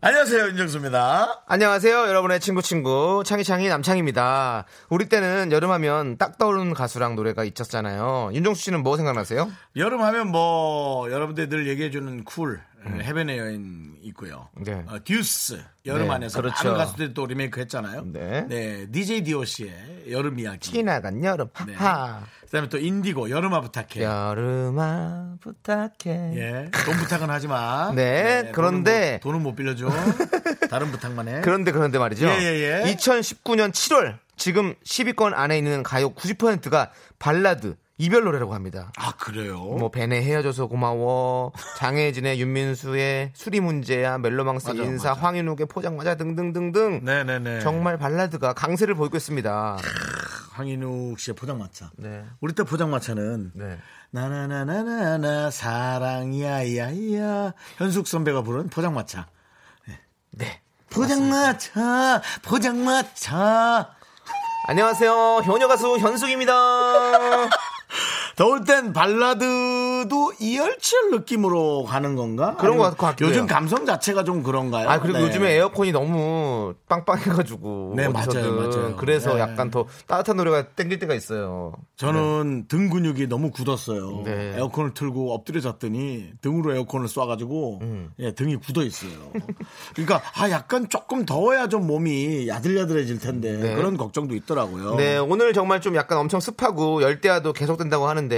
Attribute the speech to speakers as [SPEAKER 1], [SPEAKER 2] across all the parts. [SPEAKER 1] 안녕하세요 윤정수입니다
[SPEAKER 2] 안녕하세요, 여러분의 친구 친구 창희창희 남창입니다. 우리 때는 여름하면 딱 떠오르는 가수랑 노래가 있었잖아요. 윤종수 씨는 뭐 생각나세요?
[SPEAKER 1] 여름 하면 뭐 여러분들 늘 얘기해주는 쿨 음, 해변의 여인 있고요
[SPEAKER 2] 네.
[SPEAKER 1] 어, 듀스 여름
[SPEAKER 2] 네,
[SPEAKER 1] 안에서
[SPEAKER 2] 그렇죠.
[SPEAKER 1] 많은 가수들이 또 리메이크 했잖아요
[SPEAKER 2] 네.
[SPEAKER 1] DJ DOC의 여름 이야기
[SPEAKER 2] 지나간 여름
[SPEAKER 1] 네.
[SPEAKER 2] 하하
[SPEAKER 1] 그다음에 또 인디고 여름아 부탁해
[SPEAKER 2] 여름아 부탁해
[SPEAKER 1] 예, 돈 부탁은 하지 마. 뭐
[SPEAKER 2] 네, 그런데-
[SPEAKER 1] 돈은 못, 돈은 못 빌려줘. 다른 부탁만 해.
[SPEAKER 2] 그런데 그런데 말이죠.
[SPEAKER 1] 예, 예, 예.
[SPEAKER 2] 2019년 7월 지금 10위권 안에 있는 가요 90%가 발라드 이별 노래라고 합니다.
[SPEAKER 1] 아 그래요?
[SPEAKER 2] 뭐 벤의 헤어져서 고마워, 장혜진의 윤민수의 수리 문제야, 멜로망스
[SPEAKER 1] 맞아,
[SPEAKER 2] 인사,
[SPEAKER 1] 맞아.
[SPEAKER 2] 황인욱의 포장마자 등등등등.
[SPEAKER 1] 네네네.
[SPEAKER 2] 정말 발라드가 강세를 보이고 있습니다.
[SPEAKER 1] 황인욱 씨의 포장마차.
[SPEAKER 2] 네.
[SPEAKER 1] 우리 때 포장마차는
[SPEAKER 2] 네.
[SPEAKER 1] 나나나나나나 사랑이야야야 현숙 선배가 부른 포장마차.
[SPEAKER 2] 네.
[SPEAKER 1] 포장마차 포장마차
[SPEAKER 2] 안녕하세요. 효녀 가수 현숙입니다.
[SPEAKER 1] 더울 땐 발라드도 이열치열 느낌으로 가는 건가?
[SPEAKER 2] 그런 것
[SPEAKER 1] 아니면
[SPEAKER 2] 같기도 해요.
[SPEAKER 1] 요즘 감성 자체가 좀 그런가요?
[SPEAKER 2] 아 그리고
[SPEAKER 1] 네.
[SPEAKER 2] 요즘에 에어컨이 너무 빵빵해가지고
[SPEAKER 1] 네, 맞아요,
[SPEAKER 2] 어디서든
[SPEAKER 1] 맞아요.
[SPEAKER 2] 그래서
[SPEAKER 1] 네.
[SPEAKER 2] 약간 더 따뜻한 노래가 땡길 때가 있어요.
[SPEAKER 1] 저는 등 근육이 너무 굳었어요.
[SPEAKER 2] 네.
[SPEAKER 1] 에어컨을 틀고 엎드려 잤더니 등으로 에어컨을 쏴가지고
[SPEAKER 2] 음.
[SPEAKER 1] 예, 등이 굳어 있어요. 그러니까 아 약간 조금 더워야 좀 몸이 야들야들해질 텐데
[SPEAKER 2] 네.
[SPEAKER 1] 그런 걱정도 있더라고요.
[SPEAKER 2] 네 오늘 정말 좀 약간 엄청 습하고 열대야도 계속된다고 하는데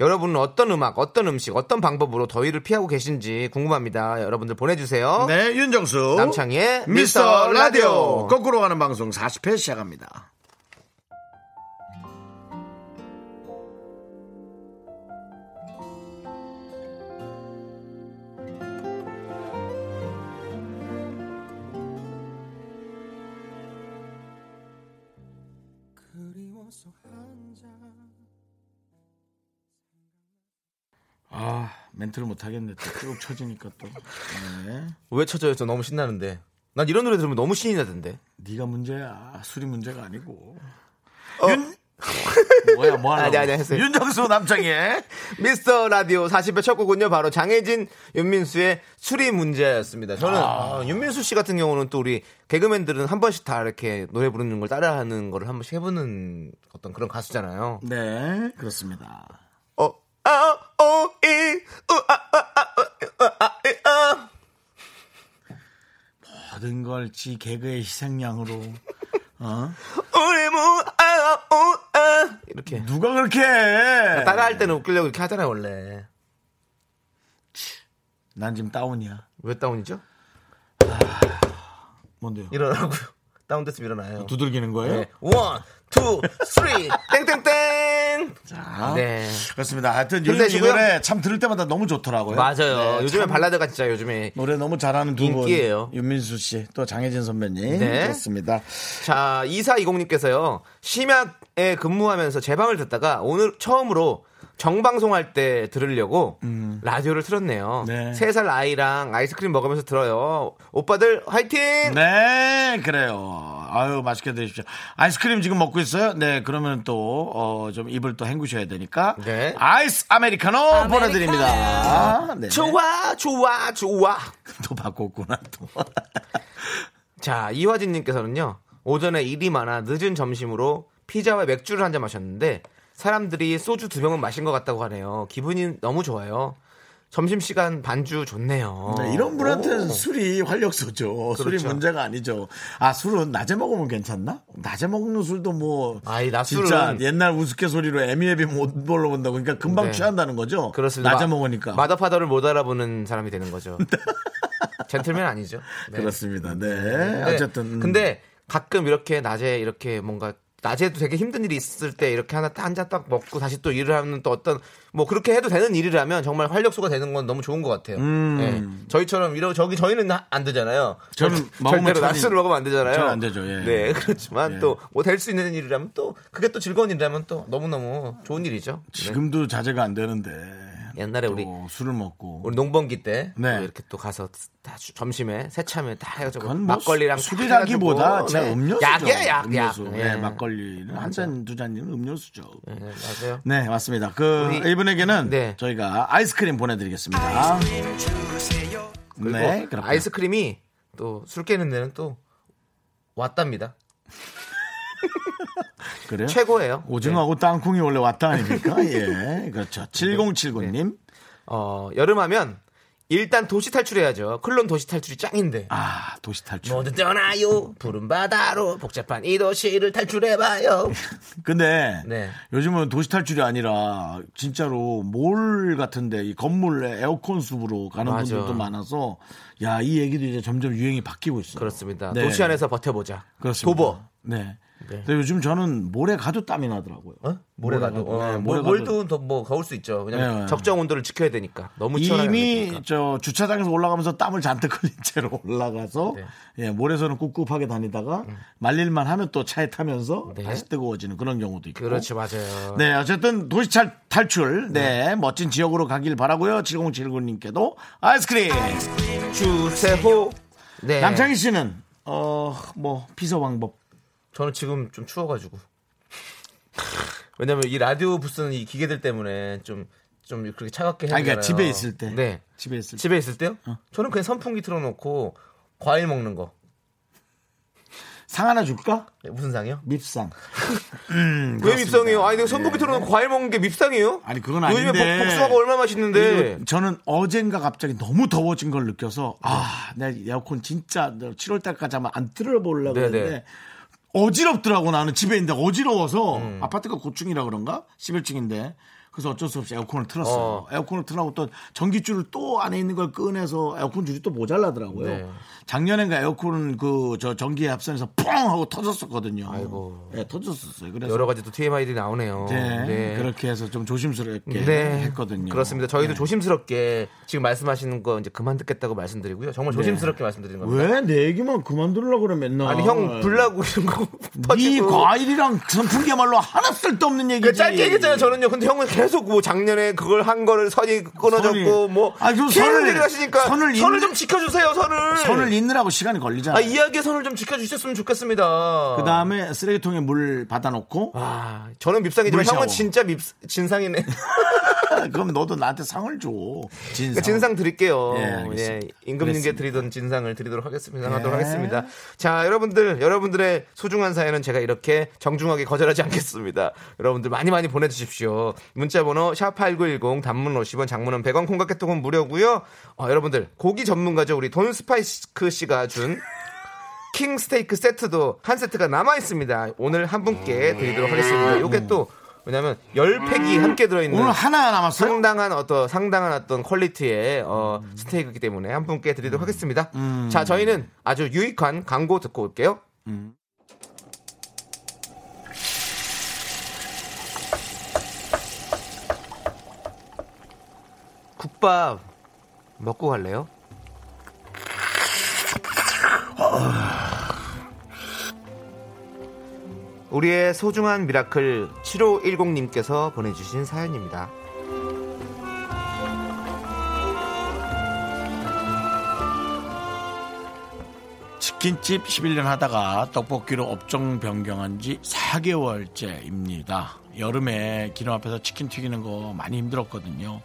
[SPEAKER 2] 여러분은 어떤 음악, 어떤 음식, 어떤 방법으로 더위를 피하고 계신지 궁금합니다. 여러분들 보내주세요.
[SPEAKER 1] 네, 윤정수
[SPEAKER 2] 남창희의
[SPEAKER 1] 미스터
[SPEAKER 2] 미스터
[SPEAKER 1] 라디오
[SPEAKER 2] 라디오.
[SPEAKER 1] 거꾸로 가는 방송 40회 시작합니다. 아 멘트를 못 하겠네. 또 쭉 쳐지니까 또. 네.
[SPEAKER 2] 왜 쳐져요? 저 너무 신나는데. 난 이런 노래 들으면 너무 신이 나던데.
[SPEAKER 1] 네가 문제야. 술이 문제가 아니고.
[SPEAKER 2] 어.
[SPEAKER 1] 윤... 뭐야 뭐 하려고.
[SPEAKER 2] 네. 아니, 아니, 했어요.
[SPEAKER 1] 윤정수 남창의
[SPEAKER 2] 미스터 라디오 40회 첫 곡은요 바로 장혜진 윤민수의 수리 문제였습니다. 저는 아, 윤민수 씨 같은 경우는 또 우리 개그맨들은 한 번씩 다 이렇게 노래 부르는 걸 따라하는 걸 한 번씩 해보는 어떤 그런 가수잖아요.
[SPEAKER 1] 네 그렇습니다.
[SPEAKER 2] 어, 아, 오, 이, 우, 아, 아, 아, 어, 아, 아, 이, 아.
[SPEAKER 1] 모든 걸 지 개그의 희생양으로 어?
[SPEAKER 2] 우리 무, 아, 오, 아. 이렇게
[SPEAKER 1] 누가 그렇게 해?
[SPEAKER 2] 따라할 때는 웃기려고 이렇게 하잖아요 원래.
[SPEAKER 1] 난 지금 다운이야.
[SPEAKER 2] 왜 다운이죠?
[SPEAKER 1] 뭔데요?
[SPEAKER 2] 일어나고요. 다운됐으면 일어나요.
[SPEAKER 1] 두들기는 거예요?
[SPEAKER 2] 네. 원, 투, 쓰리, 땡땡땡.
[SPEAKER 1] 자,
[SPEAKER 2] 네.
[SPEAKER 1] 아, 그렇습니다. 하여튼 요즘 이
[SPEAKER 2] 힘내시고요.
[SPEAKER 1] 노래 참 들을 때마다 너무 좋더라고요.
[SPEAKER 2] 맞아요.
[SPEAKER 1] 네,
[SPEAKER 2] 요즘에
[SPEAKER 1] 참
[SPEAKER 2] 발라드가 진짜 요즘에
[SPEAKER 1] 노래 너무 잘하는 두
[SPEAKER 2] 인기예요.
[SPEAKER 1] 분, 윤민수 씨, 또 장혜진 선배님
[SPEAKER 2] 네.
[SPEAKER 1] 그렇습니다.
[SPEAKER 2] 자 2420님께서요 심야에 근무하면서 제 방을 듣다가 오늘 처음으로 정방송할 때 들으려고 라디오를
[SPEAKER 1] 음.
[SPEAKER 2] 틀었네요.
[SPEAKER 1] 네.
[SPEAKER 2] 세 살 아이랑 아이스크림 먹으면서 들어요. 오빠들 화이팅!
[SPEAKER 1] 네, 그래요. 아유, 맛있게 드십시오. 아이스크림 지금 먹고 있어요? 네, 그러면 또, 어, 좀 입을 또 헹구셔야 되니까.
[SPEAKER 2] 네.
[SPEAKER 1] 아이스 아메리카노 보내드립니다. 아, 네.
[SPEAKER 2] 좋아 좋아 좋아.
[SPEAKER 1] 또 바꿨구나, 또.
[SPEAKER 2] 자 이화진님께서는요 오전에 일이 많아 늦은 점심으로 피자와 맥주를 한 잔 마셨는데 사람들이 소주 두 병은 마신 것 같다고 하네요. 기분이 너무 좋아요. 점심 시간 반주 좋네요.
[SPEAKER 1] 네, 이런 분한테는
[SPEAKER 2] 오.
[SPEAKER 1] 술이 활력소죠. 술이
[SPEAKER 2] 그렇죠.
[SPEAKER 1] 문제가 아니죠. 아, 술은 낮에 먹으면 괜찮나? 낮에 먹는 술도 뭐.
[SPEAKER 2] 아이, 낮
[SPEAKER 1] 진짜
[SPEAKER 2] 술은-
[SPEAKER 1] 옛날 우스갯소리로 애미애비 못 불러본다고. 그러니까 금방
[SPEAKER 2] 네.
[SPEAKER 1] 취한다는 거죠.
[SPEAKER 2] 그렇습니다.
[SPEAKER 1] 낮에
[SPEAKER 2] 마-
[SPEAKER 1] 먹으니까.
[SPEAKER 2] 마더파더를 못 알아보는 사람이 되는 거죠. 젠틀맨 아니죠. 네.
[SPEAKER 1] 그렇습니다. 네.
[SPEAKER 2] 근데-
[SPEAKER 1] 어쨌든.
[SPEAKER 2] 근데 가끔 이렇게 낮에 이렇게 뭔가 낮에도 되게 힘든 일이 있을 때 이렇게 하나 딱 한 잔 딱 먹고 다시 또 일을 하는 또 어떤 뭐 그렇게 해도 되는 일이라면 정말 활력소가 되는 건 너무 좋은 것 같아요. 예. 저희처럼 이러 저기 저희는 하- 안 되잖아요.
[SPEAKER 1] 음. 저는
[SPEAKER 2] 절-
[SPEAKER 1] 마음을
[SPEAKER 2] 절대로
[SPEAKER 1] 차린-
[SPEAKER 2] 낮술을 먹으면 안 되잖아요.
[SPEAKER 1] 저는 안 되죠, 예.
[SPEAKER 2] 네 그렇지만 또 뭐 될 수 있는 일이라면 또 그게 또 즐거운 일이라면 또 너무 너무 좋은 일이죠. 네.
[SPEAKER 1] 지금도 자제가 안 되는데
[SPEAKER 2] 옛날에 우리
[SPEAKER 1] 또 술을 먹고
[SPEAKER 2] 우리 농번기 때
[SPEAKER 1] 네.
[SPEAKER 2] 또 이렇게 또 가서 다 주- 점심에 세참에 다 해가지고
[SPEAKER 1] 그건 뭐
[SPEAKER 2] 막걸리랑 다
[SPEAKER 1] 술이라기보다
[SPEAKER 2] 해가지고,
[SPEAKER 1] 제
[SPEAKER 2] 네.
[SPEAKER 1] 음료수죠.
[SPEAKER 2] 약이야 약 예.
[SPEAKER 1] 음료수.
[SPEAKER 2] 약.
[SPEAKER 1] 네, 막걸리는 한 잔 두 잔이면 음료수죠.
[SPEAKER 2] 네, 맞아요.
[SPEAKER 1] 네, 맞습니다. 그
[SPEAKER 2] 우리-
[SPEAKER 1] 이분에게는
[SPEAKER 2] 네.
[SPEAKER 1] 저희가 아이스크림 보내드리겠습니다.
[SPEAKER 2] 그리고
[SPEAKER 1] 네, 그렇군요.
[SPEAKER 2] 아이스크림이 또 술 깨는 데는 또 왔답니다.
[SPEAKER 1] 그래요?
[SPEAKER 2] 최고예요. 네.
[SPEAKER 1] 오징어하고 땅콩이 원래 왔다 아닙니까? 예, 그렇죠. 7079님.
[SPEAKER 2] 어, 여름하면 일단 도시 탈출해야죠. 클론 도시 탈출이 짱인데.
[SPEAKER 1] 아, 도시 탈출.
[SPEAKER 2] 모두 떠나요 푸른 바다로 복잡한 이 도시를 탈출해봐요.
[SPEAKER 1] 근데
[SPEAKER 2] 네.
[SPEAKER 1] 요즘은 도시 탈출이 아니라 진짜로 몰 같은데 이 건물에 에어컨 숲으로 가는
[SPEAKER 2] 맞아.
[SPEAKER 1] 분들도 많아서 야, 이 얘기도 이제 점점 유행이 바뀌고 있어요.
[SPEAKER 2] 그렇습니다.
[SPEAKER 1] 네.
[SPEAKER 2] 도시 안에서 버텨보자.
[SPEAKER 1] 그렇습니다.
[SPEAKER 2] 도보.
[SPEAKER 1] 네.
[SPEAKER 2] 네.
[SPEAKER 1] 근데 요즘 저는 모래 가도 땀이 나더라고요.
[SPEAKER 2] 어? 모래가도.
[SPEAKER 1] 모래가도.
[SPEAKER 2] 어,
[SPEAKER 1] 네,
[SPEAKER 2] 뭐,
[SPEAKER 1] 모래가도.
[SPEAKER 2] 뭘도 더 뭐, 가올 수 있죠. 왜냐면
[SPEAKER 1] 네.
[SPEAKER 2] 적정 온도를 지켜야 되니까. 너무 시원하게.
[SPEAKER 1] 이미
[SPEAKER 2] 안
[SPEAKER 1] 저 주차장에서 올라가면서 땀을 잔뜩 흘린 채로 올라가서
[SPEAKER 2] 네.
[SPEAKER 1] 예, 모래서는 꿉꿉하게 다니다가 말릴만 하면 또 차에 타면서
[SPEAKER 2] 네.
[SPEAKER 1] 다시 뜨거워지는 그런 경우도 있고.
[SPEAKER 2] 그렇죠, 맞아요.
[SPEAKER 1] 네, 어쨌든 도시 탈, 탈출. 네, 멋진 지역으로 가길 바라고요. 7079님께도 아이스크림. 네.
[SPEAKER 2] 주세호. 네.
[SPEAKER 1] 남창희 씨는 어, 뭐 피서 방법.
[SPEAKER 2] 저는 지금 좀 추워가지고. 왜냐면 이 라디오 부스는 이 기계들 때문에 좀, 좀 그렇게 차갑게 해요.
[SPEAKER 1] 아니, 그러니까 집에 있을 때.
[SPEAKER 2] 네.
[SPEAKER 1] 집에 있을 어. 때.
[SPEAKER 2] 집에 있을 때요? 저는 그냥 선풍기 틀어놓고 과일 먹는 거.
[SPEAKER 1] 상 하나 줄까?
[SPEAKER 2] 네, 무슨 상이요?
[SPEAKER 1] 밉상.
[SPEAKER 2] 왜 밉상이에요? 아니, 내가 선풍기 틀어놓고 과일 먹는 게 밉상이에요?
[SPEAKER 1] 음, 네. 아니, 그건
[SPEAKER 2] 요즘에
[SPEAKER 1] 아닌데.
[SPEAKER 2] 복- 복숭아가 얼마나 맛있는데.
[SPEAKER 1] 그리고 저는 어젠가 갑자기 너무 더워진 걸 느껴서 아, 내 에어컨 진짜 7월 달까지 아마 안 틀어보려고
[SPEAKER 2] 네네.
[SPEAKER 1] 했는데 어지럽더라고 나는 집에 있는데 어지러워서
[SPEAKER 2] 음.
[SPEAKER 1] 아파트가 고층이라 그런가? 11층인데 그래서 어쩔 수 없이 에어컨을 틀었어요.
[SPEAKER 2] 어.
[SPEAKER 1] 에어컨을 틀라고 또 전기줄을 또 안에 있는 걸 꺼내서 에어컨 줄이 또 모자라더라고요.
[SPEAKER 2] 네.
[SPEAKER 1] 작년엔가 에어컨 그 저 전기에 합선해서 뻥 하고 터졌었거든요.
[SPEAKER 2] 아이고.
[SPEAKER 1] 예, 터졌었어요. 그래서
[SPEAKER 2] 여러 가지 또 TMI들이 나오네요.
[SPEAKER 1] 네, 그렇게 해서 좀 조심스럽게
[SPEAKER 2] 네.
[SPEAKER 1] 했거든요.
[SPEAKER 2] 그렇습니다. 저희도
[SPEAKER 1] 네.
[SPEAKER 2] 조심스럽게 지금 말씀하시는 거 이제 그만 듣겠다고 말씀드리고요. 정말 조심스럽게 말씀드리는 겁니다.
[SPEAKER 1] 네. 왜 내 얘기만 그만두려고 그래 맨날
[SPEAKER 2] 아니 형 불나고 이런 거
[SPEAKER 1] 이
[SPEAKER 2] 터지고
[SPEAKER 1] 과일이랑 선풍기야말로 하나 쓸데없는 얘기지
[SPEAKER 2] 그 짧게 얘기했잖아요 저는요 근데 형은 계속 뭐 작년에 그걸 한 거를 선이 끊어졌고
[SPEAKER 1] 선이-
[SPEAKER 2] 뭐
[SPEAKER 1] 아니, 그
[SPEAKER 2] 계속
[SPEAKER 1] 선을-
[SPEAKER 2] 얘기를 하시니까 선을,
[SPEAKER 1] 선을 잇는-
[SPEAKER 2] 좀 지켜주세요 선을
[SPEAKER 1] 선을 잇느라고 시간이 걸리잖아
[SPEAKER 2] 아 이야기의 선을 좀 지켜주셨으면 좋겠습니다
[SPEAKER 1] 그 다음에 쓰레기통에 물 받아놓고
[SPEAKER 2] 아 저는 밉상이지만
[SPEAKER 1] 물샤워.
[SPEAKER 2] 형은 진짜 밉 진상이네
[SPEAKER 1] 그럼 너도 나한테 상을 줘 진상,
[SPEAKER 2] 그 진상 드릴게요.
[SPEAKER 1] 예,
[SPEAKER 2] 예,
[SPEAKER 1] 알겠습니다.
[SPEAKER 2] 임금님께
[SPEAKER 1] 그랬습니다.
[SPEAKER 2] 드리던 진상을 드리도록 하겠습니다. 하도록
[SPEAKER 1] 예.
[SPEAKER 2] 하겠습니다. 자, 여러분들, 여러분들의 소중한 사연은 제가 이렇게 정중하게 거절하지 않겠습니다. 여러분들 많이 많이 보내주십시오. 문자번호 샵8910 단문 50원, 장문은 100원, 콩깍개통은 무료고요. 어, 여러분들 고기 전문가죠. 우리 돈 스파이크 씨가 준. 킹 스테이크 세트도 한 세트가 남아 있습니다. 오늘 한 분께 드리도록 하겠습니다. 요게 또 왜냐면 열 팩이 함께 들어 있는
[SPEAKER 1] 오늘 하나 남았어요?
[SPEAKER 2] 상당한 어떤 상당한 어떤 퀄리티의 어, 스테이크이기 때문에 한 분께 드리도록 하겠습니다. 자, 저희는 아주 유익한 광고 듣고 올게요. 음. 국밥 먹고 갈래요? 우리의 소중한 미라클 7510님께서 보내주신 사연입니다.
[SPEAKER 1] 치킨집 11년 하다가 떡볶이로 업종 변경한 지 4개월째입니다. 여름에 기름 앞에서 치킨 튀기는 거 많이 힘들었거든요.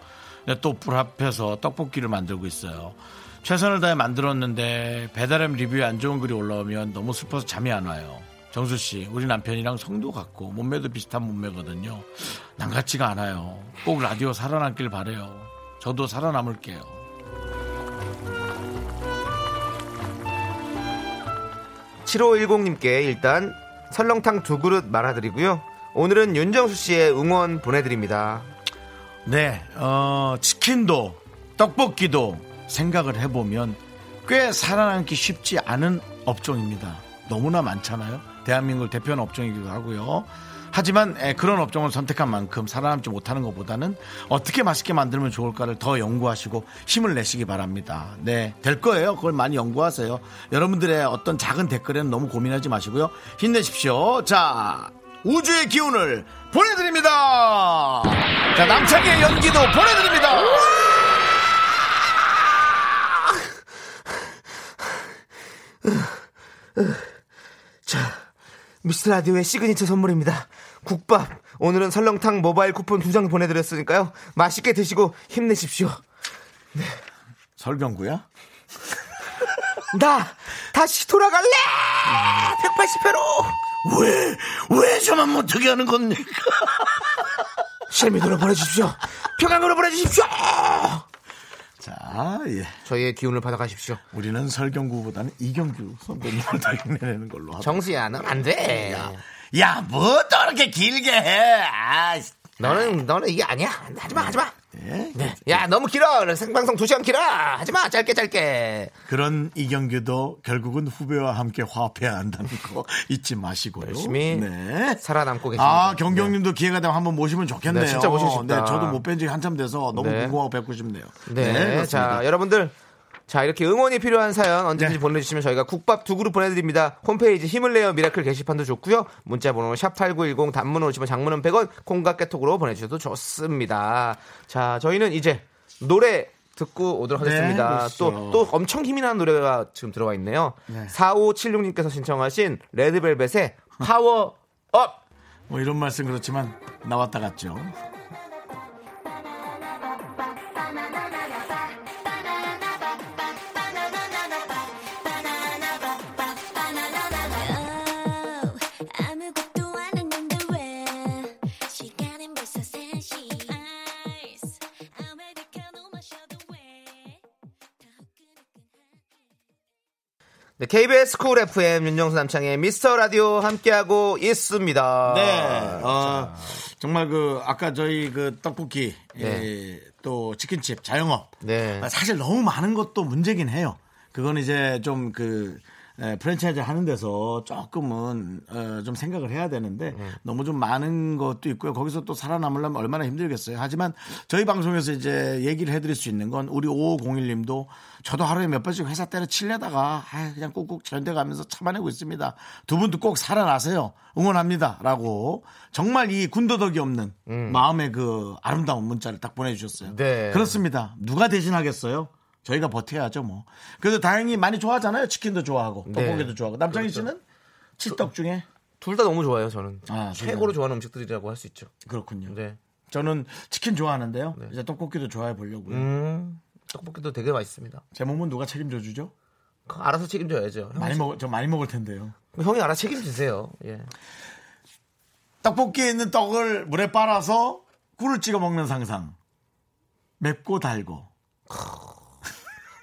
[SPEAKER 1] 근데 또 불 앞에서 떡볶이를 만들고 있어요. 최선을 다해 만들었는데 배달앱 리뷰에 안 좋은 글이 올라오면 너무 슬퍼서 잠이 안 와요. 정수 씨, 우리 남편이랑 성도 같고 몸매도 비슷한 몸매거든요. 난 같지가 않아요. 꼭 라디오 살아남길 바래요. 저도 살아남을게요.
[SPEAKER 2] 칠오일공님께 일단 설렁탕 두 그릇 말아드리고요. 오늘은 윤정수 씨의 응원 보내드립니다.
[SPEAKER 1] 네, 어, 치킨도 떡볶이도 생각을 해보면 꽤 살아남기 쉽지 않은 업종입니다. 너무나 많잖아요. 대한민국 대표하는 업종이기도 하고요. 하지만 에, 그런 업종을 선택한 만큼 살아남지 못하는 것보다는 어떻게 맛있게 만들면 좋을까를 더 연구하시고 힘을 내시기 바랍니다. 네, 될 거예요. 그걸 많이 연구하세요. 여러분들의 어떤 작은 댓글에는 너무 고민하지 마시고요. 힘내십시오. 자, 우주의 기운을 보내드립니다. 자, 남창희의 연기도 보내드립니다.
[SPEAKER 2] 미스 라디오의 시그니처 선물입니다. 국밥. 오늘은 설렁탕 모바일 쿠폰 두 장 보내드렸으니까요. 맛있게 드시고 힘내십시오.
[SPEAKER 1] 설경구야?
[SPEAKER 2] 나 다시 돌아갈래. 180회로
[SPEAKER 1] 왜, 왜 저만 못하게 하는 겁니까?
[SPEAKER 2] 실미도로 보내주십시오. 평양으로 보내주십시오.
[SPEAKER 1] 자, 예.
[SPEAKER 2] 저희의 기운을 받아가십시오.
[SPEAKER 1] 우리는 설경구보다는 이경규 선배님을 더 힘내는 걸로 하죠.
[SPEAKER 2] 정수야, 넌 안 돼.
[SPEAKER 1] 야, 뭐 또 이렇게 길게 해. 아, 씨.
[SPEAKER 2] 너는 너는 이게 아니야. 하지마, 하지마.
[SPEAKER 1] 예?
[SPEAKER 2] 네. 야, 너무 길어. 생방송 두 시간 길어. 하지마, 짧게, 짧게.
[SPEAKER 1] 그런 이경규도 결국은 후배와 함께 화합해야 한다는 거 잊지 마시고요.
[SPEAKER 2] 열심히
[SPEAKER 1] 네.
[SPEAKER 2] 살아남고 계십니다.
[SPEAKER 1] 아, 경경님도 기회가 되면 한번 모시면 좋겠네요.
[SPEAKER 2] 네, 진짜 모시고 싶다.
[SPEAKER 1] 네, 저도 못 뵌 지 한참 돼서 너무
[SPEAKER 2] 네.
[SPEAKER 1] 궁금하고 뵙고 싶네요.
[SPEAKER 2] 네,
[SPEAKER 1] 그렇습니다.
[SPEAKER 2] 자 여러분들 자 이렇게 응원이 필요한 사연 언제든지
[SPEAKER 1] 네.
[SPEAKER 2] 보내주시면 저희가 국밥 두 그릇 보내드립니다 홈페이지 힘을 내요 미라클 게시판도 좋고요 문자번호 샵8910 단문은 50원 장문은 100원 콩깍개톡으로 보내주셔도 좋습니다 자 저희는 이제 노래 듣고 오도록
[SPEAKER 1] 네,
[SPEAKER 2] 하겠습니다
[SPEAKER 1] 그러시죠.
[SPEAKER 2] 또 또 엄청 힘이 나는 노래가 지금 들어와 있네요
[SPEAKER 1] 네.
[SPEAKER 2] 4576님께서 신청하신 레드벨벳의 파워 업
[SPEAKER 1] 뭐 이런 말씀 그렇지만 나왔다 갔죠.
[SPEAKER 3] 아무것도 안 했는데 왜 시간은 벌써 3시 Ice 아무 데카노 마셔도 왜더 후끈후끈한
[SPEAKER 2] 네, KBS 쿨 FM 윤정수 남창의 미스터 라디오 함께하고 있습니다
[SPEAKER 1] 네. 어, 정말 그 아까 저희 그 떡볶이
[SPEAKER 2] 네.
[SPEAKER 1] 예, 또 치킨집 자영업
[SPEAKER 2] 네.
[SPEAKER 1] 아, 사실 너무 많은 것도 문제긴 해요. 그건 이제 좀 그 프랜차이즈 하는 데서 조금은 어, 좀 생각을 해야 되는데 너무 좀 많은 것도 있고요. 거기서 또 살아남으려면 얼마나 힘들겠어요. 하지만 저희 방송에서 이제 얘기를 해드릴 수 있는 건 우리 5501님도 저도 하루에 몇 번씩 회사 때려 치려다가 아, 그냥 꾹꾹 견뎌가면서 참아내고 있습니다. 두 분도 꼭 살아나세요. 응원합니다라고 정말 이 군더더기 없는 마음의 그 아름다운 문자를 딱 보내주셨어요.
[SPEAKER 2] 네.
[SPEAKER 1] 그렇습니다. 그렇습니다. 누가 대신하겠어요? 저희가 버텨야죠, 뭐. 그래도 다행히 많이 좋아하잖아요. 치킨도 좋아하고
[SPEAKER 2] 네.
[SPEAKER 1] 떡볶이도 좋아하고. 남창희 씨는 치떡 중에
[SPEAKER 2] 둘 다 너무 좋아요 저는
[SPEAKER 1] 아,
[SPEAKER 2] 최고로 좋아하는 음식들이라고 할 수 있죠
[SPEAKER 1] 그렇군요.
[SPEAKER 2] 네.
[SPEAKER 1] 저는 치킨 좋아하는데요. 이제 떡볶이도 좋아해 보려고요.
[SPEAKER 2] 음, 떡볶이도 되게 맛있습니다
[SPEAKER 1] 제 몸은 누가 책임져 주죠?
[SPEAKER 2] 그거 알아서 책임져야죠 형,
[SPEAKER 1] 많이 먹, 저 많이 먹을 텐데요.
[SPEAKER 2] 형이 알아서 책임지세요 예.
[SPEAKER 1] 떡볶이에 있는 떡을 물에 빨아서 꿀을 찍어 먹는 상상. 맵고 달고.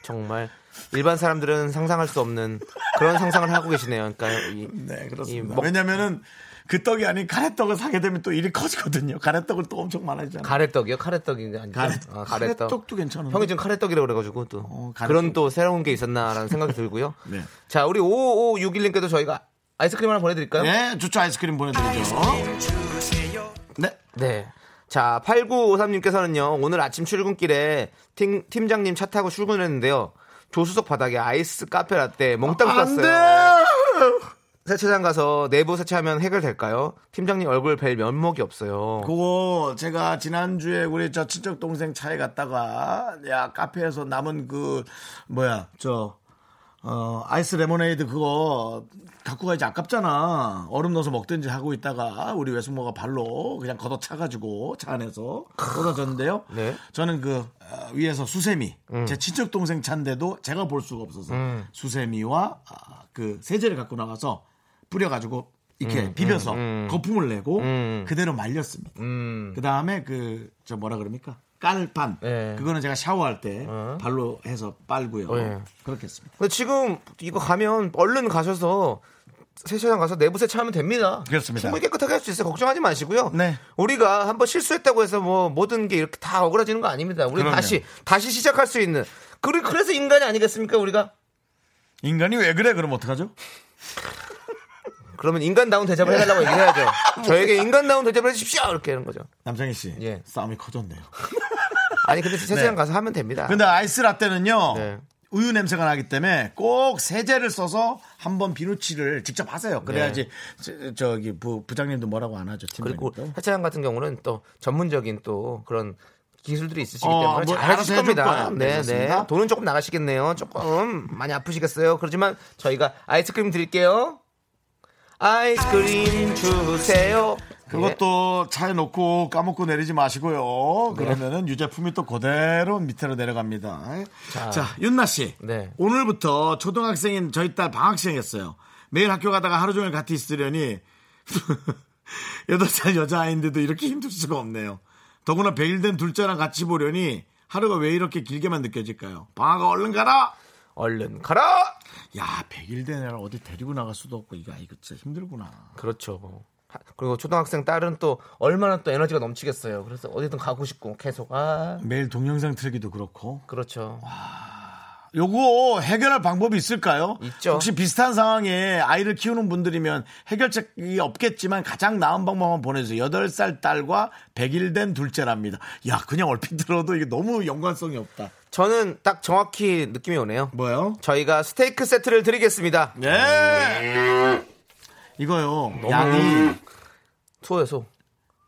[SPEAKER 2] 정말 일반 사람들은 상상할 수 없는 그런 상상을 하고 계시네요 그러니까 이,
[SPEAKER 1] 네,
[SPEAKER 2] 이
[SPEAKER 1] 그렇습니다.
[SPEAKER 2] 먹-
[SPEAKER 1] 왜냐면은 그 떡이 아닌 가래떡을 사게 되면 또 일이 커지거든요. 가래떡을 또 엄청 많아지잖아요.
[SPEAKER 2] 가래떡이요? 카레떡이 아니죠?
[SPEAKER 1] 가래-
[SPEAKER 2] 아,
[SPEAKER 1] 가래떡도 괜찮은데.
[SPEAKER 2] 형이 지금 카레떡이라고 그래가지고 또
[SPEAKER 1] 어, 가래떡.
[SPEAKER 2] 그런 또 새로운 게 있었나라는 생각이 들고요
[SPEAKER 1] 네.
[SPEAKER 2] 자 우리 5561님께도 저희가 아이스크림 하나 보내드릴까요?
[SPEAKER 1] 네, 주초 아이스크림 보내드리죠. 네.
[SPEAKER 2] 네. 자, 8953님께서는요, 오늘 아침 출근길에 팀, 팀장님 차 타고 출근했는데요. 조수석 바닥에 아이스 카페 라떼 몽땅
[SPEAKER 1] 아,
[SPEAKER 2] 쌌어요.
[SPEAKER 1] 네.
[SPEAKER 2] 세차장 가서 내부 세차하면 해결될까요? 팀장님 얼굴 뵐 면목이 없어요.
[SPEAKER 1] 그거 제가 지난주에 우리 저 친척 동생 차에 갔다가 야 카페에서 남은 그 뭐야 저 어, 아이스 레모네이드 그거 갖고 가야지 아깝잖아. 얼음 넣어서 먹든지 하고 있다가 우리 외숙모가 발로 그냥 걷어 차가지고 차 안에서 떨어졌는데요.
[SPEAKER 2] 네. 음.
[SPEAKER 1] 저는 그 어, 위에서 수세미 제 친척 동생 차인데도 제가 볼 수가 없어서 수세미와 아, 그 세제를 갖고 나가서 뿌려가지고 이렇게
[SPEAKER 2] 음,
[SPEAKER 1] 비벼서 거품을 내고 그대로 말렸습니다. 그 다음에 그 저 뭐라 그럽니까 깔판
[SPEAKER 2] 예. 어.
[SPEAKER 1] 그거는 제가 샤워할 때 발로 해서 빨고요.
[SPEAKER 2] 예.
[SPEAKER 1] 그렇게 했습니다.
[SPEAKER 2] 근데 지금 이거 가면 얼른 가셔서 세차장 가서 내부 세차하면 됩니다.
[SPEAKER 1] 그렇습니다.
[SPEAKER 2] 충분히 깨끗하게 할 수 있어요. 걱정하지 마시고요.
[SPEAKER 1] 네.
[SPEAKER 2] 우리가 한번 실수했다고 해서 뭐 모든 게 이렇게 다 억울해지는 거 아닙니다. 우리
[SPEAKER 1] 그럼요.
[SPEAKER 2] 다시 다시 시작할 수 있는 그리- 그래서 인간이 아니겠습니까 우리가?
[SPEAKER 1] 인간이 왜 그래? 그럼 어떡하죠?
[SPEAKER 2] 그러면 인간다운 대접을 해달라고 얘기해야죠.
[SPEAKER 1] 뭐
[SPEAKER 2] 저에게 인간다운 대접을 해주십시오! 이렇게 하는 거죠.
[SPEAKER 1] 남창희 씨.
[SPEAKER 2] 예.
[SPEAKER 1] 싸움이 커졌네요.
[SPEAKER 2] 아니, 근데 세상
[SPEAKER 1] 네.
[SPEAKER 2] 가서 하면 됩니다.
[SPEAKER 1] 근데 아이스 라떼는요.
[SPEAKER 2] 네.
[SPEAKER 1] 우유 냄새가 나기 때문에 꼭 세제를 써서 한번 비누칠을 직접 하세요. 그래야지 저- 저기 부, 부장님도 뭐라고 안 하죠.
[SPEAKER 2] 네. 그리고
[SPEAKER 1] 팀장님도.
[SPEAKER 2] 하차장 같은 경우는 또 전문적인 또 그런 기술들이 있으시기
[SPEAKER 1] 어,
[SPEAKER 2] 때문에
[SPEAKER 1] 뭐
[SPEAKER 2] 잘
[SPEAKER 1] 알아서
[SPEAKER 2] 하실
[SPEAKER 1] 해줄 거야.
[SPEAKER 2] 겁니다.
[SPEAKER 1] 네,
[SPEAKER 2] 네,
[SPEAKER 1] 그렇습니다.
[SPEAKER 2] 네. 돈은 조금 나가시겠네요. 조금 많이 아프시겠어요. 그렇지만 저희가 아이스크림 드릴게요. 아이스크림 주세요. 예,
[SPEAKER 1] 그것도 차에 놓고 까먹고 내리지 마시고요. 그러면은 유제품이 또 그대로 밑으로 내려갑니다. 자, 윤나 씨.
[SPEAKER 2] 네.
[SPEAKER 1] 오늘부터 초등학생인 저희 딸 방학생이었어요. 매일 학교 가다가 하루 종일 같이 있으려니 8살 여자아이인데도 이렇게 힘들 수가 없네요. 더구나 100일 된 둘째랑 같이 보려니 하루가 왜 이렇게 길게만 느껴질까요? 방학아 얼른 가라!
[SPEAKER 2] 예. 얼른 가라.
[SPEAKER 1] 야, 100일 된 애를 어디 데리고 나갈 수도 없고 이거 아이고 진짜 힘들구나.
[SPEAKER 2] 그렇죠. 하- 그리고 초등학생 딸은 또 얼마나 또 에너지가 넘치겠어요. 그래서 어디든 가고 싶고 계속 아
[SPEAKER 1] 매일 동영상 틀기도 그렇고
[SPEAKER 2] 그렇죠.
[SPEAKER 1] 요거 해결할 방법이 있을까요?
[SPEAKER 2] 있죠.
[SPEAKER 1] 혹시 비슷한 상황에 아이를 키우는 분들이면 해결책이 없겠지만 가장 나은 방법만 보내주세요. 8살 딸과 100일 된 둘째랍니다. 야, 그냥 얼핏 들어도 이게 너무 연관성이 없다.
[SPEAKER 2] 저는 딱 정확히 느낌이 오네요.
[SPEAKER 1] 뭐요?
[SPEAKER 2] 저희가 스테이크 세트를 드리겠습니다.
[SPEAKER 1] 예! 이거요. 양이
[SPEAKER 2] 소요 소.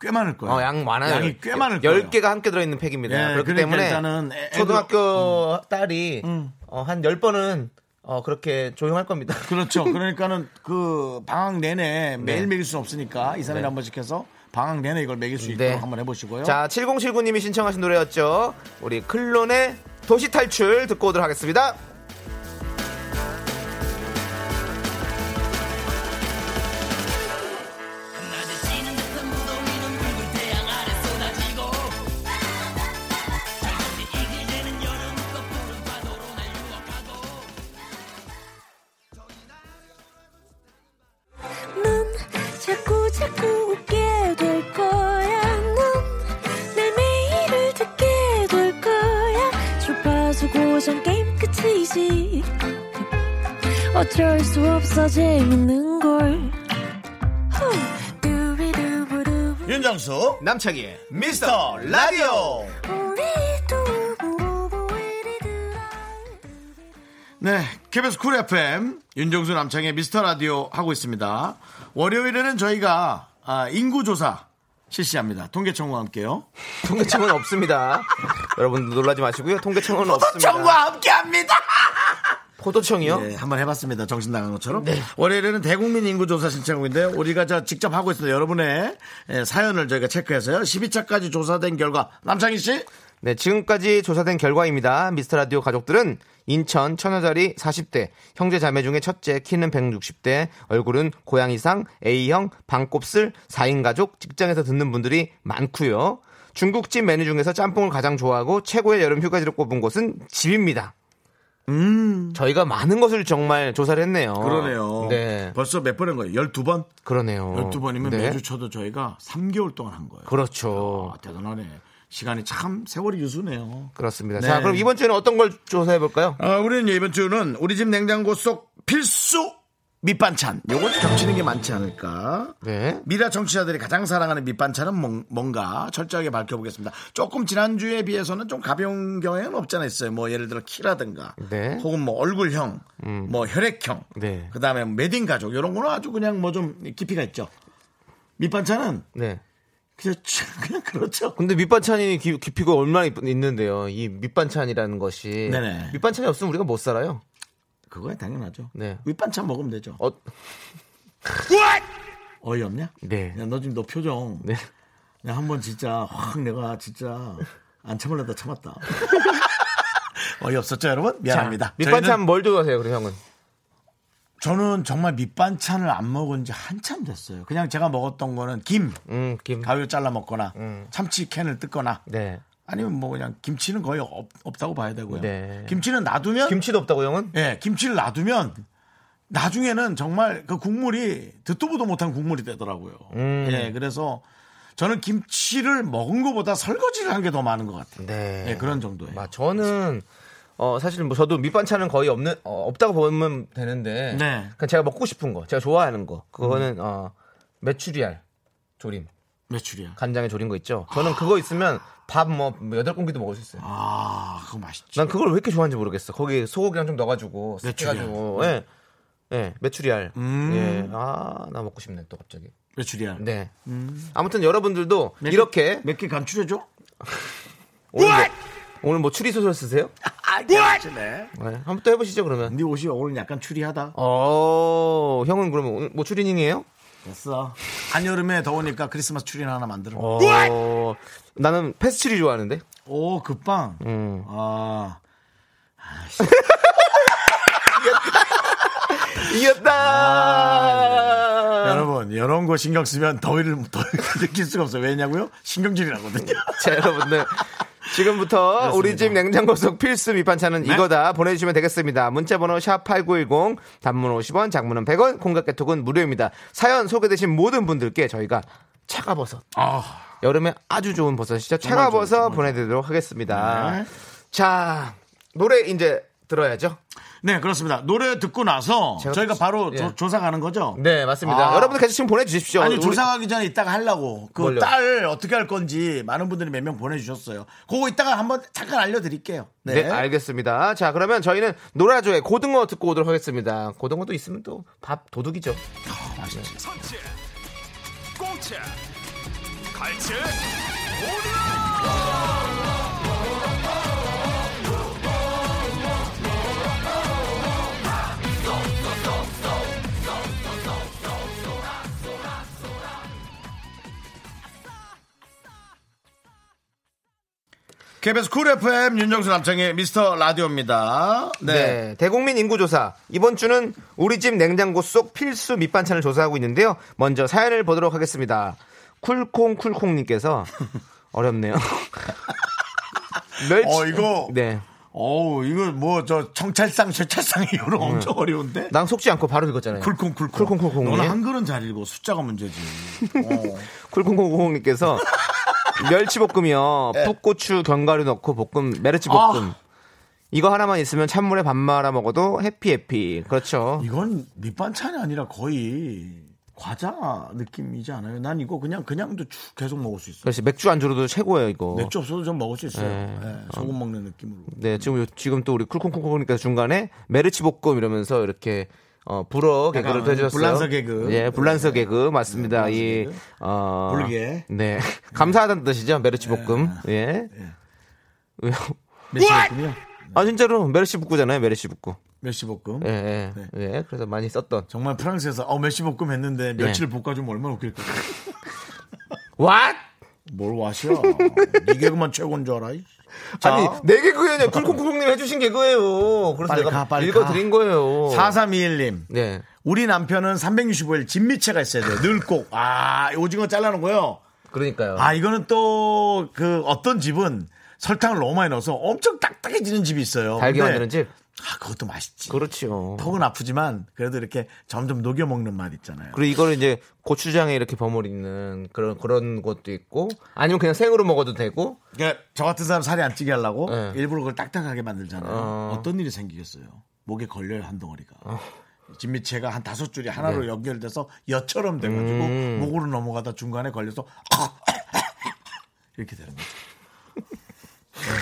[SPEAKER 1] 꽤 많을 거예요.
[SPEAKER 2] 어, 양 많아요.
[SPEAKER 1] 네. 양이 꽤 많을 거예요.
[SPEAKER 2] 10개가 함께 들어있는 팩입니다.
[SPEAKER 1] 예,
[SPEAKER 2] 그렇기
[SPEAKER 1] 그러니까
[SPEAKER 2] 때문에
[SPEAKER 1] 일단은 애- 애들- 음.
[SPEAKER 2] 초등학교 딸이 어, 한 10번은 어, 그렇게 조용할 겁니다.
[SPEAKER 1] 그렇죠. 그러니까는 그 방학 내내 매일
[SPEAKER 2] 네.
[SPEAKER 1] 먹일 수는 없으니까 2, 3일에 한 번씩 해서 방학 내내 이걸 먹일 수 있도록
[SPEAKER 2] 네.
[SPEAKER 1] 한번 해보시고요.
[SPEAKER 2] 자, 7079님이 신청하신 노래였죠. 우리 클론의 도시 탈출 듣고 오도록 하겠습니다.
[SPEAKER 3] 넌 자꾸 자꾸 웃게 될 거야. 넌내 매일을 듣게 될 거야. 주파수 고정 게임 끝이지. 어쩔 수 없어 재밌는 걸. 후. 두비두부두.
[SPEAKER 1] 윤정수 남창희의 미스터 라디오
[SPEAKER 3] 우리 두부부부 우리 두라.
[SPEAKER 1] 네 KBS 쿨 FM 윤정수 남창희의 미스터 라디오 하고 있습니다 월요일에는 저희가 아, 인구조사 실시합니다 통계청과 함께요
[SPEAKER 2] 통계청은 없습니다. 여러분 놀라지 마시고요. 통계청은 없습니다.
[SPEAKER 1] 함께합니다
[SPEAKER 2] 포도청이요?
[SPEAKER 1] 네, 한번 해봤습니다 정신 나간 것처럼 월요일에는 대국민 인구조사 신청국인데요 우리가 저 직접 하고 있어요 여러분의 예, 사연을 저희가 체크해서요 12차까지 조사된 결과 남창희 씨
[SPEAKER 2] 네, 지금까지 조사된 결과입니다. 미스터 라디오 가족들은 인천 천여자리 40대, 형제 자매 중에 첫째, 키는 160대, 얼굴은 고양이상, A형, 방곱슬, 4인 가족, 직장에서 듣는 분들이 많고요. 중국집 메뉴 중에서 짬뽕을 가장 좋아하고 최고의 여름 휴가지로 꼽은 곳은 집입니다. 저희가 많은 것을 정말 조사를 했네요.
[SPEAKER 1] 음. 어, 그러네요 어,
[SPEAKER 2] 네.
[SPEAKER 1] 벌써 몇 번 한 거예요 12번
[SPEAKER 2] 그러네요.
[SPEAKER 1] 12번이면
[SPEAKER 2] 네.
[SPEAKER 1] 매주 쳐도 저희가 3개월 동안 한 거예요.
[SPEAKER 2] 그렇죠.
[SPEAKER 1] 아, 대단하네. 시간이 참 세월이 유수네요.
[SPEAKER 2] 그렇습니다.
[SPEAKER 1] 네.
[SPEAKER 2] 자, 그럼 이번 주에는 어떤 걸 조사해 볼까요?
[SPEAKER 1] 아, 우리는 이번 주는 우리 집 냉장고 속 필수 밑반찬. 요거 겹치는 게 많지 않을까?
[SPEAKER 2] 네.
[SPEAKER 1] 미라 정치자들이 가장 사랑하는 밑반찬은 뭔- 뭔가 철저하게 밝혀보겠습니다. 조금 지난주에 비해서는 좀 가벼운 경향은 없지 않았어요. 뭐 예를 들어 키라든가
[SPEAKER 2] 네. 음.
[SPEAKER 1] 혹은 뭐 얼굴형, 뭐 혈액형,
[SPEAKER 2] 네.
[SPEAKER 1] 그다음에 매딩 가족 이런 거는 아주 그냥 뭐 좀 깊이가 있죠. 밑반찬은
[SPEAKER 2] 네.
[SPEAKER 1] 그냥, 그냥 그렇죠.
[SPEAKER 2] 근데 밑반찬이 기- 깊이가 얼마나 있- 있는데요. 이 밑반찬이라는 것이
[SPEAKER 1] 네네.
[SPEAKER 2] 밑반찬이 없으면 우리가 못 살아요.
[SPEAKER 1] 그거야 당연하죠.
[SPEAKER 2] 네.
[SPEAKER 1] 윗반찬 먹으면 되죠.
[SPEAKER 2] 어,
[SPEAKER 1] 어... 이 없냐?
[SPEAKER 2] 네.
[SPEAKER 1] 야, 너 지금 너 표정.
[SPEAKER 2] 네.
[SPEAKER 1] 야, 한번 진짜 확 내가 진짜 안 참으려다 참았다. 어이 없었죠, 여러분? 미안합니다.
[SPEAKER 2] 밑반찬
[SPEAKER 1] 저희는-
[SPEAKER 2] 뭘 좋아하세요, 그래 형은?
[SPEAKER 1] 저는 정말 밑반찬을 안 먹은 지 한참 됐어요. 그냥 제가 먹었던 거는 김,
[SPEAKER 2] 음, 김.
[SPEAKER 1] 가위로 잘라 먹거나
[SPEAKER 2] 음.
[SPEAKER 1] 참치 캔을 뜯거나
[SPEAKER 2] 네.
[SPEAKER 1] 아니면 뭐 그냥 김치는 거의 없, 다고 봐야 되고요.
[SPEAKER 2] 네.
[SPEAKER 1] 김치는 놔두면
[SPEAKER 2] 김치도 없다고 형은?
[SPEAKER 1] 예, 김치를 놔두면 나중에는 정말 그 국물이 듣도 보도 못한 국물이 되더라고요.
[SPEAKER 2] 음.
[SPEAKER 1] 예, 그래서 저는 김치를 먹은 것보다 설거지를 한 게 더 많은 것 같아요.
[SPEAKER 2] 네.
[SPEAKER 1] 예, 그런 정도예요.
[SPEAKER 2] 막 저는 어, 사실 뭐 저도 밑반찬은 거의 없는 어, 없다고 보면 되는데
[SPEAKER 1] 네.
[SPEAKER 2] 그냥 제가 먹고 싶은 거, 제가 좋아하는 거 그거는 어, 메추리알 조림,
[SPEAKER 1] 매출이야.
[SPEAKER 2] 간장에 조린 거 있죠. 저는 그거 있으면 밥 뭐 여덟 공기도 먹을 수 있어요.
[SPEAKER 1] 아, 그거 맛있지.
[SPEAKER 2] 난 그걸 왜 이렇게 좋아하는지 모르겠어. 거기 소고기랑 좀 넣어가지고 쓱
[SPEAKER 1] 메추리알. 음.
[SPEAKER 2] 해가지고 예, 예, 메추리알. 예, 아나 먹고 싶네 또 갑자기.
[SPEAKER 1] 매출이야.
[SPEAKER 2] 네.
[SPEAKER 1] 음.
[SPEAKER 2] 아무튼 여러분들도 이렇게
[SPEAKER 1] 몇개 감추려줘?
[SPEAKER 2] 오늘 뭐, 오늘 뭐 추리 소설 쓰세요?
[SPEAKER 1] 아, 대박이네.
[SPEAKER 2] 네, 한번 또 해보시죠 그러면.
[SPEAKER 1] 네 옷이 오늘 약간 추리하다.
[SPEAKER 2] 어, 형은 그러면 오늘 뭐 추리닝이에요?
[SPEAKER 1] 됐어. 한여름에 더우니까 크리스마스 추리 하나 만들어.
[SPEAKER 2] 어, 나는 패스츄리 좋아하는데.
[SPEAKER 1] 오, 그 빵.
[SPEAKER 2] 음.
[SPEAKER 1] 아, 아.
[SPEAKER 2] 이겼다.
[SPEAKER 1] 여러분, 이런 거 신경 쓰면 더위를, 더위를 느낄 수가 없어요. 왜냐고요? 신경질이라거든요.
[SPEAKER 2] 자, 여러분들. 지금부터 우리 집 냉장고 속 필수 밑반찬은 이거다 보내주시면 되겠습니다. 문자번호 샵8910 단문 50원 장문은 100원 콩깍개톡은 무료입니다. 사연 소개되신 모든 분들께 저희가 차가버섯
[SPEAKER 1] 아,
[SPEAKER 2] 여름에 아주 좋은 버섯이죠. 차가버섯 보내드리도록 하겠습니다.
[SPEAKER 1] 네.
[SPEAKER 2] 자 노래 이제 들어야죠.
[SPEAKER 1] 네, 그렇습니다. 노래 듣고 나서
[SPEAKER 2] 제가-
[SPEAKER 1] 저희가 바로
[SPEAKER 2] 예.
[SPEAKER 1] 조, 사가는 거죠?
[SPEAKER 2] 네 맞습니다.
[SPEAKER 1] 아.
[SPEAKER 2] 여러분들 계속 지금 보내주십시오.
[SPEAKER 1] 아니,
[SPEAKER 2] 우리-
[SPEAKER 1] 조사하기 전에 이따가 하려고.
[SPEAKER 2] 뭘요?
[SPEAKER 1] 그 딸 어떻게 할 건지 많은 분들이 몇 명 보내주셨어요. 그거 이따가 한번 잠깐 알려드릴게요.
[SPEAKER 2] 네. 알겠습니다. 자 그러면 저희는 노라조의 고등어 듣고 오도록 하겠습니다. 고등어도 있으면 또 밥 도둑이죠.
[SPEAKER 4] 선치 꽁치 갈치
[SPEAKER 1] KBS 쿨 FM 윤정수 남창의 미스터 라디오입니다. 네.
[SPEAKER 2] 네. 대국민 인구조사. 이번 주는 우리 집 냉장고 속 필수 밑반찬을 조사하고 있는데요. 먼저 사연을 보도록 하겠습니다. 쿨콩쿨콩님께서 어렵네요. 멸치.
[SPEAKER 1] 어, 이거.
[SPEAKER 2] 네.
[SPEAKER 1] 어우, 이거 뭐, 저, 청찰상, 쇠찰상이 이런 엄청 어려운데?
[SPEAKER 2] 난 속지 않고 바로 읽었잖아요.
[SPEAKER 1] 쿨콩쿨콩.
[SPEAKER 2] 음. 쿨콩쿨콩.
[SPEAKER 1] 너는 한글은 잘 읽고 숫자가 문제지. 어.
[SPEAKER 2] 쿨콩쿨콩님께서 멸치볶음이요. 풋고추 견과류 넣고 볶음 메르치볶음.
[SPEAKER 1] 네. 아.
[SPEAKER 2] 이거 하나만 있으면 찬물에 밥 말아 먹어도 해피 해피. 그렇죠.
[SPEAKER 1] 이건 밑반찬이 아니라 거의 과자 느낌이지 않아요? 난 이거 그냥, 그냥도 쭉 계속 먹을 수 있어요.
[SPEAKER 2] 그렇지 맥주 안주로도 최고예요 이거.
[SPEAKER 1] 맥주 없어도 좀 먹을 수 있어요. 예, 소금 먹는 느낌으로.
[SPEAKER 2] 네, 지금 요- 지금 또 우리 쿨콩콩콩니까 중간에 메르치 볶음 이러면서 이렇게 어 불어 개그를
[SPEAKER 1] 약간
[SPEAKER 2] 또 해주셨어요.
[SPEAKER 1] 아, 불란서 개그. 네.
[SPEAKER 2] 예, 불란서 개그 맞습니다.
[SPEAKER 1] 불란서
[SPEAKER 2] 이
[SPEAKER 1] 개그.
[SPEAKER 2] 어,
[SPEAKER 1] 불게. 네.
[SPEAKER 2] 네, 감사하다는 뜻이죠 메르치 볶음. 예. 왜요?
[SPEAKER 1] 멸치볶음이요?
[SPEAKER 2] 아 진짜로 메르치 볶음잖아요 메르치 볶음.
[SPEAKER 1] 멸치볶음.
[SPEAKER 2] 예, 예,
[SPEAKER 1] 네.
[SPEAKER 2] 예. 그래서 많이 썼던.
[SPEAKER 1] 정말 프랑스에서 어, 멸치볶음 했는데 멸치를 볶아주면 얼마나 웃길까.
[SPEAKER 2] What?
[SPEAKER 1] 뭘 와시야. 이 개그만 최고인 줄 알아. 이? 자,
[SPEAKER 2] 아니 내 개그예요. 쿨콩콩콩님 해주신 개그예요. 그래서
[SPEAKER 1] 빨리
[SPEAKER 2] 내가
[SPEAKER 1] 가, 빨리
[SPEAKER 2] 읽어드린 거예요.
[SPEAKER 1] 4321님.
[SPEAKER 2] 네.
[SPEAKER 1] 우리 남편은 365일 진미채가 있어야 돼요. 늘 꼭. 아, 오징어 잘라놓고요.
[SPEAKER 2] 그러니까요.
[SPEAKER 1] 아, 이거는 또 그 어떤 집은 설탕을 너무 많이 넣어서 엄청 딱딱해지는 집이 있어요.
[SPEAKER 2] 달게
[SPEAKER 1] 근데-
[SPEAKER 2] 만드는 집.
[SPEAKER 1] 아, 그것도 맛있지.
[SPEAKER 2] 그렇지요.
[SPEAKER 1] 턱은 아프지만 그래도 이렇게 점점 녹여 먹는 맛 있잖아요.
[SPEAKER 2] 그리고 이거를 이제 고추장에 이렇게 버무리는 그런 그런 것도 있고 아니면 그냥 생으로 먹어도 되고
[SPEAKER 1] 그러니까 저 같은 사람 살이 안 찌게 하려고
[SPEAKER 2] 네.
[SPEAKER 1] 일부러 그걸 딱딱하게 만들잖아요.
[SPEAKER 2] 어.
[SPEAKER 1] 어... 떤 일이 생기겠어요? 목에 걸려요 한 덩어리가. 진미채가 한 다섯 줄이 하나로
[SPEAKER 2] 네.
[SPEAKER 1] 연결돼서 여처럼 돼가지고
[SPEAKER 2] 음.
[SPEAKER 1] 목으로 넘어가다 중간에 걸려서 이렇게 되는 거죠.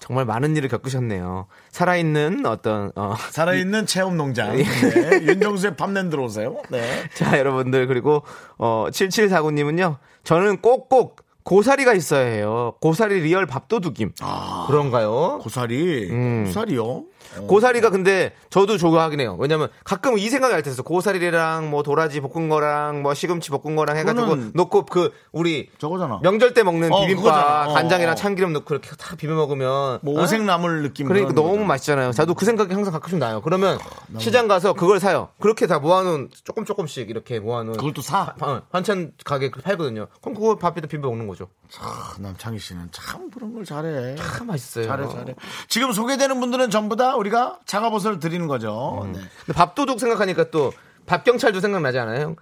[SPEAKER 2] 정말 많은 일을 겪으셨네요. 살아있는 어떤 어.
[SPEAKER 1] 살아있는 체험 농장.
[SPEAKER 2] 예.
[SPEAKER 1] 네. 윤정수의 팜랜 들어오세요. 네.
[SPEAKER 2] 자 여러분들 그리고 어 7749님은요. 저는 꼭꼭 고사리가 있어야 해요. 고사리 리얼 밥도둑임.
[SPEAKER 1] 아.
[SPEAKER 2] 그런가요?
[SPEAKER 1] 고사리.
[SPEAKER 2] 음.
[SPEAKER 1] 고사리요?
[SPEAKER 2] 고사리가 근데 저도 좋아하긴 해요. 왜냐면 가끔 이 생각이 날 때있어 요 고사리랑 뭐 도라지 볶은 거랑 뭐 시금치 볶은 거랑 해가지고
[SPEAKER 1] 그거는
[SPEAKER 2] 놓고 그 우리
[SPEAKER 1] 저거잖아.
[SPEAKER 2] 명절 때 먹는
[SPEAKER 1] 어,
[SPEAKER 2] 비빔밥
[SPEAKER 1] 그거잖아. 어,
[SPEAKER 2] 간장이랑
[SPEAKER 1] 어.
[SPEAKER 2] 참기름 넣고 이렇게 다 비벼 먹으면
[SPEAKER 1] 뭐
[SPEAKER 2] 어?
[SPEAKER 1] 오색나물 느낌.
[SPEAKER 2] 그러니까
[SPEAKER 1] 그런
[SPEAKER 2] 너무
[SPEAKER 1] 거죠.
[SPEAKER 2] 맛있잖아요. 저도 그 생각이 항상 가끔씩 나요. 그러면
[SPEAKER 1] 아,
[SPEAKER 2] 시장 가서 그걸 사요. 그렇게 다 모아놓은 조금 조금씩 이렇게 모아놓은
[SPEAKER 1] 그걸 또 사?
[SPEAKER 2] 바- 어, 반찬 가게 그 팔거든요. 그럼 그거 밥에다 비벼 먹는 거죠.
[SPEAKER 1] 아, 남창희 씨는 참 그런 걸 잘해.
[SPEAKER 2] 참 맛있어요.
[SPEAKER 1] 잘해 잘해. 지금 소개되는 분들은 전부 다 우리가 차가버섯을 드리는 거죠. 네.
[SPEAKER 2] 근데 밥도둑 생각하니까 또 밥경찰도 생각나지 않아요?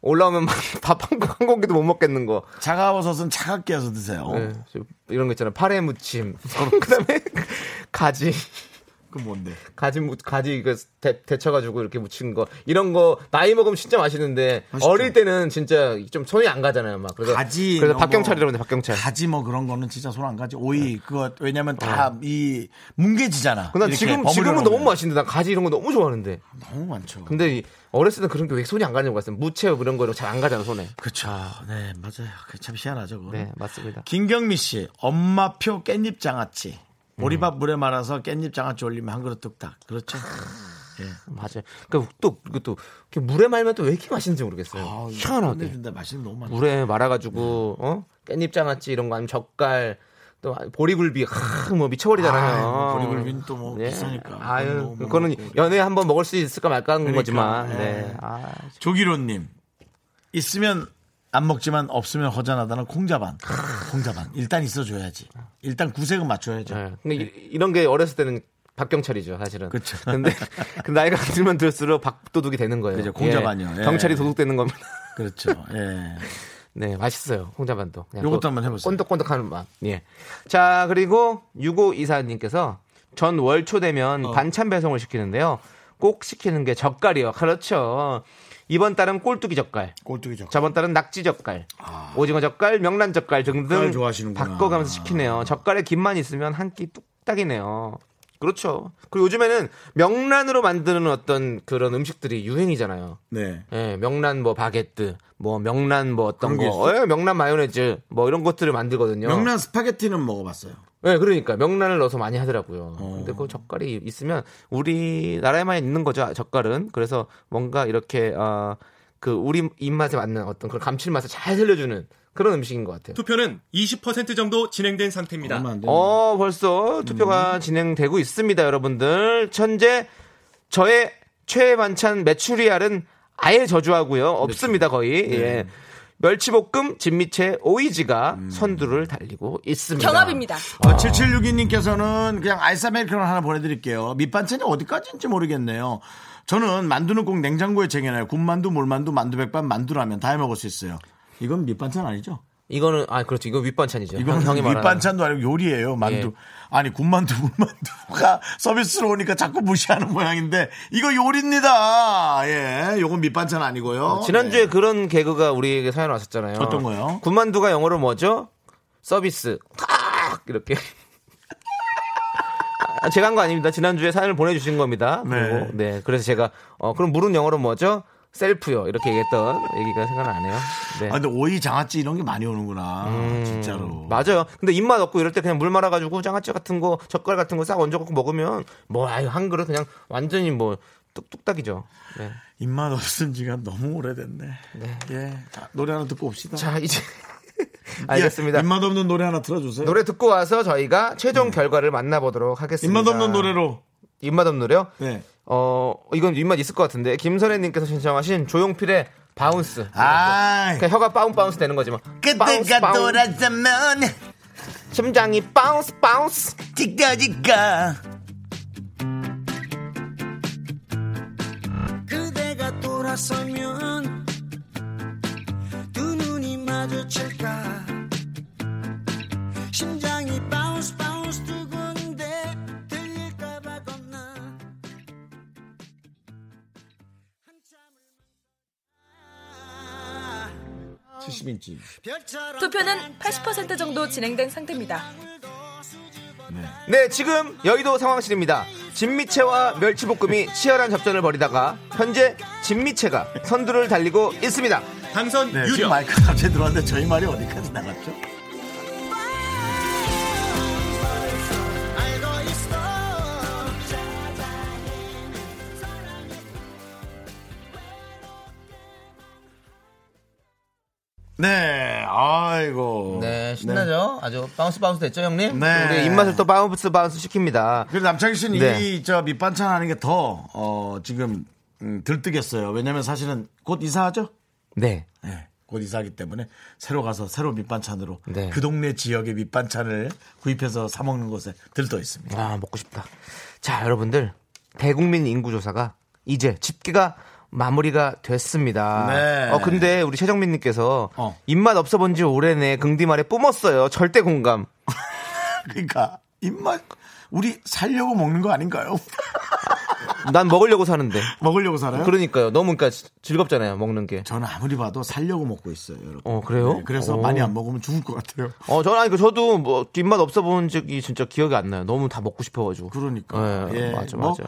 [SPEAKER 2] 올라오면 밥한 한 공기도 못 먹겠는 거. 네.
[SPEAKER 1] 차가버섯은 차갑게 어. 해서 드세요.
[SPEAKER 2] 예, 저 이런 거 있잖아요. 파래 무침. 그다음에 가지.
[SPEAKER 1] 그 뭔데?
[SPEAKER 2] 가지 무- 가지 이거 데, 데쳐가지고 이렇게 무친 거 이런 거 나이 먹으면 진짜 맛있는데
[SPEAKER 1] 맛있죠.
[SPEAKER 2] 어릴 때는 진짜 좀 손이 안 가잖아요 막 그래서
[SPEAKER 1] 가지
[SPEAKER 2] 그래서
[SPEAKER 1] 이런
[SPEAKER 2] 박경찰이라고
[SPEAKER 1] 거,
[SPEAKER 2] 하는데 박경찰
[SPEAKER 1] 가지 뭐 그런 거는 진짜 손 안 가지. 오이 그거 왜냐면 다 이 뭉개지잖아.
[SPEAKER 2] 네. 어. 근데 난
[SPEAKER 1] 이렇게
[SPEAKER 2] 지금
[SPEAKER 1] 버무려
[SPEAKER 2] 지금은
[SPEAKER 1] 놓으면.
[SPEAKER 2] 너무 맛있는데 난 가지 이런 거 너무 좋아하는데
[SPEAKER 1] 너무 많죠.
[SPEAKER 2] 근데 이- 어렸을 때 그런 게 왜 손이 안 가냐고 갔어요 무채 그런 거는 잘 안 가잖아 손에
[SPEAKER 1] 그렇죠. 네 맞아요. 그게 참 희한하죠. 그거.
[SPEAKER 2] 네 맞습니다
[SPEAKER 1] 김경미 씨 엄마표 깻잎 장아찌 보리밥 물에 말아서 깻잎 장아찌 올리면 한 그릇 뚝딱. 그렇죠.
[SPEAKER 2] 아, 맞아요 그또 그것도 이렇게 물에 말면 또 왜 이렇게 맛있는지 모르겠어요
[SPEAKER 1] 아.
[SPEAKER 2] 희한하게
[SPEAKER 1] 근데 맛있는 너무 많아.
[SPEAKER 2] 물에 말아가지고 어 깻잎 장아찌 이런 거 아니면 젓갈 또 아, 보리굴비 하, 뭐 미쳐버리잖아요.
[SPEAKER 1] 아유, 보리굴비는 또뭐 비싸니까.
[SPEAKER 2] 네. 아유
[SPEAKER 1] 너무
[SPEAKER 2] 그거는
[SPEAKER 1] 먹고.
[SPEAKER 2] 연애 한번 먹을 수 있을까 말까 하는
[SPEAKER 1] 그러니까,
[SPEAKER 2] 거지만.
[SPEAKER 1] 예.
[SPEAKER 2] 네. 아,
[SPEAKER 1] 조기로님 있으면 안 먹지만 없으면 허전하다는 콩자반. 콩자반 일단 있어줘야지. 일단 구색은 맞춰야죠.
[SPEAKER 2] 네. 근데 이- 이런 게 어렸을 때는 박경찰이죠 사실은.
[SPEAKER 1] 그쵸.
[SPEAKER 2] 근데 그 나이가 들면 들수록 박도둑이 되는 거예요.
[SPEAKER 1] 그죠, 공자반이요. 예.
[SPEAKER 2] 경찰이 도둑되는 겁니다.
[SPEAKER 1] 그렇죠. 예.
[SPEAKER 2] 네, 맛있어요. 홍자반도. 그냥
[SPEAKER 1] 요것도
[SPEAKER 2] 그
[SPEAKER 1] 한번 해보세요.
[SPEAKER 2] 꼰덕꼰덕하는 맛. 예. 자, 그리고 65 이사님께서 전 월초
[SPEAKER 1] 어.
[SPEAKER 2] 되면 반찬 배송을 시키는데요. 꼭 시키는 게 젓갈이요. 그렇죠. 이번 달은 꼴뚜기 젓갈,
[SPEAKER 1] 꼴뚜기죠.
[SPEAKER 2] 저번 달은 낙지 젓갈, 오징어 젓갈, 명란 젓갈 등등
[SPEAKER 1] 아. 젓갈 좋아하시는구나.
[SPEAKER 2] 바꿔가면서 시키네요. 젓갈에 김만 있으면 한 끼 뚝딱이네요. 그렇죠. 그리고 요즘에는 명란으로 만드는 어떤 그런 음식들이 유행이잖아요.
[SPEAKER 1] 네.
[SPEAKER 2] 예, 명란 뭐 바게트, 뭐 명란 뭐 어떤
[SPEAKER 1] 그런 게
[SPEAKER 2] 거, 예, 명란 마요네즈 뭐 이런 것들을 만들거든요.
[SPEAKER 1] 명란 스파게티는 먹어봤어요.
[SPEAKER 2] 예, 그러니까 명란을 넣어서 많이 하더라고요. 근데 그 젓갈이 있으면 우리나라에만 있는 거죠, 젓갈은. 그래서 뭔가 이렇게 어, 그 우리 입맛에 맞는 어떤 그런 감칠맛을 잘 살려주는 그런 음식인 것 같아요.
[SPEAKER 5] 투표는 20% 정도 진행된 상태입니다.
[SPEAKER 1] 얼마 안 되는
[SPEAKER 2] 어, 벌써 투표가 진행되고 있습니다, 여러분들. 현재 저의 최애 반찬 메추리알은 아예 저주하고요. 없습니다, 거의. 예. 멸치볶음, 진미채, 오이지가 선두를 달리고 있습니다.
[SPEAKER 6] 경합입니다.
[SPEAKER 2] 아.
[SPEAKER 1] 어, 7762님께서는 그냥 아이스 아메리카노 하나 보내드릴게요. 밑반찬이 어디까지인지 모르겠네요. 저는 만두는 꼭 냉장고에 쟁여놔요. 군만두, 물만두, 만두백반, 만두라면 다 해먹을 수 있어요. 이건 밑반찬 아니죠?
[SPEAKER 2] 이거는 아 그렇죠. 이거 윗반찬이죠.
[SPEAKER 1] 이건
[SPEAKER 2] 형이 말하는.
[SPEAKER 1] 밑반찬도 아니고 요리예요. 만두.
[SPEAKER 2] 예.
[SPEAKER 1] 아니 군만두, 물만두가 서비스로 오니까 자꾸 무시하는 모양인데 이거 요리입니다. 예, 요건 밑반찬 아니고요.
[SPEAKER 2] 어, 지난주에
[SPEAKER 1] 네.
[SPEAKER 2] 그런 개그가 우리에게 사연 왔었잖아요.
[SPEAKER 1] 어떤 거요?
[SPEAKER 2] 군만두가 영어로 뭐죠? 서비스. 탁 이렇게. 아, 제가 한 거 아닙니다. 지난주에 사연을 보내주신 겁니다.
[SPEAKER 1] 네.
[SPEAKER 2] 그리고, 네. 그래서 제가 어, 그럼 물은 영어로 뭐죠? 셀프요. 이렇게 얘기했던 얘기가 생각나네요. 네.
[SPEAKER 1] 아, 근데 오이, 장아찌 이런 게 많이 오는구나. 진짜로.
[SPEAKER 2] 음, 맞아요. 근데 입맛 없고 이럴 때 그냥 물 말아가지고 장아찌 같은 거, 젓갈 같은 거 싹 얹어갖고 먹으면 뭐 아유 한 그릇 그냥 완전히 뭐 뚝뚝딱이죠. 네.
[SPEAKER 1] 입맛 없은 지가 너무 오래됐네. 예, 자, 노래 하나 듣고 옵시다.
[SPEAKER 2] 자 이제
[SPEAKER 1] 예,
[SPEAKER 2] 알겠습니다.
[SPEAKER 1] 입맛 없는 노래 하나 틀어주세요.
[SPEAKER 2] 노래 듣고 와서 저희가 최종 결과를 만나보도록 하겠습니다.
[SPEAKER 1] 입맛 없는 노래로.
[SPEAKER 2] 입맛 없는 노래요?
[SPEAKER 1] 네.
[SPEAKER 2] 어, 이건 입맛 있을 것 같은데. 김선혜님께서 신청하신 조용필의 바운스.
[SPEAKER 1] 아,
[SPEAKER 2] 그냥 혀가 바운 바운스 되는 거지 뭐. 바운스,
[SPEAKER 1] 그때가
[SPEAKER 2] 바운스.
[SPEAKER 1] 돌아서면
[SPEAKER 2] 심장이 바운스 바운스.
[SPEAKER 1] 지겨지가.
[SPEAKER 7] 그대가 돌아서면 두 눈이 마주칠까 심장이 바운스 바운스 두근데 들릴까봐 겁나 한참을
[SPEAKER 1] 70인치.
[SPEAKER 7] 별처럼
[SPEAKER 6] 투표는 80% 정도 진행된 상태입니다.
[SPEAKER 2] 네, 지금 여의도 상황실입니다. 진미채와 멸치볶음이 치열한 접전을 벌이다가 현재 진미채가 선두를 달리고 있습니다.
[SPEAKER 5] 당선
[SPEAKER 1] 네,
[SPEAKER 5] 유력
[SPEAKER 1] 지금 마이크 갑자기 들어왔는데 저희 말이 어디까지 나갔죠?
[SPEAKER 7] 알고 있어
[SPEAKER 1] 네, 아이고.
[SPEAKER 2] 아주 바운스 바운스 됐죠, 형님?
[SPEAKER 1] 네.
[SPEAKER 2] 우리 입맛을 또 바운스 바운스 시킵니다.
[SPEAKER 1] 그리고 남창희 씨는
[SPEAKER 2] 네.
[SPEAKER 1] 이 저 밑반찬 하는 게 더 어, 지금 음, 들뜨겠어요. 왜냐면 사실은 곧 이사하죠?
[SPEAKER 2] 네.
[SPEAKER 1] 네, 곧 이사하기 때문에 새로 가서 새로 밑반찬으로
[SPEAKER 2] 네.
[SPEAKER 1] 그 동네 지역의 밑반찬을 구입해서 사 먹는 것에 들떠 있습니다.
[SPEAKER 2] 아 먹고 싶다. 자 여러분들 대국민 인구조사가 이제 집계가 마무리가 됐습니다.
[SPEAKER 1] 네.
[SPEAKER 2] 어 근데 우리 최정민님께서
[SPEAKER 1] 어.
[SPEAKER 2] 입맛 없어 본지 오래네 긍디 말에 뿜었어요. 절대 공감.
[SPEAKER 1] 그러니까 입맛 우리 살려고 먹는 거 아닌가요?
[SPEAKER 2] 난 먹으려고 사는데.
[SPEAKER 1] 먹으려고 살아요?
[SPEAKER 2] 그러니까요. 너무 그러니까 즐겁잖아요. 먹는 게.
[SPEAKER 1] 저는 아무리 봐도 살려고 먹고 있어요, 여러분.
[SPEAKER 2] 어, 그래요?
[SPEAKER 1] 네, 그래서
[SPEAKER 2] 어.
[SPEAKER 1] 많이 안 먹으면 죽을 것 같아요.
[SPEAKER 2] 어, 저는 아니 그 저도 뭐 입맛 없어 본 적이 진짜 기억이 안 나요. 너무 다 먹고 싶어 가지고.
[SPEAKER 1] 그러니까.
[SPEAKER 2] 예,
[SPEAKER 1] 예,
[SPEAKER 2] 맞아
[SPEAKER 1] 뭐
[SPEAKER 2] 맞아.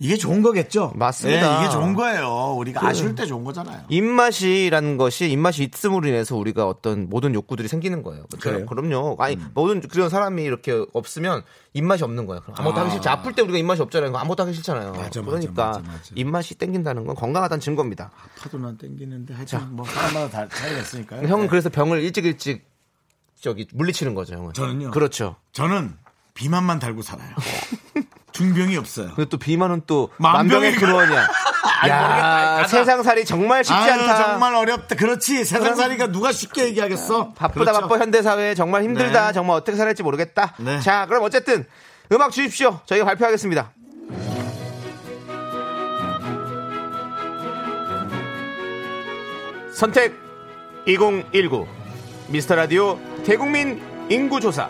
[SPEAKER 1] 이게 좋은 거겠죠?
[SPEAKER 2] 맞습니다.
[SPEAKER 1] 예, 이게 좋은 거예요. 우리가 아쉬울 때 좋은 거잖아요.
[SPEAKER 2] 입맛이라는 것이 입맛이 있음으로 인해서 우리가 어떤 모든 욕구들이 생기는 거예요.
[SPEAKER 1] 그래요? 음.
[SPEAKER 2] 럼요 아니 모든 그런 사람이 이렇게 없으면 입맛이 없는 거예요. 그럼 아무것도 하기 싫지. 아플 때 우리가 입맛이 없잖아요. 그럼 아무것도 하기 싫잖아요.
[SPEAKER 1] 맞아, 맞아,
[SPEAKER 2] 그러니까
[SPEAKER 1] 맞아, 맞아.
[SPEAKER 2] 입맛이 땡긴다는 건 건강하다는 증거입니다.
[SPEAKER 1] 파도 난 땡기는데 하여튼 뭐 사람마다 다 차이가 있으니까요.
[SPEAKER 2] 형은
[SPEAKER 1] 네.
[SPEAKER 2] 그래서 병을 일찍 일찍 저기 물리치는 거죠, 형은.
[SPEAKER 1] 저는요?
[SPEAKER 2] 그렇죠.
[SPEAKER 1] 저는 비만만 달고 살아요. 중병이 없어요.
[SPEAKER 2] 근데 또 비만은 또
[SPEAKER 1] 만병의
[SPEAKER 2] 만병의 근원이야. 야, 세상 살이 정말 쉽지
[SPEAKER 1] 아유,
[SPEAKER 2] 않다.
[SPEAKER 1] 정말 어렵다. 그렇지. 세상살이가 누가 쉽게 얘기하겠어.
[SPEAKER 2] 바쁘다
[SPEAKER 1] 그렇죠?
[SPEAKER 2] 바빠 현대사회 정말 힘들다
[SPEAKER 1] 네.
[SPEAKER 2] 정말 어떻게 살아야 할지 모르겠다
[SPEAKER 1] 네.
[SPEAKER 2] 자 그럼 어쨌든 음악 주십시오 저희가 발표하겠습니다 선택 2019 미스터라디오 대국민 인구조사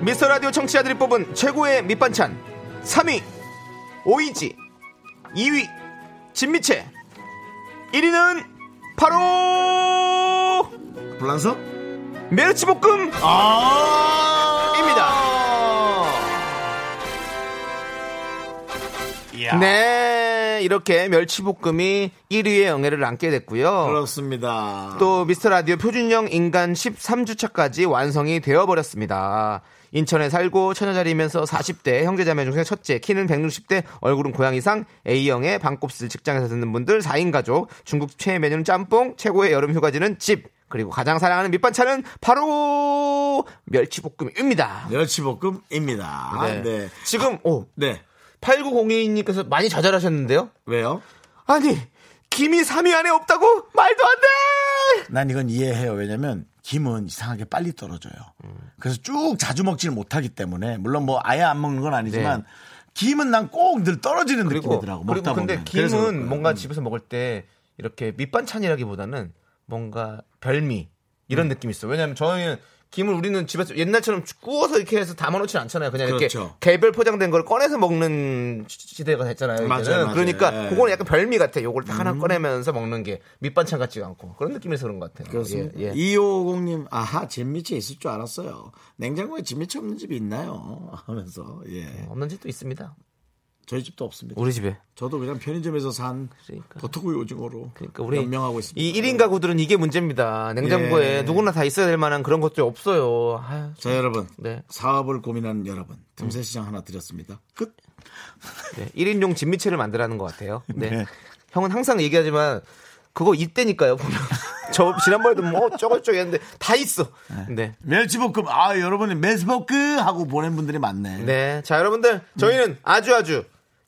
[SPEAKER 2] 미스터라디오 청취자들이 뽑은 최고의 밑반찬 3위 오이지 2위 진미채 1위는 바로
[SPEAKER 1] 불란서?
[SPEAKER 2] 메르치 볶음입니다.
[SPEAKER 1] 아! 이야.
[SPEAKER 2] 네, 이렇게 멸치볶음이 1위의 영예를 안게 됐고요.
[SPEAKER 1] 그렇습니다.
[SPEAKER 2] 어. 또 미스터 라디오 표준형 인간 13주차까지 완성이 되어버렸습니다. 인천에 살고 처녀자리면서 40대 형제자매 중에 첫째 키는 160대 얼굴은 고양이상 A형의 반곱슬 직장에서 듣는 분들 4인 가족 중국 최애 메뉴는 짬뽕 최고의 여름 휴가지는 집 그리고 가장 사랑하는 밑반찬은 바로 멸치볶음입니다.
[SPEAKER 1] 멸치볶음입니다.
[SPEAKER 2] 아,
[SPEAKER 1] 네. 네.
[SPEAKER 2] 지금 오,
[SPEAKER 1] 네.
[SPEAKER 2] 8902님께서 많이 좌절하셨는데요.
[SPEAKER 1] 왜요?
[SPEAKER 2] 아니 김이 3위 안에 없다고 말도 안 돼.
[SPEAKER 1] 난 이건 이해해요. 왜냐면 김은 이상하게 빨리 떨어져요. 그래서 쭉 자주 먹질 못하기 때문에 물론 뭐 아예 안 먹는 건 아니지만
[SPEAKER 2] 네.
[SPEAKER 1] 김은 난 꼭 늘 떨어지는 느낌이더라고 먹다
[SPEAKER 2] 그리고 근데
[SPEAKER 1] 보면. 그래서 음.
[SPEAKER 2] 김은
[SPEAKER 1] 그럴까요?
[SPEAKER 2] 뭔가 집에서 먹을 때 이렇게 밑반찬이라기보다는 뭔가 별미
[SPEAKER 1] 음.
[SPEAKER 2] 이런 느낌이 있어. 왜냐하면 저희는 김을 우리는 집에서 옛날처럼 구워서 이렇게 해서 담아놓진 않잖아요. 그냥
[SPEAKER 1] 그렇죠.
[SPEAKER 2] 이렇게 개별 포장된 걸 꺼내서 먹는 시- 시대가 됐잖아요. 이제는.
[SPEAKER 1] 맞아요, 맞아요.
[SPEAKER 2] 그러니까
[SPEAKER 1] 예. 음.
[SPEAKER 2] 그거는 약간 별미 같아. 요걸 딱 하나 꺼내면서 먹는 게 밑반찬 같지가 않고 그런 느낌에서 그런 것 같아요.
[SPEAKER 1] 그렇습니다.
[SPEAKER 2] 예, 예.
[SPEAKER 1] 2550님, 아하, 진미채 있을 줄 알았어요. 냉장고에 진미채 없는 집이 있나요? 하면서, 예.
[SPEAKER 2] 없는 집도 있습니다.
[SPEAKER 1] 저희 집도 없습니다.
[SPEAKER 2] 우리 집에.
[SPEAKER 1] 저도 그냥 편의점에서 산
[SPEAKER 2] 그러니까.
[SPEAKER 1] 버터구이 오징어로
[SPEAKER 2] 그러니까 우리
[SPEAKER 1] 연명하고 있습니다.
[SPEAKER 2] 이 1인 가구들은 이게 문제입니다. 냉장고에
[SPEAKER 1] 예.
[SPEAKER 2] 누구나 다 있어야 될 만한 그런 것들이 없어요. 아유, 참.
[SPEAKER 1] 자, 여러분.
[SPEAKER 2] 네.
[SPEAKER 1] 사업을 고민하는 여러분. 틈새 시장 하나 드렸습니다. 끝.
[SPEAKER 2] 네, 1인용 진미채를 만들라는 것 같아요. 네.
[SPEAKER 1] 네.
[SPEAKER 2] 형은 항상 얘기하지만 그거 이때니까요. 보면. 저 지난번에도 뭐 저것저것 했는데 다 있어. 네.
[SPEAKER 1] 멸치볶음. 아, 여러분이 멸치볶음 하고 보낸 분들이 많네.
[SPEAKER 2] 네. 자, 여러분들 저희는 아주 아주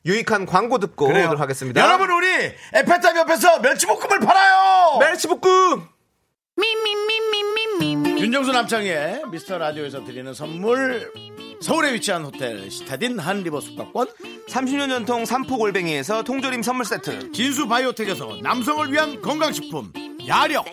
[SPEAKER 2] 유익한 광고 듣고
[SPEAKER 1] 그래요.
[SPEAKER 2] 오도록 하겠습니다.
[SPEAKER 1] 여러분, 우리 에펠탑 옆에서 멸치볶음을 팔아요!
[SPEAKER 2] 네. 멸치볶음
[SPEAKER 1] 윤정수 남창의 미스터 라디오에서 드리는 선물. 서울에 위치한 호텔 시타딘 한 리버 숙박권.
[SPEAKER 2] 30년 전통 삼포골뱅이에서 통조림 선물 세트
[SPEAKER 1] 진수 바이오텍에서 남성을 위한 건강식품. 야력.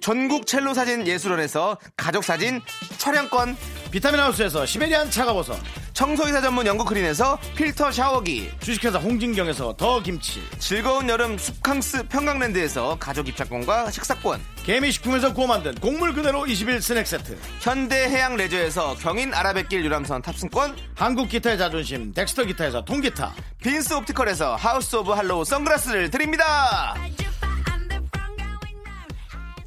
[SPEAKER 2] 전국 첼로 사진 예술원에서 가족 사진 촬영권
[SPEAKER 1] 비타민 하우스에서 시베리안 차가워서.
[SPEAKER 2] 청소이사 전문 영국 크린에서 필터 샤워기
[SPEAKER 1] 주식회사 홍진경에서 더 김치.
[SPEAKER 2] 즐거운 여름 숲캉스 평강랜드에서 가족 입장권과 식사권
[SPEAKER 1] 개미식품에서 구워 만든 곡물 그대로 21 스낵 세트.
[SPEAKER 2] 현대해양 레저에서 경인 아라뱃길 유람선 탑승권
[SPEAKER 1] 한국 기타의 자존심 덱스터 기타에서 통기타
[SPEAKER 2] 빈스 옵티컬에서 하우스 오브 할로우 선글라스를 드립니다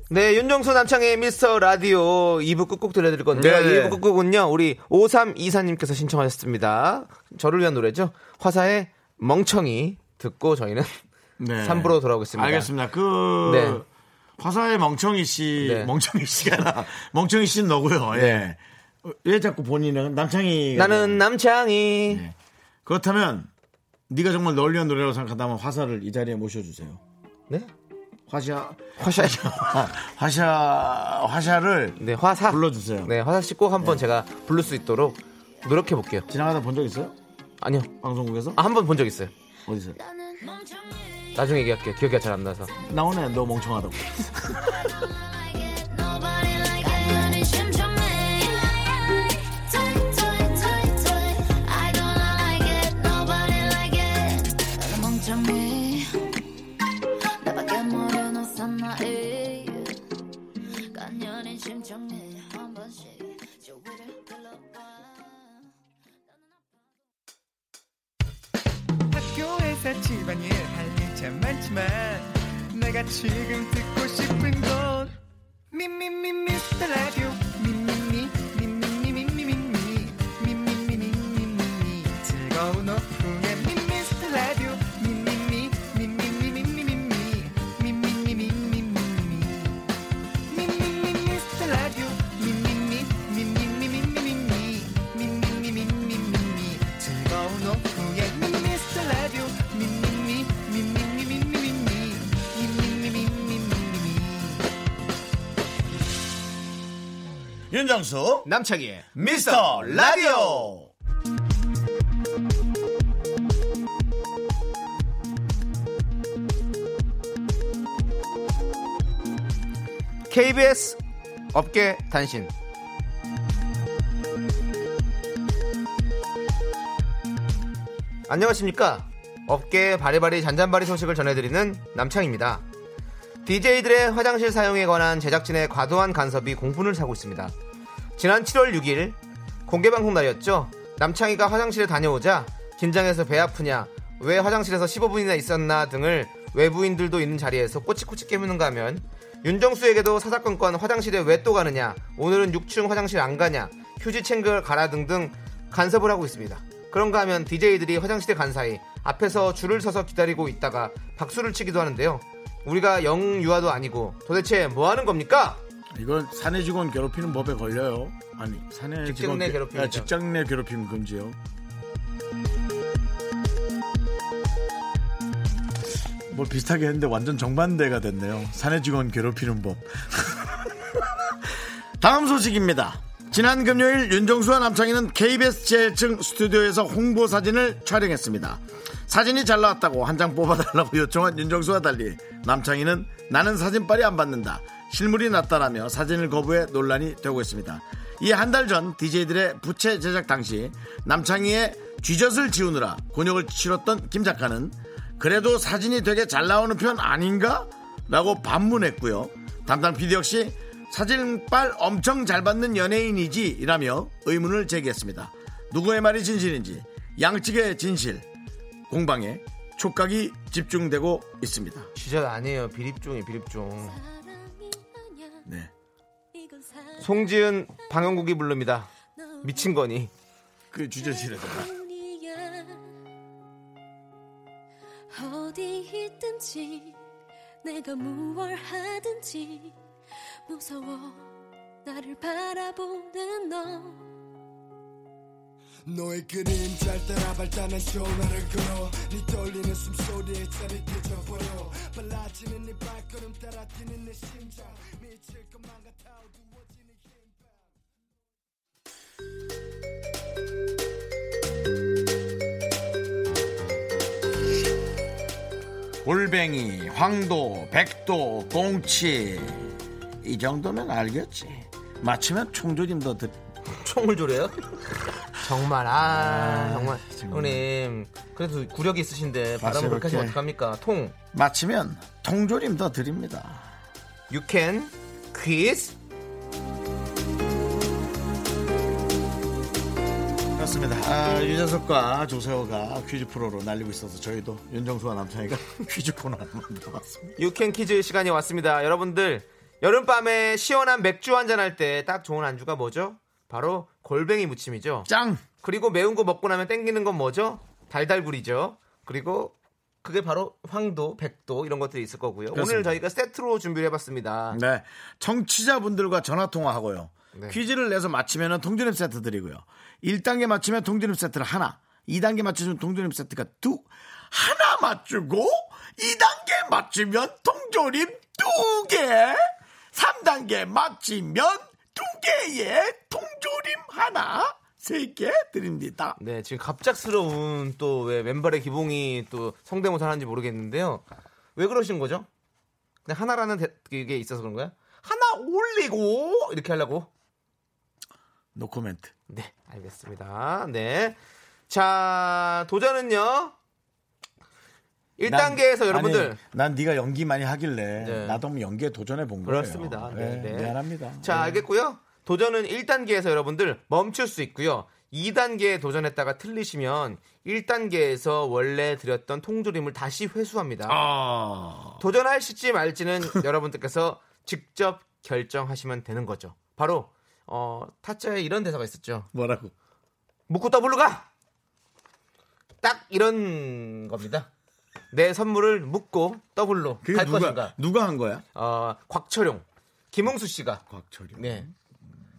[SPEAKER 2] 네 윤정수 남창의 미스터 라디오 2부 꾹꾹 들려드릴 건데요
[SPEAKER 1] 네.
[SPEAKER 2] 2부 꾹꾹은요 우리 5324님께서 신청하셨습니다 저를 위한 노래죠 화사의 멍청이 듣고 저희는 3부로 돌아오겠습니다
[SPEAKER 1] 네. 알겠습니다. 그
[SPEAKER 2] 네.
[SPEAKER 1] 화사의 멍청이 씨,
[SPEAKER 2] 네.
[SPEAKER 1] 멍청이 씨가 나, 멍청이 씨는 너고요. 예. 어, 왜 자꾸 본인은 남창이
[SPEAKER 2] 나는 남창이
[SPEAKER 1] 그렇다면 네가 정말 널 위한 노래라고 생각한다면 화사를 이 자리에 모셔주세요.
[SPEAKER 2] 네?
[SPEAKER 1] 화샤
[SPEAKER 2] 화사
[SPEAKER 1] 화샤 화샤를
[SPEAKER 2] 네 화사
[SPEAKER 1] 불러주세요.
[SPEAKER 2] 네 화사 씨 꼭 한번 제가 부를 수 있도록 노력해 볼게요
[SPEAKER 1] 지나가다 본 적 있어요?
[SPEAKER 2] 아니요
[SPEAKER 1] 방송국에서
[SPEAKER 2] 아, 한 번 본 적 있어요
[SPEAKER 1] 어디서
[SPEAKER 2] 나중에 얘기할게요 기억이 잘 안 나서
[SPEAKER 1] 나오네 너 멍청하다고.
[SPEAKER 3] Nobody like I got it,
[SPEAKER 8] 하루에 집안일 할 일 참 많지만 내가 지금 듣고 싶은 건 미미미 미스터 라디오 미미미 미미미 미미미 미미미 미미미 즐거운 오후에 미스터 라디오 미미미 미미미 미미미 미미미 미미미
[SPEAKER 1] 윤정수
[SPEAKER 2] 남창희의
[SPEAKER 1] 미스터 라디오
[SPEAKER 2] KBS 업계 단신. 안녕하십니까. 업계의 바리바리 잔잔바리 소식을 전해드리는 남창입니다. DJ들의 화장실 사용에 관한 제작진의 과도한 간섭이 공분을 사고 있습니다. 지난 7월 6일 공개방송 날이었죠. 남창희가 화장실에 다녀오자 긴장해서 배 아프냐, 왜 화장실에서 15분이나 있었나 등을 외부인들도 있는 자리에서 꼬치꼬치 깨무는가 하면 윤정수에게도 사사건건 화장실에 왜 또 가느냐, 오늘은 6층 화장실 안 가냐, 휴지 챙겨 가라 등등 간섭을 하고 있습니다. 그런가 하면 DJ들이 화장실에 간 사이 앞에서 줄을 서서 기다리고 있다가 박수를 치기도 하는데요. 우리가 영유아도 아니고 도대체 뭐 하는 겁니까?
[SPEAKER 1] 이건 사내 직원 괴롭히는 법에 걸려요. 아니 사내
[SPEAKER 2] 직장
[SPEAKER 1] 직원
[SPEAKER 2] 내
[SPEAKER 1] 괴-
[SPEAKER 2] 괴롭힘이죠.
[SPEAKER 1] 아, 직장 내 괴롭힘 금지요. 뭘뭐 비슷하게 했는데 완전 정반대가 됐네요. 사내 직원 괴롭히는 법. 다음 소식입니다. 지난 금요일 윤정수와 남창희는 KBS 제일층 스튜디오에서 홍보 사진을 촬영했습니다. 사진이 잘 나왔다고 한 장 뽑아달라고 요청한 윤정수와 달리 남창희는 나는 사진빨이 안 받는다. 실물이 낫다라며 사진을 거부해 논란이 되고 있습니다. 이 한 달 전 DJ들의 부채 제작 당시 남창희의 쥐젖을 지우느라 곤욕을 치렀던 김 작가는 그래도 사진이 되게 잘 나오는 편 아닌가? 라고 반문했고요. 담당 PD 역시 사진빨 엄청 잘 받는 연예인이지? 이라며 의문을 제기했습니다. 누구의 말이 진실인지 양측의 진실 공방에 촉각이 집중되고 있습니다.
[SPEAKER 2] 진짜 아니에요. 비립종이 비립종.
[SPEAKER 1] 네.
[SPEAKER 3] 네.
[SPEAKER 2] 송지은 방영국이 부릅니다. 미친 거니.
[SPEAKER 1] 그 주제실에서
[SPEAKER 3] 어디 있든지 내가 무얼 하든지 무서워 나를 바라보는 너
[SPEAKER 7] 너의 그림 잘 따라 발단한 전화를 걸어 네 떨리는 숨소리에 짜릿해 져버려 빨라지는 네 발걸음 따라 뛰는 내 심장 미칠 것만 같아 어두워지는 힘
[SPEAKER 1] 골뱅이, 황도, 백도, 공치 이 정도면 알겠지. 맞추면 총조림도 듣.
[SPEAKER 2] 총을 조려요? 정말 아, 정말
[SPEAKER 1] 정말.
[SPEAKER 2] 형님 그래도 구력이 있으신데 바람
[SPEAKER 1] 다시
[SPEAKER 2] 그렇게 하시면
[SPEAKER 1] 이렇게.
[SPEAKER 2] 어떡합니까? 통
[SPEAKER 1] 맞추면 통조림도 드립니다.
[SPEAKER 2] 유캔 퀴즈
[SPEAKER 1] 그렇습니다. 아, 유재석과 조세호가 퀴즈 프로로 날리고 있어서 저희도 윤정수와 남창희가 퀴즈 코너 한번 만들어봤습니다.
[SPEAKER 2] 유캔 퀴즈 시간이 왔습니다. 여러분들 여름밤에 시원한 맥주 한잔할 때 딱 좋은 안주가 뭐죠? 바로 골뱅이 무침이죠.
[SPEAKER 1] 짱!
[SPEAKER 2] 그리고 매운 거 먹고 나면 땡기는 건 뭐죠? 달달구리죠. 그리고 그게 바로 황도, 백도 이런 것들이 있을 거고요. 오늘
[SPEAKER 1] 그렇습니다.
[SPEAKER 2] 저희가 세트로 준비를 해봤습니다.
[SPEAKER 1] 네. 청취자분들과 전화통화하고요.
[SPEAKER 2] 네.
[SPEAKER 1] 퀴즈를 내서 맞히면 통조림 세트 드리고요. 1단계 맞히면 통조림 세트를 하나, 2단계 맞히면 통조림 세트가 두, 하나 맞추고, 2단계 맞히면 통조림 두 개, 3단계 맞히면 두 개의 통조림 하나, 세 개 드립니다.
[SPEAKER 2] 네, 지금 갑작스러운 또 왜 왼발의 기봉이 또 성대모사를 하는지 모르겠는데요. 왜 그러신 거죠? 그냥 하나라는 대- 그게 있어서 그런 거야? 하나 올리고 이렇게 하려고.
[SPEAKER 1] 노 코멘트.
[SPEAKER 2] 네, 알겠습니다. 네. 자, 도전은요. 1단계에서
[SPEAKER 1] 난-
[SPEAKER 2] 여러분들
[SPEAKER 1] 아니, 난 네가 연기 많이 하길래
[SPEAKER 2] 네.
[SPEAKER 1] 나도 한번 연기에 도전해 본 거예요.
[SPEAKER 2] 그렇습니다. 네, 네.
[SPEAKER 1] 미안합니다.
[SPEAKER 2] 자,
[SPEAKER 1] 네.
[SPEAKER 2] 알겠고요. 도전은 1단계에서 여러분들 멈출 수 있고요. 2단계에 도전했다가 틀리시면 1단계에서 원래 드렸던 통조림을 다시 회수합니다.
[SPEAKER 1] 아,
[SPEAKER 2] 도전하실지 말지는 여러분들께서 직접 결정하시면 되는 거죠. 바로 어, 타짜에 이런 대사가 있었죠.
[SPEAKER 1] 뭐라고?
[SPEAKER 2] 묻고 더블로 가! 딱 이런 겁니다. 내 선물을 묻고 더블로
[SPEAKER 1] 그게
[SPEAKER 2] 갈
[SPEAKER 1] 누가
[SPEAKER 2] 것인가.
[SPEAKER 1] 누가 한 거야?
[SPEAKER 2] 어, 곽철용, 김홍수 씨가
[SPEAKER 1] 곽철이.
[SPEAKER 2] 네.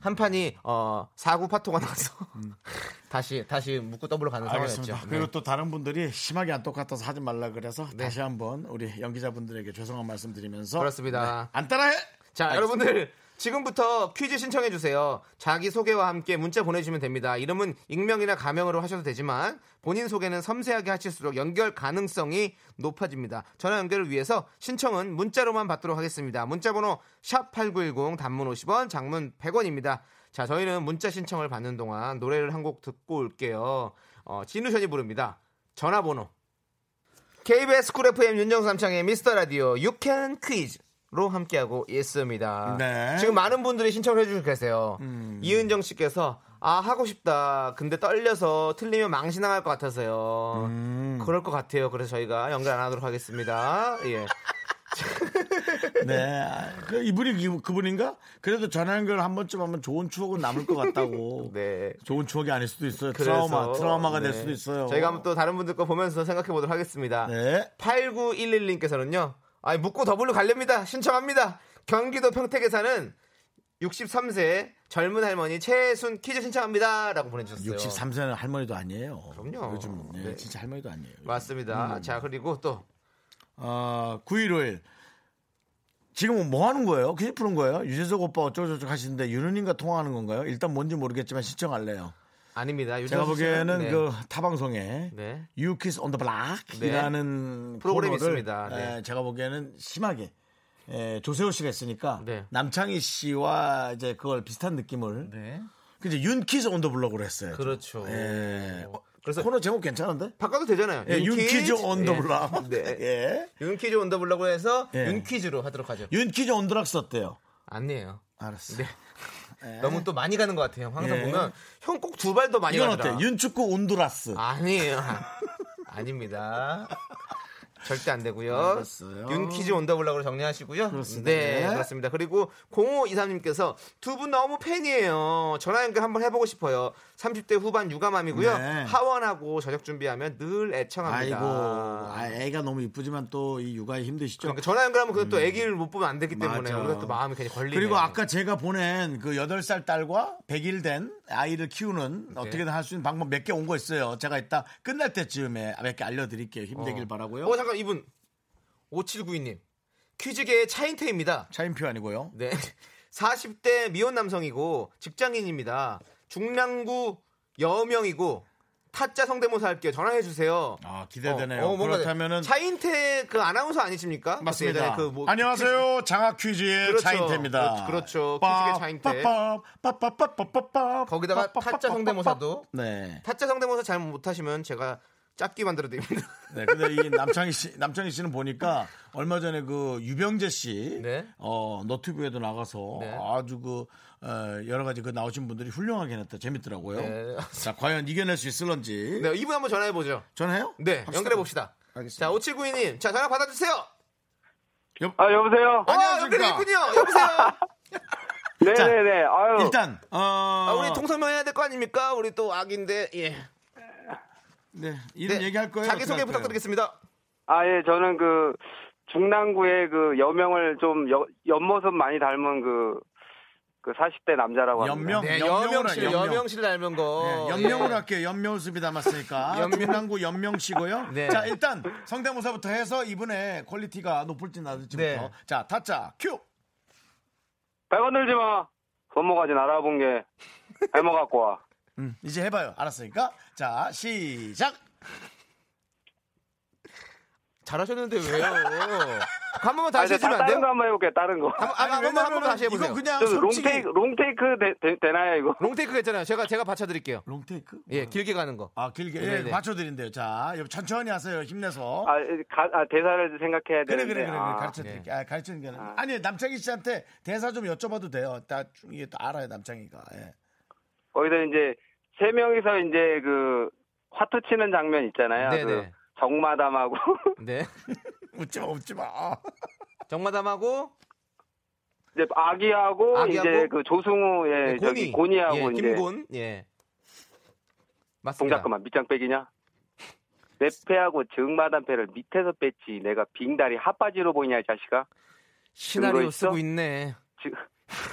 [SPEAKER 2] 한 판이 어, 사구 파토가 나서 다시 다시 묻고 더블로 가는
[SPEAKER 1] 음. 알겠습니다.
[SPEAKER 2] 상황이었죠.
[SPEAKER 1] 그리고
[SPEAKER 2] 네.
[SPEAKER 1] 또 다른 분들이 심하게 안 똑같아서 하지 말라 그래서
[SPEAKER 2] 네.
[SPEAKER 1] 다시 한번 우리 연기자분들에게 죄송한 말씀드리면서 네,
[SPEAKER 2] 그렇습니다.
[SPEAKER 1] 안 따라해.
[SPEAKER 2] 자, 여러분들 지금부터 퀴즈 신청해 주세요. 자기 소개와 함께 문자 보내주시면 됩니다. 이름은 익명이나 가명으로 하셔도 되지만 본인 소개는 섬세하게 하실수록 연결 가능성이 높아집니다. 전화 연결을 위해서 신청은 문자로만 받도록 하겠습니다. 문자번호 샵 #8910 단문 50원, 장문 100원입니다. 자, 저희는 문자 신청을 받는 동안 노래를 한 곡 듣고 올게요. 어, 진우션이 부릅니다. 전화번호 KBS 쿨 FM 윤정수 남창의 미스터 라디오 유캔 퀴즈로 함께하고 있습니다.
[SPEAKER 1] 네. 음.
[SPEAKER 2] 지금 많은 분들이 신청을 해주고 계세요. 이은정 씨께서 아 하고 싶다. 근데 떨려서 틀리면 망신당할 것 같아서요.
[SPEAKER 1] 음.
[SPEAKER 2] 그럴 것 같아요. 그래서 저희가 연결 안 하도록 하겠습니다. 예.
[SPEAKER 1] 네, 아, 그 이분이 이- 그분인가? 그래도 전화 연결 한 번쯤 하면 좋은 추억은 남을 것 같다고.
[SPEAKER 2] 네.
[SPEAKER 1] 좋은 추억이 아닐 수도 있어요.
[SPEAKER 2] 그래서,
[SPEAKER 1] 트라우마, 트라우마가 될
[SPEAKER 2] 네.
[SPEAKER 1] 수도 있어요.
[SPEAKER 2] 저희가 한번 또 다른 분들 거 보면서 생각해 보도록 하겠습니다.
[SPEAKER 1] 네.
[SPEAKER 2] 8911님께서는요. 아, 묻고 더블로 갈렵니다. 신청합니다. 경기도 평택에 사는 63세 젊은 할머니 최순 퀴즈 신청합니다. 라고 보내주셨어요.
[SPEAKER 1] 63세는 할머니도 아니에요.
[SPEAKER 2] 그럼요.
[SPEAKER 1] 요즘 예,
[SPEAKER 2] 네.
[SPEAKER 1] 진짜 할머니도 아니에요. 음.
[SPEAKER 2] 맞습니다. 자, 그리고 또
[SPEAKER 1] 아, 9151. 지금 뭐 하는 거예요? 퀴즈 푸는 거예요? 유재석 오빠 어쩌고저쩌고 하시는데 윤은님과 통화하는 건가요? 일단 뭔지 모르겠지만 신청할래요.
[SPEAKER 2] 아닙니다.
[SPEAKER 1] 제가
[SPEAKER 2] 유정수 씨는-
[SPEAKER 1] 보기에는
[SPEAKER 2] 네.
[SPEAKER 1] 그 타방송에
[SPEAKER 2] 네.
[SPEAKER 1] 유키스 온 더 블락이라는
[SPEAKER 2] 프로그램이
[SPEAKER 1] 코너를,
[SPEAKER 2] 있습니다. 네.
[SPEAKER 1] 에, 제가 보기에는 심하게 에, 조세호 씨가 있으니까
[SPEAKER 2] 네.
[SPEAKER 1] 남창희 씨와 이제 그걸 비슷한 느낌을
[SPEAKER 2] 네.
[SPEAKER 1] 근데 윤키스 온 더 블럭으로 했어요.
[SPEAKER 2] 그렇죠.
[SPEAKER 1] 예.
[SPEAKER 2] 그래서
[SPEAKER 1] 코너 제목 괜찮은데?
[SPEAKER 2] 바꿔도 되잖아요.
[SPEAKER 1] 예, 윤키즈 온 더
[SPEAKER 2] 예.
[SPEAKER 1] 블락.
[SPEAKER 2] 네.
[SPEAKER 1] 예.
[SPEAKER 2] 윤퀴즈 온 더 블락으로 해서
[SPEAKER 1] 예.
[SPEAKER 2] 윤퀴즈로 하도록 하죠.
[SPEAKER 1] 윤키즈 온 더락 썼대요.
[SPEAKER 2] 아니에요.
[SPEAKER 1] 알았어.
[SPEAKER 2] 네. 너무 또 많이 가는 것 같아요. 항상
[SPEAKER 1] 예.
[SPEAKER 2] 보면 형 꼭 두 발 더 많이
[SPEAKER 1] 이건
[SPEAKER 2] 가더라.
[SPEAKER 1] 어때? 윤축구 온두라스.
[SPEAKER 2] 아니에요. 아닙니다. 절대 안 되고요.
[SPEAKER 1] 알았어요.
[SPEAKER 2] 윤퀴즈 온더블락으로 정리하시고요.
[SPEAKER 1] 그렇습니다.
[SPEAKER 2] 네,
[SPEAKER 1] 네.
[SPEAKER 2] 그렇습니다. 그리고 0523님께서 두 분 너무 팬이에요. 전화 연결 한번 해보고 싶어요. 30대 후반 육아맘이고요.
[SPEAKER 1] 네.
[SPEAKER 2] 하원하고 저녁 준비하면 늘 애청합니다.
[SPEAKER 1] 아이고, 아, 애가 너무 이쁘지만 또 이 육아에 힘드시죠?
[SPEAKER 2] 그러니까 전화 연결하면 그또 애기를 못 보면 안 되기 때문에
[SPEAKER 1] 음. 맞아.
[SPEAKER 2] 우리가 또 마음이 괜히 걸리네요.
[SPEAKER 1] 그리고 아까 제가 보낸 그 8살 딸과 100일 된 아이를 키우는
[SPEAKER 2] 네.
[SPEAKER 1] 어떻게든 할 수 있는 방법 몇 개 온 거 있어요. 제가 이따 끝날 때쯤에 몇 개 알려드릴게요. 힘내길 바라고요.
[SPEAKER 2] 어 잠깐 이분 5792님 퀴즈계의 차인태입니다.
[SPEAKER 1] 차인표 아니고요.
[SPEAKER 2] 네. 40대 미혼 남성이고 직장인입니다. 중랑구 여명이고 타짜 성대모사 할게요. 전화해 주세요. 어,
[SPEAKER 1] 아, 기대되네요.
[SPEAKER 2] 뭔가
[SPEAKER 1] 그렇다면은-
[SPEAKER 2] 차인태 그 아나운서 아니십니까?
[SPEAKER 1] 맞습니다.
[SPEAKER 2] 그 예전에 그 뭐-
[SPEAKER 1] 안녕하세요. 장학 퀴즈의
[SPEAKER 2] 그렇죠.
[SPEAKER 1] 차인태입니다.
[SPEAKER 2] 그렇죠.
[SPEAKER 1] 빠,
[SPEAKER 2] 퀴즈계 차인태.
[SPEAKER 1] 빠, 빠, 빠, 빠, 빠, 빠, 빠,
[SPEAKER 2] 거기다가
[SPEAKER 1] 빠, 빠,
[SPEAKER 2] 타짜
[SPEAKER 1] 빠,
[SPEAKER 2] 성대모사도.
[SPEAKER 1] 빠, 빠. 네.
[SPEAKER 2] 타짜 성대모사 잘 못하시면 제가 짝기 만들어 드립니다.
[SPEAKER 1] 네, 근데 이 남창희 씨, 남창희 씨는 보니까 얼마 전에 그 유병재 씨,
[SPEAKER 2] 네.
[SPEAKER 1] 어, 너튜브에도 나가서
[SPEAKER 2] 네.
[SPEAKER 1] 아주 그, 어, 여러 가지 그 나오신 분들이 훌륭하게 했다. 재밌더라고요.
[SPEAKER 2] 네.
[SPEAKER 1] 자, 과연 이겨낼 수 있을런지.
[SPEAKER 2] 네, 이분 한번 전화해 보죠.
[SPEAKER 1] 전화해요?
[SPEAKER 2] 네,
[SPEAKER 1] 합시다.
[SPEAKER 2] 연결해 봅시다.
[SPEAKER 1] 알겠습니다.
[SPEAKER 2] 자, 5792님. 자, 전화 받아 주세요.
[SPEAKER 9] 아 여보세요.
[SPEAKER 1] 안녕하십니까. 아.
[SPEAKER 2] 연결해 있군요. 여보세요.
[SPEAKER 1] 그러니까. 자,
[SPEAKER 9] 네네네. 아유.
[SPEAKER 1] 일단, 어,
[SPEAKER 2] 아, 우리 통성명 해야 될 거 아닙니까? 우리 또 악인데. 예.
[SPEAKER 1] 네, 이름
[SPEAKER 2] 네,
[SPEAKER 1] 얘기할 거예요.
[SPEAKER 2] 자기
[SPEAKER 1] 어떻게
[SPEAKER 2] 소개
[SPEAKER 1] 할 거예요?
[SPEAKER 2] 부탁드리겠습니다.
[SPEAKER 9] 아 예, 저는 그 중랑구의 그 여명을 좀 여, 옆모습 많이 닮은 그. 그 40대 남자라고 합니다.
[SPEAKER 1] 연명?
[SPEAKER 2] 네,
[SPEAKER 1] 연명으로
[SPEAKER 2] 여명실,
[SPEAKER 1] 해요, 연명.
[SPEAKER 2] 여명실 닮은 거. 예.
[SPEAKER 1] 네, 연명으로 할게요. 연명습이 담았으니까.
[SPEAKER 2] 연명.
[SPEAKER 1] 연명구 연명 씨고요.
[SPEAKER 2] 네.
[SPEAKER 1] 자, 일단 성대모사부터 해서 이분의 퀄리티가 높을지 낮을지부터.
[SPEAKER 2] 네.
[SPEAKER 1] 자, 타짜 큐.
[SPEAKER 9] 백 원 들지 마. 건모가 진 알아본 게 해머 갖고 와.
[SPEAKER 1] 음, 이제 해봐요. 알았으니까. 자, 시작.
[SPEAKER 2] 잘하셨는데 왜요? 그 한 번만
[SPEAKER 9] 아,
[SPEAKER 2] 다시
[SPEAKER 9] 이제
[SPEAKER 2] 해주면 안
[SPEAKER 9] 다른
[SPEAKER 2] 돼요?
[SPEAKER 9] 거 한번 해볼게. 요 다른 거.
[SPEAKER 2] 한, 번- 아, 한
[SPEAKER 1] 아니,
[SPEAKER 2] 번만 한 번만
[SPEAKER 1] 왜냐면은
[SPEAKER 2] 다시 해보세요.
[SPEAKER 1] 이거 그냥
[SPEAKER 9] 저
[SPEAKER 1] 솔직히
[SPEAKER 9] 롱테이크 롱테이크 되, 나요 이거?
[SPEAKER 2] 롱테이크 했잖아요. 제가 제가 받쳐드릴게요.
[SPEAKER 1] 롱테이크?
[SPEAKER 2] 예, 길게 가는 거.
[SPEAKER 1] 아, 길게.
[SPEAKER 2] 네, 네.
[SPEAKER 1] 예, 맞춰드린대요. 자, 여러분 천천히 하세요. 힘내서.
[SPEAKER 9] 아, 가- 아, 대사를
[SPEAKER 1] 그래,
[SPEAKER 9] 생각해야 되는데.
[SPEAKER 1] 그래, 그래. 그래.
[SPEAKER 9] 아.
[SPEAKER 1] 가르쳐
[SPEAKER 2] 네.
[SPEAKER 1] 드릴게요. 아, 가르쳐 드릴게요. 아. 니 남창희 씨한테 대사 좀 여쭤봐도 돼요. 나, 이게 또 알아요, 남창희가. 예.
[SPEAKER 9] 거기서 이제 세 명이서 이제 그 화투 치는 장면 있잖아요. 그
[SPEAKER 2] 네네.
[SPEAKER 9] 정마담하고
[SPEAKER 2] 네.
[SPEAKER 1] 웃지 마, 웃지 마.
[SPEAKER 2] 정마담하고
[SPEAKER 9] 이제 아기하고,
[SPEAKER 2] 아기하고?
[SPEAKER 9] 이제 그 조승우 예
[SPEAKER 2] 네,
[SPEAKER 9] 저기 고니하고
[SPEAKER 2] 예,
[SPEAKER 9] 이제
[SPEAKER 2] 김곤. 예. 맞습니다.
[SPEAKER 9] 동작 그만 밑장 빼기냐? 내 패하고 정마담 패를 밑에서 뺐지 내가 빙다리 핫바지로 보이냐 이 자식아
[SPEAKER 2] 시나리오
[SPEAKER 9] 증거 있어?
[SPEAKER 2] 쓰고 있네.
[SPEAKER 9] 지-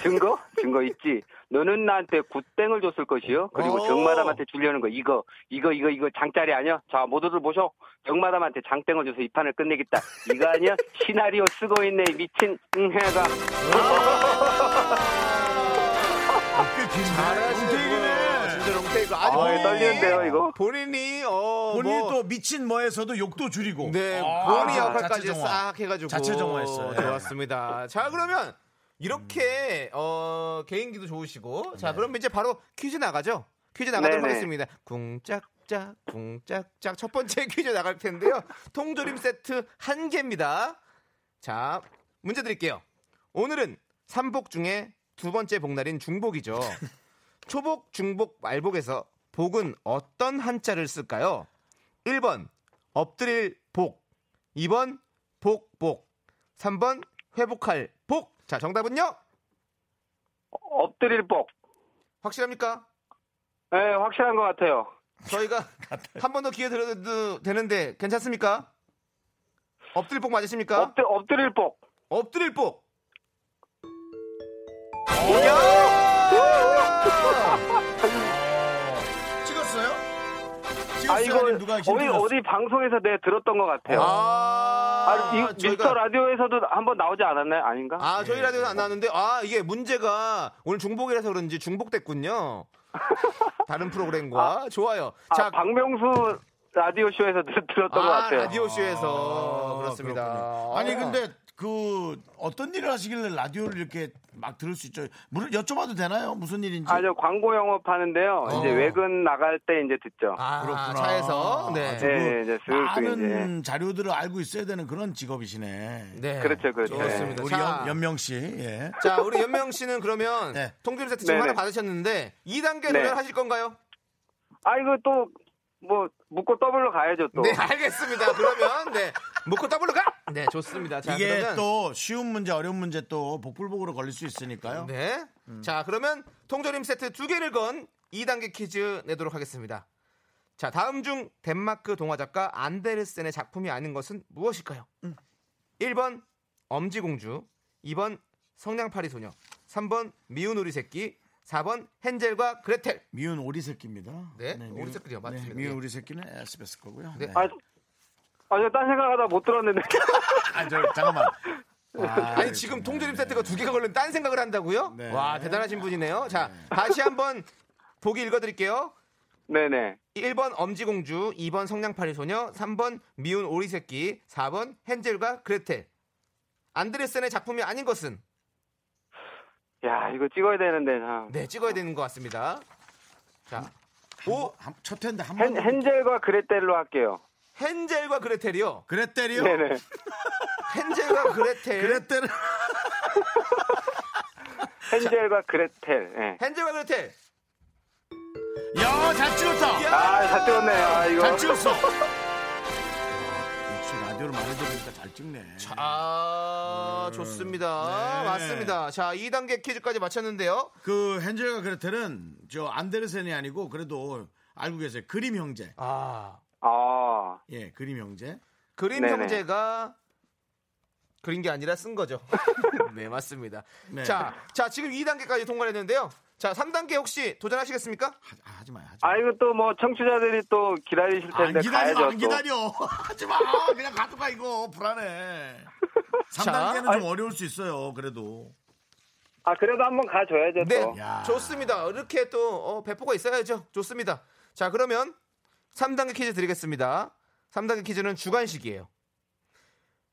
[SPEAKER 9] 증거? 증거 있지 너는 나한테 굿땡을 줬을 것이요 그리고
[SPEAKER 2] 오.
[SPEAKER 9] 정마담한테 주려는 거 이거 이거 이거 이거 장짜리 아니야? 자 모두들 보셔 정마담한테 장땡을 줘서 이 판을 끝내겠다 이거 아니야? 시나리오 쓰고 있네 이 미친 응해가
[SPEAKER 2] 잘하시네. 아, 진짜 롱테이크. 아주
[SPEAKER 9] 아,
[SPEAKER 2] 본인이-
[SPEAKER 9] 떨리는데요, 이거?
[SPEAKER 2] 본인이 어
[SPEAKER 1] 본인이
[SPEAKER 2] 뭐,
[SPEAKER 1] 또 미친 뭐에서도 욕도 줄이고.
[SPEAKER 2] 네,
[SPEAKER 1] 아,
[SPEAKER 2] 본인
[SPEAKER 1] 자체
[SPEAKER 2] 역할까지
[SPEAKER 1] 정화.
[SPEAKER 2] 싹 해가지고
[SPEAKER 1] 자체 정화했어요. 예.
[SPEAKER 2] 좋았습니다. 자 그러면 이렇게
[SPEAKER 9] 음.
[SPEAKER 2] 어, 개인기도 좋으시고 자 그럼 이제 바로 퀴즈 나가죠. 퀴즈 나가도록
[SPEAKER 9] 네. 네네.
[SPEAKER 2] 하겠습니다. 궁짝짝 궁짝짝 첫 번째 퀴즈 나갈 텐데요. 통조림 세트 한 개입니다. 자 문제 드릴게요. 오늘은 삼복 중에 두 번째 복날인 중복이죠. 초복, 중복, 말복에서 복은 어떤 한자를 쓸까요? 1번 엎드릴 복 2번 복복 3번 회복할 복 자 정답은요?
[SPEAKER 9] 엎드릴 복
[SPEAKER 2] 확실합니까?
[SPEAKER 9] 예, 확실한 것 같아요
[SPEAKER 2] 저희가 한 번 더 기회 드려도 되는데 괜찮습니까? 엎드릴 복 맞으십니까?
[SPEAKER 9] 엎드, 엎드릴 복
[SPEAKER 2] 엎드릴 복
[SPEAKER 1] 찍었어요?
[SPEAKER 9] 아
[SPEAKER 1] 찍었어요?
[SPEAKER 9] 이거
[SPEAKER 1] 아님 누가
[SPEAKER 9] 어디
[SPEAKER 1] 힘들었어?
[SPEAKER 9] 어디 방송에서 내가 들었던 것 같아요.
[SPEAKER 2] 아,
[SPEAKER 9] 아, 이거 미스터 라디오에서도 한번 나오지 않았나요? 아닌가?
[SPEAKER 1] 예.
[SPEAKER 2] 아, 저희 라디오는 안 나왔는데, 아, 이게 문제가 오늘 중복이라서 그런지 중복됐군요. 다른 프로그램과. 좋아요.
[SPEAKER 9] 아,
[SPEAKER 2] 자,
[SPEAKER 9] 박명수 라디오 쇼에서 들- 들었던 것 같아요.
[SPEAKER 1] 아,
[SPEAKER 2] 라디오쇼에서. 그렇습니다.
[SPEAKER 1] 그렇군요. 아니 근데 그 어떤 일을 하시길래 라디오를 이렇게 막 들을 수 있죠? 물 여쭤봐도 되나요? 무슨 일인지?
[SPEAKER 9] 아, 저 광고 영업 하는데요.
[SPEAKER 1] 어.
[SPEAKER 9] 이제 외근 나갈 때 이제 듣죠.
[SPEAKER 2] 아,
[SPEAKER 1] 그렇구나.
[SPEAKER 2] 차에서.
[SPEAKER 1] 아,
[SPEAKER 2] 네.
[SPEAKER 1] 저거
[SPEAKER 9] 네, 이제 슬슬
[SPEAKER 1] 많은 자료들을 알고 있어야 되는 그런 직업이시네.
[SPEAKER 2] 네.
[SPEAKER 9] 그렇죠, 그렇죠.
[SPEAKER 2] 좋습니다.
[SPEAKER 1] 우리
[SPEAKER 2] 자,
[SPEAKER 1] 연, 연명 씨, 예.
[SPEAKER 2] 자, 우리 연명 씨는 그러면
[SPEAKER 1] 네.
[SPEAKER 2] 통조림 세트 지금
[SPEAKER 9] 네네.
[SPEAKER 2] 하나 받으셨는데 2단계
[SPEAKER 9] 네.
[SPEAKER 2] 도전하실 건가요?
[SPEAKER 9] 아, 이거 또 뭐 묶고 더블로 가야죠 또.
[SPEAKER 2] 네, 알겠습니다. 그러면 네. 먹고 더블로 가. 네, 좋습니다. 자,
[SPEAKER 1] 이게
[SPEAKER 2] 그러면
[SPEAKER 1] 또 쉬운 문제, 어려운 문제 또 복불복으로 걸릴 수 있으니까요.
[SPEAKER 2] 네. 자, 그러면 통조림 세트 두 개를 건 2단계 퀴즈 내도록 하겠습니다. 자, 다음 중 덴마크 동화 작가 안데르센의 작품이 아닌 것은 무엇일까요? 1번 엄지공주, 2번 성냥팔이 소녀, 3번 미운 오리 새끼, 4번 헨젤과 그레텔.
[SPEAKER 1] 미운 오리 새끼입니다.
[SPEAKER 2] 네, 오리 새끼요, 맞습니다.
[SPEAKER 1] 미운
[SPEAKER 2] 예.
[SPEAKER 1] 오리 새끼는 SBS 거고요.
[SPEAKER 2] 네.
[SPEAKER 1] 네.
[SPEAKER 9] 아, 아, 저딴 생각하다 못 들었는데.
[SPEAKER 1] 아, 저, 잠깐만. 아,
[SPEAKER 2] 아니 지금 통조림 세트가 두 개가 걸린 딴 생각을 한다고요?
[SPEAKER 1] 네.
[SPEAKER 2] 와 대단하신 분이네요. 자 다시 한번 보기 읽어드릴게요.
[SPEAKER 9] 네네.
[SPEAKER 2] 1번 엄지공주, 2번 성냥팔이 소녀, 3번 미운 오리새끼, 4번 헨젤과 그레텔. 안드레센의 작품이 아닌 것은
[SPEAKER 9] 야, 이거 찍어야 되는데 참.
[SPEAKER 2] 네 찍어야 되는 것 같습니다. 자, 오
[SPEAKER 1] 한- 첫 회인데 한
[SPEAKER 9] 헨,
[SPEAKER 1] 번.
[SPEAKER 9] 헨젤과 그레텔로 할게요.
[SPEAKER 2] 헨젤과 그레텔이요.
[SPEAKER 1] 그랬대리요?
[SPEAKER 9] 네네.
[SPEAKER 2] 헨젤과 그레텔.
[SPEAKER 1] 그랬대리.
[SPEAKER 9] 헨젤과 그레텔. 예.
[SPEAKER 2] 헨젤과 그레텔.
[SPEAKER 1] 야, 잘 찍었다!
[SPEAKER 9] 아, 잘 찍었네요. 아, 이거.
[SPEAKER 1] 잘 찍었어. 역시 라디오를 많이 들으니까 잘 찍네.
[SPEAKER 2] 아 좋습니다.
[SPEAKER 1] 네.
[SPEAKER 2] 맞습니다. 자 2단계 퀴즈까지 마쳤는데요.
[SPEAKER 1] 그 헨젤과 그레텔은 저 안데르센이 아니고 그래도 알고 계세요. 그림 형제.
[SPEAKER 2] 아
[SPEAKER 9] 아.
[SPEAKER 1] 예, 그림 형제.
[SPEAKER 2] 그림
[SPEAKER 9] 네네.
[SPEAKER 2] 형제가 그린 게 아니라 쓴 거죠. 네, 맞습니다.
[SPEAKER 1] 네.
[SPEAKER 2] 자, 자, 지금 2단계까지 통과했는데요. 자, 3단계 혹시 도전하시겠습니까?
[SPEAKER 1] 하, 아, 하지 마요. 하지 마.
[SPEAKER 9] 아 이거 또 뭐 청취자들이 또 기다리실
[SPEAKER 1] 안
[SPEAKER 9] 텐데
[SPEAKER 1] 아, 기다려,
[SPEAKER 9] 가야죠
[SPEAKER 1] 안 기다려. 하지 마. 그냥 가져가 이거 불안해. 3단계는 좀 어려울 수 있어요. 그래도.
[SPEAKER 9] 또. 아 그래도 한번 가줘야죠
[SPEAKER 2] 네,
[SPEAKER 9] 또.
[SPEAKER 1] 야.
[SPEAKER 2] 좋습니다. 이렇게 또 어, 배포가 있어야죠. 좋습니다. 자, 그러면 3단계 퀴즈 드리겠습니다. 3단계 퀴즈는 주관식이에요.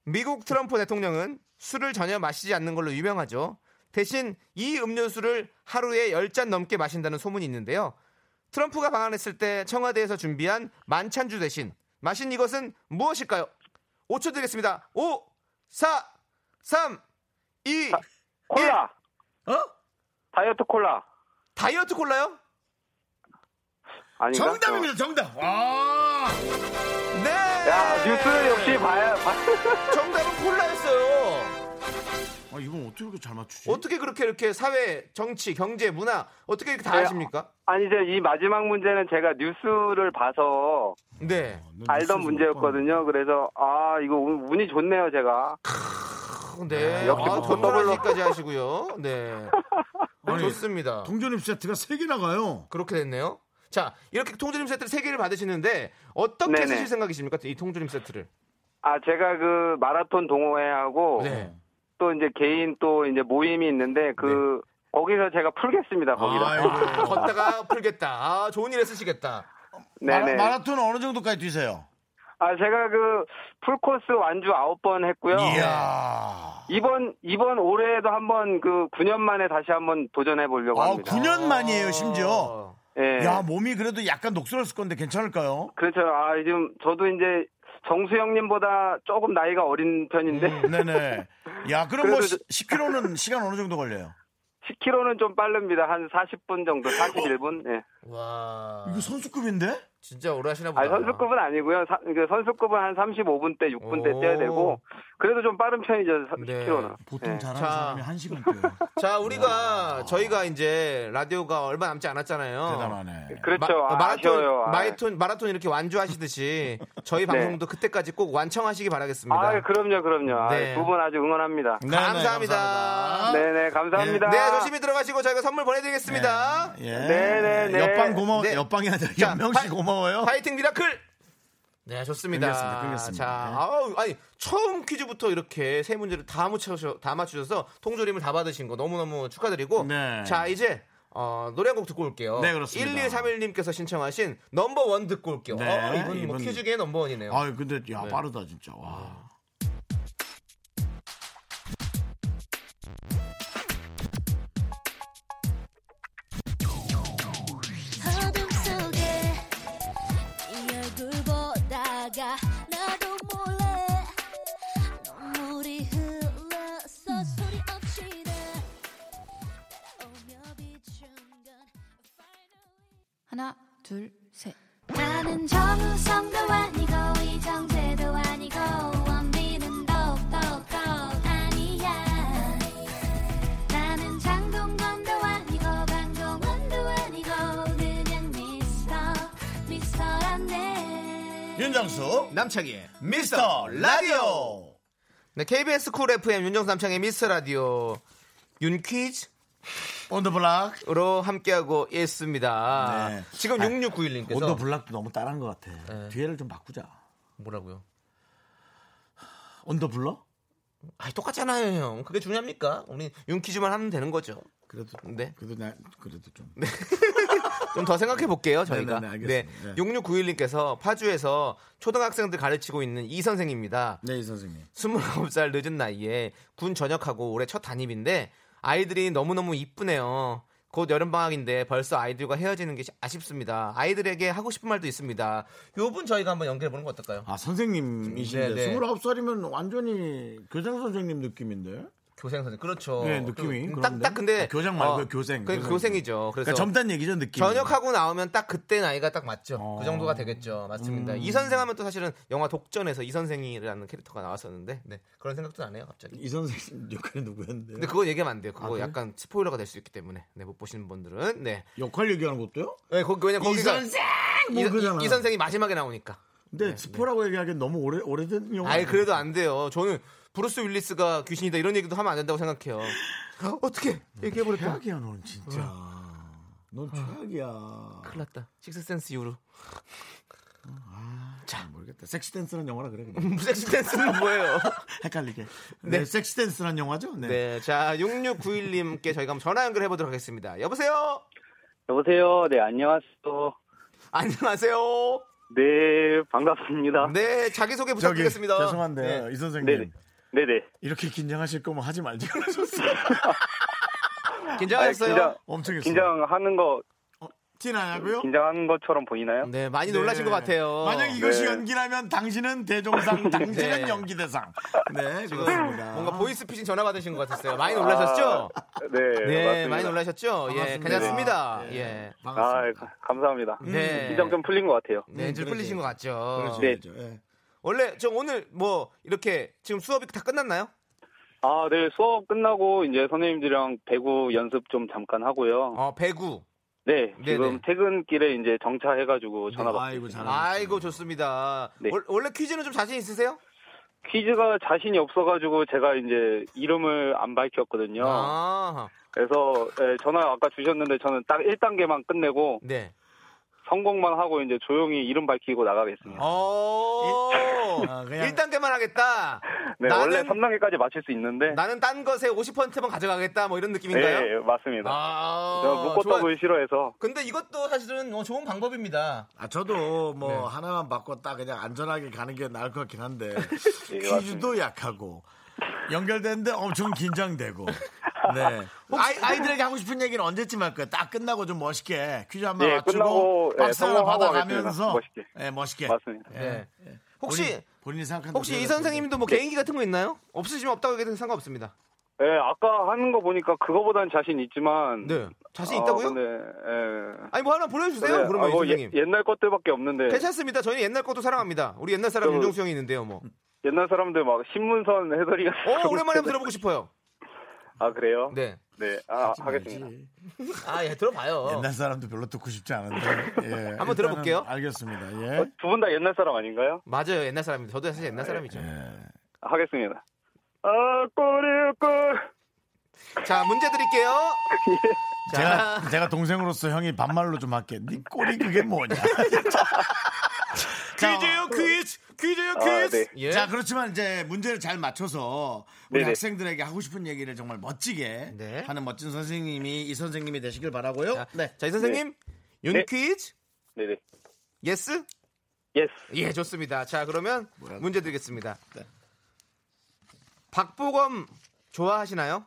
[SPEAKER 2] 미국 트럼프 대통령은 술을 전혀 마시지 않는 걸로 유명하죠. 대신 이 음료수를 하루에 10잔 넘게 마신다는 소문이 있는데요. 트럼프가 방한했을 때 청와대에서 준비한 만찬주 대신 마신 이것은 무엇일까요? 5초 드리겠습니다. 5, 4, 3, 2,
[SPEAKER 9] 콜라
[SPEAKER 1] 어?
[SPEAKER 9] 다이어트 콜라
[SPEAKER 2] 다이어트 콜라요?
[SPEAKER 9] 아닌가?
[SPEAKER 1] 정답입니다. 정답. 아.
[SPEAKER 9] 어. 야, 뉴스는 역시 봐야, 봐.
[SPEAKER 2] 네! 정답은 콜라였어요.
[SPEAKER 1] 아, 이건 어떻게 이렇게 잘 맞추지?
[SPEAKER 2] 어떻게 그렇게 이렇게 사회, 정치, 경제, 문화 어떻게 이렇게 다
[SPEAKER 9] 네.
[SPEAKER 2] 아십니까?
[SPEAKER 9] 아니, 이제 이 마지막 문제는 제가 뉴스를 봐서
[SPEAKER 2] 네.
[SPEAKER 1] 넌
[SPEAKER 9] 알던
[SPEAKER 1] 뉴스
[SPEAKER 9] 문제였거든요. 그래서, 아, 이거 운- 운이 좋네요, 제가.
[SPEAKER 2] 어, 네.
[SPEAKER 9] 역시
[SPEAKER 2] 아,
[SPEAKER 9] 보통 걸로.
[SPEAKER 2] 전문가까지 하시고요. 네. 어,
[SPEAKER 1] 아니,
[SPEAKER 2] 좋습니다.
[SPEAKER 1] 동전입 세트가 세 개 나가요.
[SPEAKER 2] 그렇게 됐네요. 자, 이렇게 통조림 세트를 세개를 받으시는데 어떻게
[SPEAKER 9] 네네.
[SPEAKER 2] 쓰실 생각이십니까? 이 통조림 세트를.
[SPEAKER 9] 아, 제가 그 마라톤 동호회하고
[SPEAKER 2] 네.
[SPEAKER 9] 또 이제 개인 또 이제 모임이 있는데 그 거기서 제가 풀겠습니다. 거기다.
[SPEAKER 1] 네. 아이고. 예.
[SPEAKER 2] 걷다가 풀겠다. 아, 좋은 일에 쓰시겠다.
[SPEAKER 9] 네네.
[SPEAKER 1] 마라, 톤 어느 정도까지 뛰세요?
[SPEAKER 9] 아, 제가 그 풀코스 완주 아홉 번 했고요.
[SPEAKER 1] 이야.
[SPEAKER 9] 이번 이번 올해에도 한번 그 9년 만에 다시 한번 도전해 보려고
[SPEAKER 1] 아,
[SPEAKER 9] 합니다.
[SPEAKER 1] 9년 만이에요, 심지어.
[SPEAKER 2] 어.
[SPEAKER 9] 예.
[SPEAKER 1] 야, 몸이 그래도 약간 녹슬었을 건데 괜찮을까요?
[SPEAKER 9] 그렇죠. 아, 지금 저도 이제 정수 형님보다 조금 나이가 어린 편인데
[SPEAKER 1] 음. 네네. 야, 그럼 뭐
[SPEAKER 9] 그래도 저-
[SPEAKER 1] 10km는 시간 어느 정도 걸려요?
[SPEAKER 9] 10km는 좀 빠릅니다. 한 40분 정도, 41분. 예.
[SPEAKER 2] 와.
[SPEAKER 1] 이거 선수급인데?
[SPEAKER 2] 진짜 오래 하시나 보다.
[SPEAKER 9] 아, 선수급은 아니고요. 사- 그 선수급은 한 35분 대, 6분 대
[SPEAKER 2] 오.
[SPEAKER 9] 떼야 되고 그래도 좀 빠른 편이죠.
[SPEAKER 2] 네.
[SPEAKER 9] 10km나.
[SPEAKER 1] 보통 잘하는
[SPEAKER 2] 자.
[SPEAKER 1] 사람이 한 시간 뛰어요.
[SPEAKER 2] 자, 우리가 저희가 이제 라디오가 얼마 남지
[SPEAKER 1] 어.
[SPEAKER 2] 않았잖아요.
[SPEAKER 1] 대단하네.
[SPEAKER 9] 그렇죠.
[SPEAKER 2] 마,
[SPEAKER 9] 아,
[SPEAKER 2] 마라톤,
[SPEAKER 9] 쉬워요
[SPEAKER 2] 마라톤, 마라톤 이렇게 완주하시듯이 저희 방송도 그때까지 꼭 완청하시기 바라겠습니다.
[SPEAKER 9] 아, 그럼요, 그럼요.
[SPEAKER 2] 네.
[SPEAKER 9] 두 분 아주 응원합니다.
[SPEAKER 1] 네네,
[SPEAKER 2] 감사합니다.
[SPEAKER 9] 네네, 감사합니다.
[SPEAKER 2] 네, 조심히 들어가시고 저희가 선물 보내드리겠습니다.
[SPEAKER 1] 예.
[SPEAKER 9] 네네네.
[SPEAKER 1] 옆방 고마워.
[SPEAKER 2] 네.
[SPEAKER 1] 옆방이 아니라
[SPEAKER 2] 자,
[SPEAKER 1] 연명씨
[SPEAKER 2] 파이-
[SPEAKER 1] 고마워요.
[SPEAKER 2] 파이팅 미라클! 네, 좋습니다.
[SPEAKER 1] 끊겼습니다, 끊겼습니다.
[SPEAKER 2] 자,
[SPEAKER 1] 네.
[SPEAKER 2] 아우, 아니, 처음 퀴즈부터 이렇게 세 문제를 다, 맞추셔, 다 맞추셔서 통조림을 다 받으신 거 너무너무 축하드리고.
[SPEAKER 1] 네.
[SPEAKER 2] 자, 이제, 어, 노래 한 곡 듣고 올게요.
[SPEAKER 1] 네, 그렇습니다.
[SPEAKER 2] 1131님께서 신청하신 넘버원 듣고 올게요.
[SPEAKER 1] 네,
[SPEAKER 2] 어, 이분,
[SPEAKER 1] 이분.
[SPEAKER 2] 뭐 퀴즈계의 넘버원이네요.
[SPEAKER 1] 아유, 근데 야 빠르다 진짜. 와.
[SPEAKER 3] 어둠 속에 네 얼굴 보다가 나도 몰래 눈물이 흘러서 소리 없이 나 따라오며 비춘 건
[SPEAKER 6] 하나, 둘, 셋.
[SPEAKER 3] 나는 정우성도 아니고 이정재도 아니고 원빈은 더욱더 아니야 나는 장동건도 아니고 강동원도 아니고 그냥 미스터 미스터란데
[SPEAKER 1] 윤정수
[SPEAKER 2] 남창희의
[SPEAKER 1] 미스터 라디오.
[SPEAKER 2] 네, KBS 쿨 FM 윤정수 남창의 미스 라디오 윤퀴즈로
[SPEAKER 1] 온더블락.
[SPEAKER 2] 함께하고 있습니다.
[SPEAKER 1] 네.
[SPEAKER 2] 지금
[SPEAKER 1] 아,
[SPEAKER 2] 6691님께서
[SPEAKER 1] 온더블락도 너무 따라한 것 같아. 뒤에를 좀 바꾸자.
[SPEAKER 2] 뭐라고요?
[SPEAKER 1] 온더블러?
[SPEAKER 2] 아, 똑같잖아요, 형. 그게 중요합니까? 우리 윤퀴즈만 하면 되는 거죠.
[SPEAKER 1] 그래도
[SPEAKER 2] 네.
[SPEAKER 1] 그래도 나 그래도 좀.
[SPEAKER 2] 좀 더 생각해 볼게요, 저희가.
[SPEAKER 1] 네, 네, 네, 알겠습니다. 네.
[SPEAKER 2] 6691님께서 파주에서 초등학생들 가르치고 있는 이 선생입니다.
[SPEAKER 1] 네, 이 선생님.
[SPEAKER 2] 29살 늦은 나이에 군 전역하고 올해 첫 단입인데 아이들이 너무너무 이쁘네요. 곧 여름방학인데 벌써 아이들과 헤어지는 게 아쉽습니다. 아이들에게 하고 싶은 말도 있습니다. 요분 저희가 한번 연결해 보는 거 어떨까요?
[SPEAKER 1] 아, 선생님이신데
[SPEAKER 2] 네, 네.
[SPEAKER 1] 29살이면 완전히 교장 선생님 느낌인데. 그러니까
[SPEAKER 2] 교생 선생. 그렇죠.
[SPEAKER 1] 네, 느낌이
[SPEAKER 2] 좀 딱,
[SPEAKER 1] 그런데?
[SPEAKER 2] 딱 근데
[SPEAKER 1] 아, 교장 말고요, 교생.
[SPEAKER 2] 그
[SPEAKER 1] 교생.
[SPEAKER 2] 교생이죠. 그래서
[SPEAKER 1] 그러니까 점단 얘기죠, 느낌.
[SPEAKER 2] 전역하고 나오면 딱 그때 나이가 딱 맞죠.
[SPEAKER 1] 어. 음.
[SPEAKER 2] 그 정도가 되겠죠. 맞습니다. 이 선생 하면 또 사실은 영화 독전에서 이 선생이라는 캐릭터가 나왔었는데 네, 그런 생각도 나네요 갑자기.
[SPEAKER 1] 이 선생님 역할이 누구였는데?
[SPEAKER 2] 근데 그거 얘기하면 안 돼요. 그거
[SPEAKER 1] 그래요?
[SPEAKER 2] 약간 스포일러가 될 수 있기 때문에 네, 못 보시는 분들은 네.
[SPEAKER 1] 역할 얘기하는 것도요?
[SPEAKER 2] 네 거기 왜냐
[SPEAKER 1] 이
[SPEAKER 2] 거기가
[SPEAKER 1] 선생!
[SPEAKER 2] 이,
[SPEAKER 1] 뭐 그잖아.
[SPEAKER 2] 이- 이 선생이 마지막에 나오니까.
[SPEAKER 1] 근데 스포라고 얘기하기엔 너무 오래 오래된 영화.
[SPEAKER 2] 아예 그래도 안 돼요. 저는 브루스 윌리스가 귀신이다 이런 얘기도 하면 안 된다고 생각해요. 어떻게 얘기해 버렸다.
[SPEAKER 1] 최악이야, 넌 진짜. 어. 그렇죠. 넌 최악이야.
[SPEAKER 2] 큰일 났다. 식스센스 이후로.
[SPEAKER 1] 자, 모르겠다. 섹시 댄스라는 영화라 그래 그냥.
[SPEAKER 2] 식스센스는 뭐예요?
[SPEAKER 1] 헷갈리게. 네, 섹시 댄스라는 영화죠? 네.
[SPEAKER 2] 네, 자 6691님께 저희가 한번 전화 연결해 보도록 하겠습니다. 여보세요.
[SPEAKER 9] 여보세요. 네, 안녕하세요.
[SPEAKER 2] 안녕하세요.
[SPEAKER 9] 네, 반갑습니다.
[SPEAKER 2] 네, 자기 소개
[SPEAKER 1] 저기
[SPEAKER 2] 부탁드리겠습니다.
[SPEAKER 1] 죄송한데
[SPEAKER 2] 네.
[SPEAKER 1] 이 선생님
[SPEAKER 9] 네네. 네네.
[SPEAKER 1] 이렇게 긴장하실 거면 하지 말지 그러셨어요.
[SPEAKER 2] 아, 긴장하셨어요?
[SPEAKER 9] 긴장,
[SPEAKER 1] 엄청 했어요.
[SPEAKER 9] 긴장하는 거
[SPEAKER 1] 티나냐고요?
[SPEAKER 9] 긴장한 것처럼 보이나요?
[SPEAKER 2] 네, 많이 놀라신 것 같아요.
[SPEAKER 1] 만약 이것이
[SPEAKER 9] 네.
[SPEAKER 1] 연기라면 당신은 대종상, 당신은
[SPEAKER 2] 네.
[SPEAKER 1] 연기대상. 네,
[SPEAKER 2] 지금
[SPEAKER 1] 그렇습니다.
[SPEAKER 2] 뭔가 보이스피싱 전화 받으신 것 같았어요. 많이 놀라셨죠?
[SPEAKER 9] 아, 네,
[SPEAKER 2] 네,
[SPEAKER 9] 맞습니다.
[SPEAKER 2] 많이 놀라셨죠? 예,
[SPEAKER 1] 반갑습니다.
[SPEAKER 2] 괜찮습니다.
[SPEAKER 1] 네.
[SPEAKER 2] 예.
[SPEAKER 9] 아,
[SPEAKER 1] 반갑습니다.
[SPEAKER 9] 가- 감사합니다.
[SPEAKER 2] 네.
[SPEAKER 9] 긴장 좀 풀린 것 같아요.
[SPEAKER 2] 네, 좀
[SPEAKER 1] 그러게요.
[SPEAKER 2] 풀리신 것 같죠.
[SPEAKER 1] 그렇죠,
[SPEAKER 9] 네.
[SPEAKER 1] 그렇죠. 예.
[SPEAKER 2] 원래 저 오늘 뭐 이렇게 지금 수업이 다 끝났나요?
[SPEAKER 9] 아, 네, 수업 끝나고 이제 선생님들이랑 배구 연습 좀 잠깐 하고요.
[SPEAKER 2] 어, 배구.
[SPEAKER 9] 네,
[SPEAKER 2] 네네. 네,
[SPEAKER 9] 지금 퇴근길에 이제 정차해가지고 전화 받고
[SPEAKER 1] 아이고 잘하셨어요.
[SPEAKER 2] 아이고 좋습니다.
[SPEAKER 9] 네.
[SPEAKER 2] 월- 원래 퀴즈는 좀 자신 있으세요?
[SPEAKER 9] 퀴즈가 자신이 없어가지고 제가 이제 이름을 안 밝혔거든요.
[SPEAKER 2] 아,
[SPEAKER 9] 그래서 예, 전화 아까 주셨는데 저는 딱 1단계만 끝내고
[SPEAKER 2] 네.
[SPEAKER 9] 성공만 하고 이제 조용히 이름 밝히고 나가겠습니다.
[SPEAKER 2] 어,
[SPEAKER 1] 네. 아, 그냥-
[SPEAKER 2] 1단계만 하겠다.
[SPEAKER 9] 네, 원래
[SPEAKER 2] 아, 나는,
[SPEAKER 9] 3단계까지 맞출 수 있는데.
[SPEAKER 2] 나는 딴 것에 50%만 가져가겠다. 뭐 이런 느낌인가요?
[SPEAKER 9] 네, 맞습니다.
[SPEAKER 2] 아,
[SPEAKER 9] 제가 묶었다고 싫어해서.
[SPEAKER 2] 근데 이것도 사실은 어, 좋은 방법입니다.
[SPEAKER 1] 아, 저도 뭐
[SPEAKER 2] 네.
[SPEAKER 1] 하나만 바꿨다 그냥 안전하게 가는 게 나을 것 같긴 한데
[SPEAKER 9] 예,
[SPEAKER 1] 퀴즈도 약하고 연결되는데 엄청 긴장되고 네 아이, 들에게 하고 싶은 얘기는 언제쯤 할까요? 딱 끝나고 좀 멋있게 퀴즈 한번
[SPEAKER 9] 예,
[SPEAKER 1] 맞추고
[SPEAKER 9] 끝나고, 예,
[SPEAKER 1] 박수 하나
[SPEAKER 9] 성공하고
[SPEAKER 1] 받아가면서
[SPEAKER 9] 하겠습니다. 멋있게.
[SPEAKER 1] 예, 멋있게
[SPEAKER 9] 맞습니다.
[SPEAKER 2] 네.
[SPEAKER 9] 예.
[SPEAKER 2] 혹시
[SPEAKER 1] 본인, 본인이 생각하는
[SPEAKER 2] 혹시
[SPEAKER 1] 대로
[SPEAKER 2] 이 선생님도 뭐 개인기 같은 거 있나요? 없으시면 없다고 해도 상관없습니다.
[SPEAKER 9] 예, 아까 하는 거 보니까 그거보단 자신 있지만.
[SPEAKER 2] 네. 자신 있다고요?
[SPEAKER 9] 아, 근데, 예.
[SPEAKER 2] 아니 뭐 하나 보내주세요.
[SPEAKER 9] 네,
[SPEAKER 2] 그러면
[SPEAKER 9] 아, 뭐
[SPEAKER 2] 선생님.
[SPEAKER 9] 예- 옛날 것들밖에 없는데.
[SPEAKER 2] 괜찮습니다. 저희 옛날 것도 사랑합니다. 우리 옛날 사람
[SPEAKER 9] 저-
[SPEAKER 2] 윤종수 형이 있는데요, 뭐.
[SPEAKER 9] 옛날 사람들 막 신문선 해설이 같은
[SPEAKER 2] 어,
[SPEAKER 9] 거
[SPEAKER 2] 오랜만에 한번 들어보고 싶어요.
[SPEAKER 9] 아, 그래요?
[SPEAKER 2] 네.
[SPEAKER 9] 네, 아, 하겠습니다.
[SPEAKER 1] 말지.
[SPEAKER 2] 아, 예, 들어봐요.
[SPEAKER 1] 옛날 사람도 별로 듣고 싶지 않은데 예, 일단은
[SPEAKER 2] 들어볼게요.
[SPEAKER 1] 알겠습니다
[SPEAKER 9] 어,
[SPEAKER 1] 예
[SPEAKER 9] 두분 다 옛날 사람 아닌가요?
[SPEAKER 2] 맞아요, 옛날 사람입니다. 저도 사실 옛날 사람이죠.
[SPEAKER 1] 예. 네.
[SPEAKER 9] 하겠습니다. 아, 꼬리, 꼴.
[SPEAKER 2] 자, 문제 드릴게요.
[SPEAKER 9] 예.
[SPEAKER 2] 자,
[SPEAKER 1] 제가, 제가 동생으로서 형이 반말로 좀 할게 니 꼴이 그게 뭐냐
[SPEAKER 5] 퀴즈요 퀴즈 퀴즈요
[SPEAKER 9] 아,
[SPEAKER 5] 퀴즈.
[SPEAKER 9] 네.
[SPEAKER 2] 예.
[SPEAKER 1] 어, 자, 그렇지만 이제 문제를 잘 맞춰서 우리
[SPEAKER 9] 네네.
[SPEAKER 1] 학생들에게 하고 싶은 얘기를 정말 멋지게
[SPEAKER 2] 네.
[SPEAKER 1] 하는 멋진 선생님이 이 선생님이 되시길 바라고요.
[SPEAKER 2] 자, 자, 이 선생님. 윤
[SPEAKER 9] 네.
[SPEAKER 2] 퀴즈?
[SPEAKER 9] 네네.
[SPEAKER 2] 예스?
[SPEAKER 9] 예스.
[SPEAKER 2] 예, 좋습니다. 자, 그러면 문제 드리겠습니다. 박보검 좋아하시나요?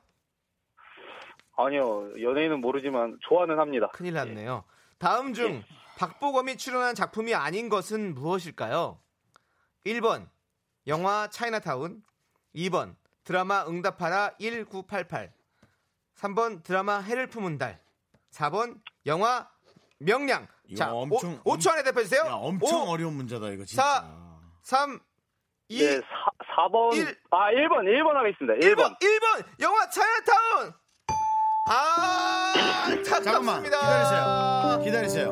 [SPEAKER 9] 아니요, 연예인은 모르지만 좋아는 합니다.
[SPEAKER 1] 예.
[SPEAKER 2] 큰일 났네요. 다음 중 박보검이 출연한 작품이 아닌 것은 무엇일까요? 1번 영화 차이나타운 2번 드라마 응답하라 1988 3번 드라마 해를 품은 달 4번 영화 명량
[SPEAKER 1] 야,
[SPEAKER 2] 자,
[SPEAKER 1] 엄청-
[SPEAKER 2] 5, 초 안에 대표해주세요.
[SPEAKER 1] 야, 엄청
[SPEAKER 2] 5,
[SPEAKER 1] 어려운 문제다 이거 진짜.
[SPEAKER 2] 3, 2,
[SPEAKER 9] 네, 4, 4번.
[SPEAKER 2] 일.
[SPEAKER 9] 아, 1번, 1번 하겠습니다.
[SPEAKER 2] 1번,
[SPEAKER 9] 1번.
[SPEAKER 2] 1번 영화 차이나타운 아,
[SPEAKER 1] 잠깐만
[SPEAKER 2] 안타깝습니다.
[SPEAKER 1] 기다리세요. 기다리세요.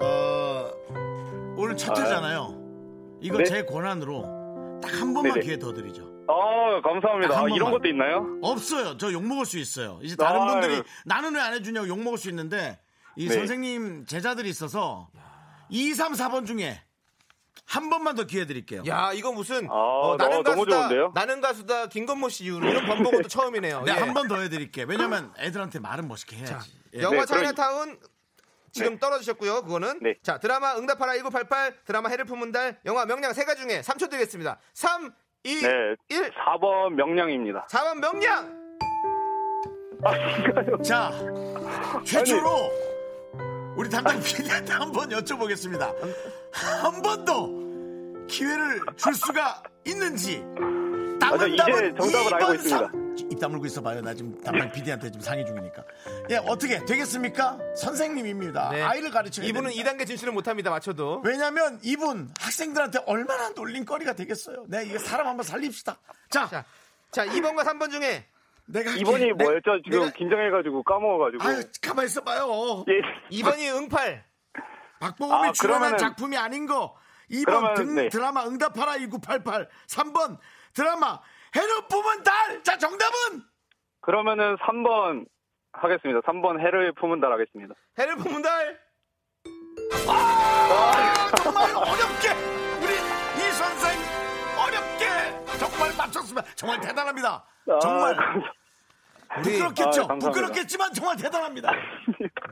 [SPEAKER 1] 어, 오늘 첫 회잖아요. 이거
[SPEAKER 9] 네?
[SPEAKER 1] 제 권한으로 딱 한 번만
[SPEAKER 9] 네네.
[SPEAKER 1] 기회 더 드리죠.
[SPEAKER 9] 아, 감사합니다.
[SPEAKER 1] 한
[SPEAKER 9] 아,
[SPEAKER 1] 번만.
[SPEAKER 9] 이런 것도 있나요?
[SPEAKER 1] 없어요. 저 욕먹을 수 있어요. 이제 다른
[SPEAKER 9] 아유. 예.
[SPEAKER 1] 분들이 나는 왜 안 해주냐고 욕먹을 수 있는데 이
[SPEAKER 9] 네.
[SPEAKER 1] 선생님 제자들이 있어서 2, 3, 4번 중에 한 번만 더 기회 드릴게요.
[SPEAKER 2] 야, 이거 무슨
[SPEAKER 9] 아,
[SPEAKER 2] 어, 나는
[SPEAKER 9] 어, 너무
[SPEAKER 2] 가수다.
[SPEAKER 9] 좋은데요?
[SPEAKER 2] 나는 가수다. 김건모 씨 이후로 이런 번복은 또 처음이네요.
[SPEAKER 1] 네,
[SPEAKER 2] 예.
[SPEAKER 1] 한 번 더 해드릴게요. 왜냐면 애들한테 말은 멋있게 해야지. 예.
[SPEAKER 2] 영화
[SPEAKER 9] 네, 그럼-
[SPEAKER 2] 차이나타운 지금
[SPEAKER 9] 네.
[SPEAKER 2] 떨어지셨고요. 그거는
[SPEAKER 9] 네.
[SPEAKER 2] 자, 드라마 응답하라 1988, 드라마 해를 품은 달, 영화 명량 세 가 중에 3초 드리겠습니다. 3, 2,
[SPEAKER 9] 네.
[SPEAKER 2] 1.
[SPEAKER 9] 4번 명량입니다.
[SPEAKER 2] 4번
[SPEAKER 1] 음.
[SPEAKER 2] 명량.
[SPEAKER 1] 자, 최초로 우리 담당 PD한테 한 번 여쭤보겠습니다. 한 번 더 기회를 줄 수가 있는지.
[SPEAKER 9] 아, 저
[SPEAKER 1] 담은
[SPEAKER 9] 이제
[SPEAKER 1] 담은
[SPEAKER 9] 정답을 알고
[SPEAKER 1] 2번 삼-
[SPEAKER 9] 있습니다. 예.
[SPEAKER 1] 입 다물고 있어봐요. 나 지금 담당 PD한테 지금 상의 중이니까. 예, 어떻게 되겠습니까? 선생님입니다.
[SPEAKER 2] 네.
[SPEAKER 1] 아이를 가르치는
[SPEAKER 2] 이분은 2단계 진출을 못 합니다. 맞춰도.
[SPEAKER 1] 왜냐면 이분 학생들한테 얼마나 놀림거리가 되겠어요. 네, 이거 사람 한번 살립시다. 자,
[SPEAKER 2] 자. 자, 2번과 3번 중에
[SPEAKER 1] 내가 할게.
[SPEAKER 2] 네.
[SPEAKER 9] 2번이
[SPEAKER 1] 내-
[SPEAKER 9] 뭐였죠? 지금
[SPEAKER 1] 내가-
[SPEAKER 9] 긴장해가지고 까먹어가지고.
[SPEAKER 1] 아유, 가만 있어봐요.
[SPEAKER 9] 예.
[SPEAKER 2] 2번이 응팔.
[SPEAKER 1] 박보검이
[SPEAKER 9] 아,
[SPEAKER 1] 출연한
[SPEAKER 9] 그러면은-
[SPEAKER 1] 작품이 아닌 거. 2번
[SPEAKER 9] 그러면은,
[SPEAKER 1] 등,
[SPEAKER 9] 네.
[SPEAKER 1] 드라마 응답하라 1988. 3번 드라마 해로 뿜은 달. 자, 정답은
[SPEAKER 9] 그러면은 3번 하겠습니다. 3번 해를 품은 달 하겠습니다.
[SPEAKER 2] 해를 품은 달.
[SPEAKER 1] 정말 어렵게 우리 이 선생 어렵게 정말 맞췄습니다. 정말 대단합니다.
[SPEAKER 9] 아,
[SPEAKER 1] 정말
[SPEAKER 9] 감사-
[SPEAKER 2] 우리
[SPEAKER 1] 부끄럽겠죠.
[SPEAKER 9] 아, 감사합니다.
[SPEAKER 1] 부끄럽겠지만 정말 대단합니다.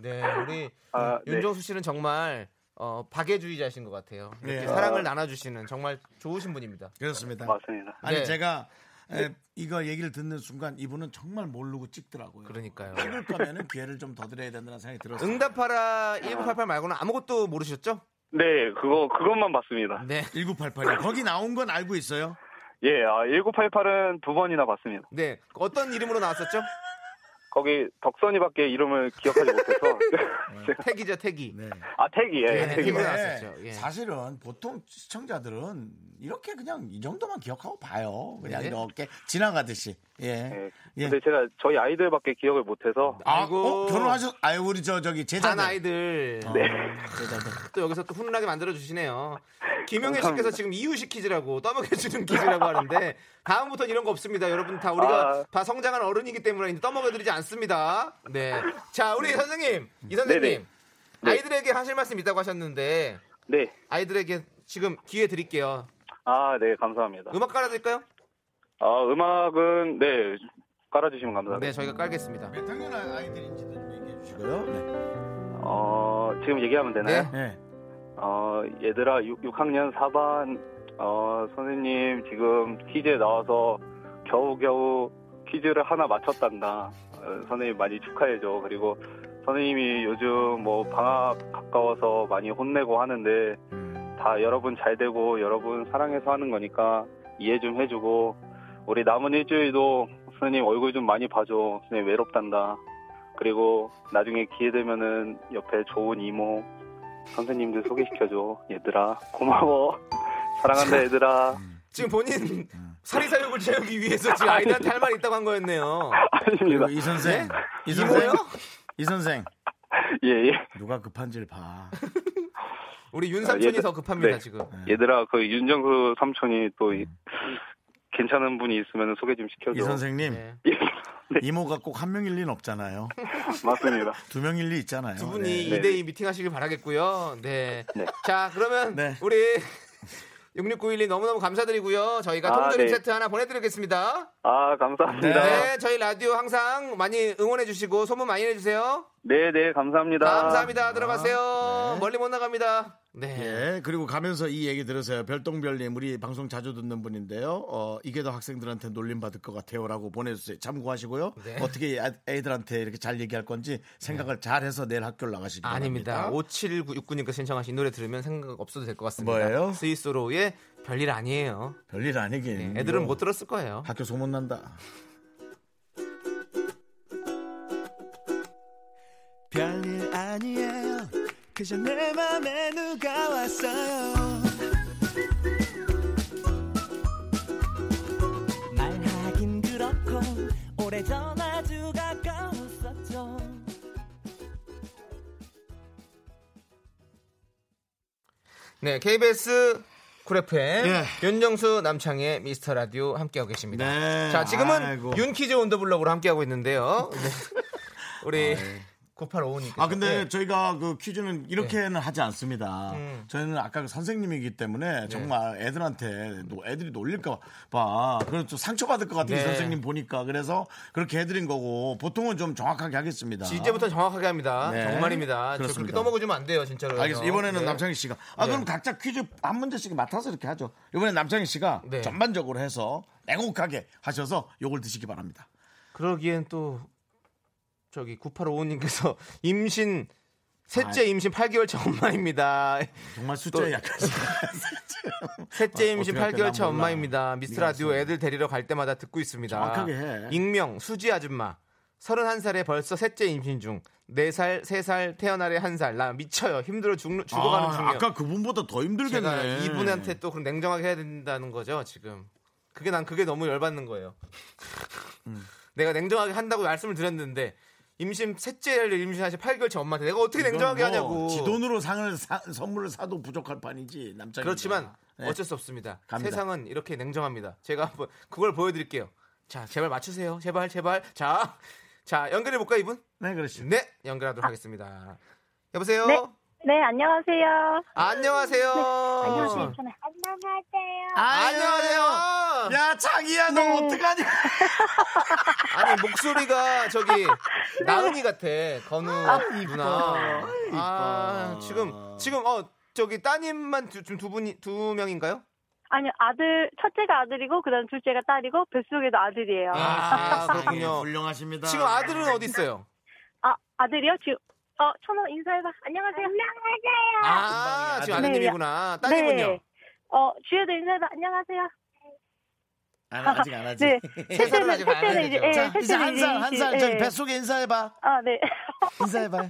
[SPEAKER 2] 네, 우리
[SPEAKER 9] 아, 네.
[SPEAKER 2] 윤정수 씨는 정말 어, 박애주의자이신 것 같아요. 이렇게
[SPEAKER 1] 네.
[SPEAKER 2] 사랑을 나눠주시는 정말 좋으신 분입니다.
[SPEAKER 1] 그렇습니다.
[SPEAKER 9] 맞습니다.
[SPEAKER 1] 아니
[SPEAKER 2] 네.
[SPEAKER 1] 제가 에, 이거 얘기를 듣는 순간 이분은 정말 모르고 찍더라고요.
[SPEAKER 2] 그러니까요.
[SPEAKER 1] 찍을 거면은 기회를 좀 더 드려야 된다는 생각이 들었어요.
[SPEAKER 2] 응답하라 1988 말고는 아무것도 모르셨죠?
[SPEAKER 9] 네, 그거, 그것만 봤습니다.
[SPEAKER 2] 네.
[SPEAKER 1] 1988. 거기 나온 건 알고 있어요?
[SPEAKER 9] 예, 아, 1988은 두 번이나 봤습니다.
[SPEAKER 2] 네. 어떤 이름으로 나왔었죠?
[SPEAKER 9] 거기 덕선이밖에 이름을 기억하지 못해서.
[SPEAKER 2] 태기죠, 태기.
[SPEAKER 1] 네.
[SPEAKER 9] 아, 태기, 예,
[SPEAKER 2] 네,
[SPEAKER 9] 태기.
[SPEAKER 2] 태기.
[SPEAKER 1] 근데
[SPEAKER 2] 나왔었죠. 예.
[SPEAKER 1] 사실은 보통 시청자들은 이렇게 그냥 이 정도만 기억하고 봐요. 그냥
[SPEAKER 2] 네.
[SPEAKER 1] 이렇게 지나가듯이. 예.
[SPEAKER 9] 예.
[SPEAKER 1] 예.
[SPEAKER 9] 근데 제가 저희 아이들밖에 기억을 못해서.
[SPEAKER 1] 아,
[SPEAKER 2] 아이고.
[SPEAKER 1] 어? 결혼하셨, 아유, 우리 저, 저기,
[SPEAKER 2] 단
[SPEAKER 1] 제자들.
[SPEAKER 2] 아이들. 네.
[SPEAKER 1] 어, 제자들.
[SPEAKER 2] 또 여기서 또 훈훈하게 만들어 주시네요. 김용현 씨께서 지금 이유식 퀴즈라고 떠먹여주는 퀴즈라고 하는데 다음부터는 이런 거 없습니다. 여러분 다 우리가
[SPEAKER 9] 아.
[SPEAKER 2] 다 성장한 어른이기 때문에 이제 떠먹여드리지 않습니다. 네. 자 우리 선생님 이 선생님
[SPEAKER 9] 네네. 네.
[SPEAKER 2] 아이들에게 하실 말씀 있다고 하셨는데
[SPEAKER 9] 네.
[SPEAKER 2] 아이들에게 지금 기회 드릴게요.
[SPEAKER 9] 아, 네, 감사합니다.
[SPEAKER 2] 음악 깔아드릴까요?
[SPEAKER 9] 아, 음악은, 네, 깔아주시면 감사합니다.
[SPEAKER 2] 네 저희가 깔겠습니다.
[SPEAKER 1] 몇 학년 아이들인지도 좀 얘기해 주시고요. 네.
[SPEAKER 9] 어, 지금 얘기하면 되나요?
[SPEAKER 2] 네.
[SPEAKER 1] 네.
[SPEAKER 9] 어, 얘들아, 6, 학년 4반, 어, 선생님, 지금 퀴즈에 나와서 겨우겨우 퀴즈를 하나 맞췄단다. 어, 선생님 많이 축하해줘. 그리고 선생님이 요즘 뭐 방학 가까워서 많이 혼내고 하는데, 다 여러분 잘 되고, 여러분 사랑해서 하는 거니까 이해 좀 해주고, 우리 남은 일주일도 선생님 얼굴 좀 많이 봐줘. 선생님 외롭단다. 그리고 나중에 기회 되면은 옆에 좋은 이모, 선생님들 소개시켜줘 얘들아 고마워 사랑한다 얘들아
[SPEAKER 2] 지금 본인
[SPEAKER 1] 음.
[SPEAKER 2] 사리사욕을 채우기 위해서 지금 아이들한테 할 말이 있다고 한 거였네요.
[SPEAKER 9] 아닙니다
[SPEAKER 1] 그리고 이 선생. 네? 이 선생.
[SPEAKER 2] 이거요?
[SPEAKER 1] 이 선생.
[SPEAKER 9] 예예
[SPEAKER 1] 누가 급한지를 봐.
[SPEAKER 2] 우리
[SPEAKER 9] 아,
[SPEAKER 2] 윤삼촌이
[SPEAKER 9] 얘들-
[SPEAKER 2] 더 급합니다
[SPEAKER 9] 네.
[SPEAKER 2] 지금.
[SPEAKER 9] 얘들아 그 윤정수 삼촌이 또 이- 괜찮은 분이 있으면 소개 좀 시켜줘
[SPEAKER 1] 이 선생님.
[SPEAKER 2] 네.
[SPEAKER 9] 예,
[SPEAKER 1] 이모가 꼭 한 명일 리는 없잖아요.
[SPEAKER 9] 맞습니다
[SPEAKER 1] 두 명일 리 있잖아요.
[SPEAKER 2] 두 분이
[SPEAKER 9] 네.
[SPEAKER 2] 2대2 미팅하시길 바라겠고요. 네.
[SPEAKER 9] 네.
[SPEAKER 2] 자, 그러면
[SPEAKER 1] 네.
[SPEAKER 2] 우리 6691님 너무너무 감사드리고요. 저희가
[SPEAKER 9] 아,
[SPEAKER 2] 통조림
[SPEAKER 9] 네.
[SPEAKER 2] 세트 하나 보내드리겠습니다.
[SPEAKER 9] 아
[SPEAKER 2] 네.
[SPEAKER 9] 감사합니다
[SPEAKER 2] 저희 라디오 항상 많이 응원해주시고 소문 많이 해주세요.
[SPEAKER 9] 네네 감사합니다
[SPEAKER 2] 감사합니다. 들어가세요.
[SPEAKER 1] 네.
[SPEAKER 2] 멀리 못 나갑니다. 네.
[SPEAKER 1] 예, 그리고 가면서 이 얘기 들으세요. 별똥별님, 우리 방송 자주 듣는 분인데요. 어, 이게 더 학생들한테 놀림 받을 것 같아요. 라고 보내주세요. 참고하시고요.
[SPEAKER 2] 네.
[SPEAKER 1] 어떻게 아- 애들한테 이렇게 잘 얘기할 건지 생각을 잘 해서 내일 학교를 나가시기
[SPEAKER 2] 아닙니다.
[SPEAKER 1] 바랍니다.
[SPEAKER 2] 5769님께서 신청하신 이 노래 들으면 생각 없어도 될 것 같습니다.
[SPEAKER 1] 뭐예요?
[SPEAKER 2] 스위스로의 별일 아니에요. 네,
[SPEAKER 1] 별일 아니긴. 뭐,
[SPEAKER 2] 애들은 못 들었을 거예요.
[SPEAKER 1] 학교 소문난다.
[SPEAKER 8] 별일 아니에요 그저 내 맘에 누가 왔어요 말하긴 그렇고 오래전 아주 가까웠었죠
[SPEAKER 2] 네, KBS 쿨 FM
[SPEAKER 1] 예.
[SPEAKER 2] 윤정수 남창의 미스터 라디오 함께하고 계십니다.
[SPEAKER 1] 네.
[SPEAKER 2] 자, 지금은
[SPEAKER 1] 아이고.
[SPEAKER 2] 윤키즈 온더블럭으로 함께하고 있는데요. 네. 우리 9855님께서
[SPEAKER 1] 예.
[SPEAKER 2] 예.
[SPEAKER 1] 아 근데 저희가 그 퀴즈는 이렇게는 하지 않습니다.
[SPEAKER 2] 음.
[SPEAKER 1] 저희는 아까 그 선생님이기
[SPEAKER 2] 네.
[SPEAKER 1] 때문에 정말 애들한테 노- 애들이 놀릴까 봐 그런 좀 상처 받을 것 같은 이
[SPEAKER 2] 네.
[SPEAKER 1] 선생님 보니까 그래서 그렇게 해드린 거고 보통은 좀 정확하게 하겠습니다.
[SPEAKER 2] 이제부터 정확하게 합니다.
[SPEAKER 1] 네.
[SPEAKER 2] 정말입니다. 저 그렇게
[SPEAKER 1] 그렇습니다.
[SPEAKER 2] 떠먹어주면 안 돼요, 진짜로.
[SPEAKER 1] 알겠습니다. 이번에는
[SPEAKER 2] 네.
[SPEAKER 1] 남창희 씨가 아 그럼 각자 퀴즈 한 문제씩 맡아서 이렇게 하죠. 이번에 남창희 씨가
[SPEAKER 2] 네.
[SPEAKER 1] 전반적으로 해서 냉혹하게 하셔서 요걸 드시기 바랍니다.
[SPEAKER 2] 그러기엔 또 저기 9855님께서 임신 셋째 임신 8개월 차 엄마입니다.
[SPEAKER 1] 정말 숫자에
[SPEAKER 2] 또-
[SPEAKER 1] 약간
[SPEAKER 2] 셋째 임신
[SPEAKER 1] 아, 어떻게 할까
[SPEAKER 2] 8개월 차
[SPEAKER 1] 난 몰라.
[SPEAKER 2] 엄마입니다. 미스
[SPEAKER 1] 네가
[SPEAKER 2] 라디오 애들 데리러 갈 때마다 듣고 있습니다.
[SPEAKER 1] 정확하게 해.
[SPEAKER 2] 익명 수지 아줌마. 31살에 벌써 셋째 임신 중. 4살, 3살, 태어날에 1살. 나 미쳐요. 힘들어 죽, 죽어가는
[SPEAKER 1] 아,
[SPEAKER 2] 중이에요.
[SPEAKER 1] 아까 그분보다 더 힘들겠네.
[SPEAKER 2] 제가 이분한테 또 그럼 냉정하게 해야 된다는 거죠, 지금. 그게 난 그게 너무 열받는 거예요.
[SPEAKER 1] 음.
[SPEAKER 2] 내가 냉정하게 한다고 말씀을 드렸는데 임신 셋째를 임신하신 8개월 차 엄마한테 내가 어떻게 냉정하게
[SPEAKER 1] 이건 뭐
[SPEAKER 2] 하냐고.
[SPEAKER 1] 지 돈으로 상을 사- 선물을 사도 부족할 판이지 남자.
[SPEAKER 2] 그렇지만
[SPEAKER 1] 네.
[SPEAKER 2] 어쩔 수 없습니다.
[SPEAKER 1] 갑니다.
[SPEAKER 2] 세상은 이렇게 냉정합니다. 제가 한번 그걸 보여드릴게요. 자, 제발 맞추세요. 제발, 제발. 자, 자 연결해 볼까 이분?
[SPEAKER 1] 네 그렇죠.
[SPEAKER 2] 네, 연결하도록 하겠습니다. 여보세요.
[SPEAKER 3] 아.
[SPEAKER 2] 아,
[SPEAKER 3] 네. 네, 안녕하세요. 네,
[SPEAKER 2] 안녕하세요.
[SPEAKER 3] 안녕하세요. 안녕하세요.
[SPEAKER 2] 안녕하세요.
[SPEAKER 1] 야 장이야
[SPEAKER 10] 네.
[SPEAKER 1] 너 어떡하냐?
[SPEAKER 2] 아니 목소리가 저기 나은이 같아. 건우 누나.
[SPEAKER 1] 이뻐.
[SPEAKER 2] 아, 지금 지금 어 저기 따님만 두, 지금 두 분이 두 명인가요?
[SPEAKER 10] 아니 아들 첫째가 아들이고 그다음 둘째가 딸이고 뱃속에도 아들이에요.
[SPEAKER 2] 아, 그렇군요.
[SPEAKER 1] 네, 훌륭하십니다.
[SPEAKER 2] 지금 아들은 어디 있어요?
[SPEAKER 10] 아, 아들이요? 지금 어, 천호 인사해봐. 안녕하세요. 안녕하세요.
[SPEAKER 2] 아, 지금 아드님이구나.
[SPEAKER 10] 네.
[SPEAKER 2] 딸이군요.
[SPEAKER 10] 어, 주혜도 인사해봐. 안녕하세요.
[SPEAKER 1] 안, 아직 안 하지.
[SPEAKER 10] 네.
[SPEAKER 2] 세상을
[SPEAKER 10] 셋째는,
[SPEAKER 2] 아직 안
[SPEAKER 10] 셋째는
[SPEAKER 2] 해야
[SPEAKER 10] 이제, 예,
[SPEAKER 2] 되죠.
[SPEAKER 1] 자, 이제
[SPEAKER 10] 셋째는
[SPEAKER 1] 한
[SPEAKER 10] 이제
[SPEAKER 1] 살, 한 살.
[SPEAKER 10] 이제,
[SPEAKER 1] 저기
[SPEAKER 10] 예.
[SPEAKER 1] 뱃속에 인사해봐.
[SPEAKER 10] 아, 네.
[SPEAKER 1] 인사해봐요.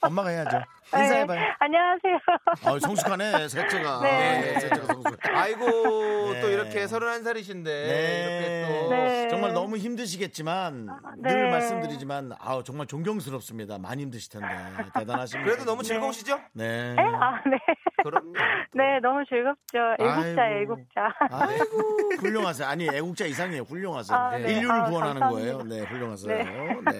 [SPEAKER 1] 엄마가 해야죠.
[SPEAKER 10] 네.
[SPEAKER 1] 인사해봐요.
[SPEAKER 10] 안녕하세요.
[SPEAKER 1] 어, 성숙하네, 셋째가.
[SPEAKER 10] 네.
[SPEAKER 1] 예, 셋째가 성숙해.
[SPEAKER 2] 아이고
[SPEAKER 1] 네.
[SPEAKER 2] 또 이렇게 네, 31살이신데 이렇게 또
[SPEAKER 10] 네.
[SPEAKER 1] 정말 너무 힘드시겠지만
[SPEAKER 10] 네.
[SPEAKER 1] 늘 말씀드리지만 아 정말 존경스럽습니다. 많이 힘드실 텐데 대단하십니다.
[SPEAKER 2] 그래도 너무 즐거우시죠?
[SPEAKER 1] 네.
[SPEAKER 10] 네? 아, 네.
[SPEAKER 2] 그럼요.
[SPEAKER 10] 네, 너무 즐겁죠. 애국자,
[SPEAKER 1] 아이고.
[SPEAKER 10] 애국자.
[SPEAKER 1] 아이고 훌륭하세요. 아니 애국자 이상이에요. 훌륭하세요.
[SPEAKER 10] 네. 아,
[SPEAKER 2] 네.
[SPEAKER 1] 인류를
[SPEAKER 10] 아,
[SPEAKER 1] 구원하는
[SPEAKER 10] 감사합니다.
[SPEAKER 1] 거예요. 네, 훌륭하세요.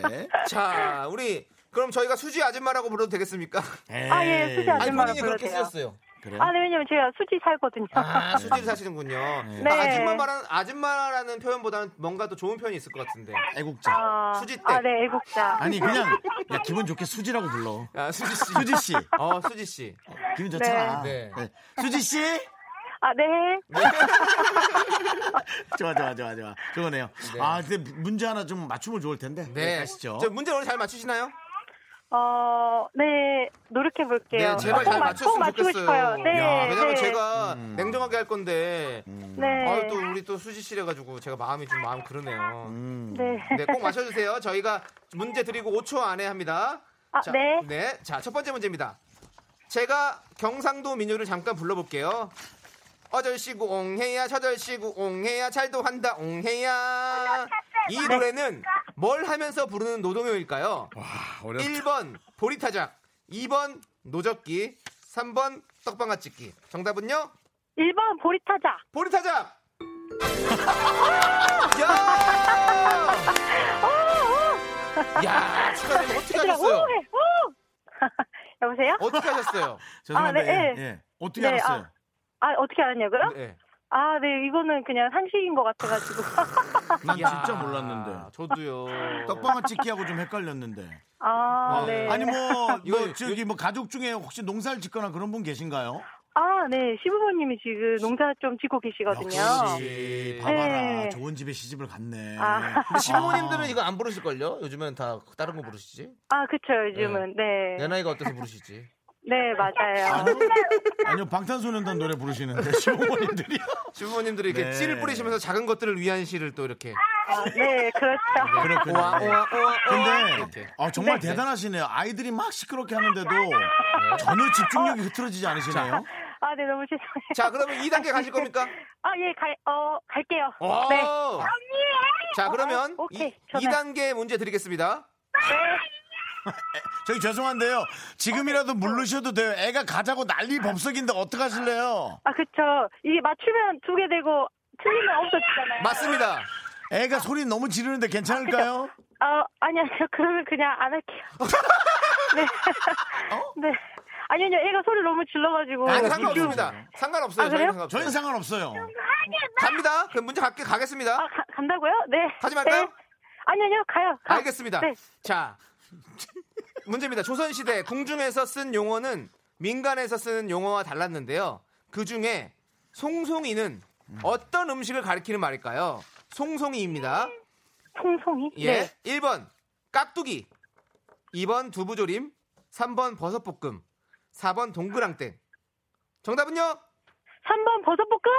[SPEAKER 1] 네.
[SPEAKER 2] 자, 우리 그럼 저희가 수지 아줌마라고 불러도 되겠습니까?
[SPEAKER 10] 아, 예, 수지
[SPEAKER 2] 아니
[SPEAKER 10] 아줌마라
[SPEAKER 2] 본인이
[SPEAKER 10] 불러도
[SPEAKER 2] 그렇게
[SPEAKER 10] 돼요.
[SPEAKER 2] 쓰셨어요.
[SPEAKER 1] 네. 그래.
[SPEAKER 10] 아, 네, 왜냐면 제가 수지 살거든요.
[SPEAKER 2] 아, 수지를 사시는군요.
[SPEAKER 10] 네.
[SPEAKER 2] 아줌마 말하는 아줌마라는 표현보다는 뭔가 더 좋은 표현이 있을 것 같은데.
[SPEAKER 1] 애국자.
[SPEAKER 10] 아,
[SPEAKER 2] 수지 때.
[SPEAKER 10] 아, 네, 애국자.
[SPEAKER 1] 아니 그냥 야, 기분 좋게 수지라고 불러.
[SPEAKER 2] 아, 수지 씨.
[SPEAKER 1] 수지 씨.
[SPEAKER 2] 어, 수지 씨.
[SPEAKER 1] 기분 좋잖아.
[SPEAKER 2] 네.
[SPEAKER 1] 네. 수지 씨.
[SPEAKER 10] 아, 네.
[SPEAKER 1] 좋아 좋아 좋아 좋아. 좋네요.
[SPEAKER 2] 네.
[SPEAKER 1] 아 근데 문제 하나 좀 맞추면 좋을 텐데. 네. 가시죠.
[SPEAKER 2] 저 문제 오늘 잘 맞추시나요?
[SPEAKER 10] 어, 네, 노력해볼게요. 어,
[SPEAKER 2] 네, 제발 잘
[SPEAKER 10] 꼭 맞- 꼭
[SPEAKER 2] 맞췄으면
[SPEAKER 10] 맞추고
[SPEAKER 2] 좋겠어요. 음.
[SPEAKER 10] 싶어요. 네,
[SPEAKER 2] 야, 왜냐면
[SPEAKER 10] 네.
[SPEAKER 2] 제가 냉정하게 할 건데.
[SPEAKER 10] 네.
[SPEAKER 2] 아, 또 우리 또 수지 씨래 가지고 제가 마음이 좀 마음 그러네요.
[SPEAKER 1] 음.
[SPEAKER 10] 네.
[SPEAKER 2] 네, 꼭 맞춰 주세요. 저희가 문제 드리고 5초 안에 합니다.
[SPEAKER 10] 아,
[SPEAKER 2] 자,
[SPEAKER 10] 네.
[SPEAKER 2] 자, 첫 번째 문제입니다. 제가 경상도 민요를 잠깐 불러볼게요. 어절씨구 옹해야 저절씨구 옹해야 잘도 한다
[SPEAKER 10] 어,
[SPEAKER 2] 옹해야 이 노래는 뭘 하면서 부르는 노동요일까요?
[SPEAKER 1] 아, 어렵다.
[SPEAKER 2] 1번 보리타작 2번 노젓기 3번 떡방아 찍기 정답은요?
[SPEAKER 10] 1번 보리타자.
[SPEAKER 2] 보리타작 야! 야 축하드립니다 어떻게
[SPEAKER 10] 얘들아,
[SPEAKER 2] 하셨어요?
[SPEAKER 10] 오, 해, 오! 여보세요?
[SPEAKER 2] 어떻게 하셨어요?
[SPEAKER 1] 죄송한데
[SPEAKER 10] 아, 네,
[SPEAKER 1] 예,
[SPEAKER 10] 예.
[SPEAKER 1] 예. 어떻게
[SPEAKER 10] 네,
[SPEAKER 1] 알았어요?
[SPEAKER 10] 아, 어떻게 알았냐고요?
[SPEAKER 2] 네.
[SPEAKER 10] 아, 네, 이거는 그냥 상식인 것 같아가지고.
[SPEAKER 1] 난
[SPEAKER 2] 이야,
[SPEAKER 1] 진짜 몰랐는데.
[SPEAKER 2] 아, 저도요.
[SPEAKER 1] 떡방아 찍기하고 좀 헷갈렸는데.
[SPEAKER 10] 아,
[SPEAKER 2] 아,
[SPEAKER 10] 네.
[SPEAKER 1] 아니 뭐, 뭐
[SPEAKER 2] 이거-
[SPEAKER 1] 저기 뭐 가족 중에 혹시 농사를 짓거나 그런 분 계신가요?
[SPEAKER 10] 아, 네, 시부모님이 지금 농사 좀 짓고 계시거든요.
[SPEAKER 1] 역시 봐봐라
[SPEAKER 10] 네.
[SPEAKER 1] 좋은 집에 시집을 갔네.
[SPEAKER 10] 아.
[SPEAKER 2] 근데 시부모님들은
[SPEAKER 1] 아.
[SPEAKER 2] 이거 안 부르실걸요? 요즘엔 다 다른 거 부르시지?
[SPEAKER 10] 아, 그쵸, 요즘은. 네.
[SPEAKER 2] 내 나이가 어때서 부르시지?
[SPEAKER 10] 네, 맞아요.
[SPEAKER 1] 아니요, 아니요, 방탄소년단 노래 부르시는데 시부모님들이.
[SPEAKER 2] 시부모님들이 이렇게
[SPEAKER 1] 네.
[SPEAKER 2] 씨를 뿌리시면서 작은 것들을 위한 씨를 또 이렇게.
[SPEAKER 10] 아, 네, 그렇죠.
[SPEAKER 1] 그렇군요.
[SPEAKER 2] 오아, 오아, 오아, 오아.
[SPEAKER 1] 근데
[SPEAKER 2] 이렇게.
[SPEAKER 1] 아, 정말 대단하시네요. 아이들이 막 시끄럽게 하는데도
[SPEAKER 10] 네.
[SPEAKER 1] 전혀
[SPEAKER 10] 어.
[SPEAKER 1] 집중력이 흐트러지지 않으시네요.
[SPEAKER 10] 아, 네, 너무 죄송해요.
[SPEAKER 2] 자, 그러면 2단계 가실 겁니까?
[SPEAKER 10] 아, 예, 갈, 어, 갈게요.
[SPEAKER 2] 오!
[SPEAKER 10] 네.
[SPEAKER 2] 자, 그러면
[SPEAKER 10] 어, 오케이,
[SPEAKER 2] 이,
[SPEAKER 10] 저는-
[SPEAKER 2] 2단계 문제 드리겠습니다.
[SPEAKER 1] 저기 죄송한데요.
[SPEAKER 10] 어.
[SPEAKER 1] 지금이라도 물르셔도 돼요. 애가 가자고 난리 법석인데 어떡하실래요?
[SPEAKER 10] 아, 그쵸. 이게 맞추면 두 개 되고, 틀리면 없어지잖아요.
[SPEAKER 2] 맞습니다.
[SPEAKER 1] 애가 소리 너무 지르는데 괜찮을까요?
[SPEAKER 10] 어, 아니요, 저 그러면 그냥 안 할게요. 네. 네. 아니요, 아니요, 애가 소리를 너무 질러가지고.
[SPEAKER 2] 어? 아니,
[SPEAKER 1] 어,
[SPEAKER 2] 상관없습니다. 상관없어요.
[SPEAKER 10] 아,
[SPEAKER 2] 저희는
[SPEAKER 10] 그래요?
[SPEAKER 2] 상관없어요.
[SPEAKER 1] 저희는 상관없어요.
[SPEAKER 2] 갑니다. 그럼 문제 갈게 가겠습니다.
[SPEAKER 10] 아, 가- 간다고요? 네.
[SPEAKER 2] 가지 말까요?
[SPEAKER 10] 네. 아니요, 아니요, 가요. 가.
[SPEAKER 2] 알겠습니다.
[SPEAKER 10] 네.
[SPEAKER 2] 자, 문제입니다. 조선시대 궁중에서 쓴 용어는 민간에서 쓰는 용어와 달랐는데요. 그 중에 송송이는 어떤 음식을 가리키는 말일까요? 송송이입니다.
[SPEAKER 10] 송송이?
[SPEAKER 2] 예.
[SPEAKER 10] 네.
[SPEAKER 2] 1번 깍두기, 2번 두부조림, 3번 버섯볶음, 4번 동그랑땡. 정답은요?
[SPEAKER 10] 3번 버섯볶음?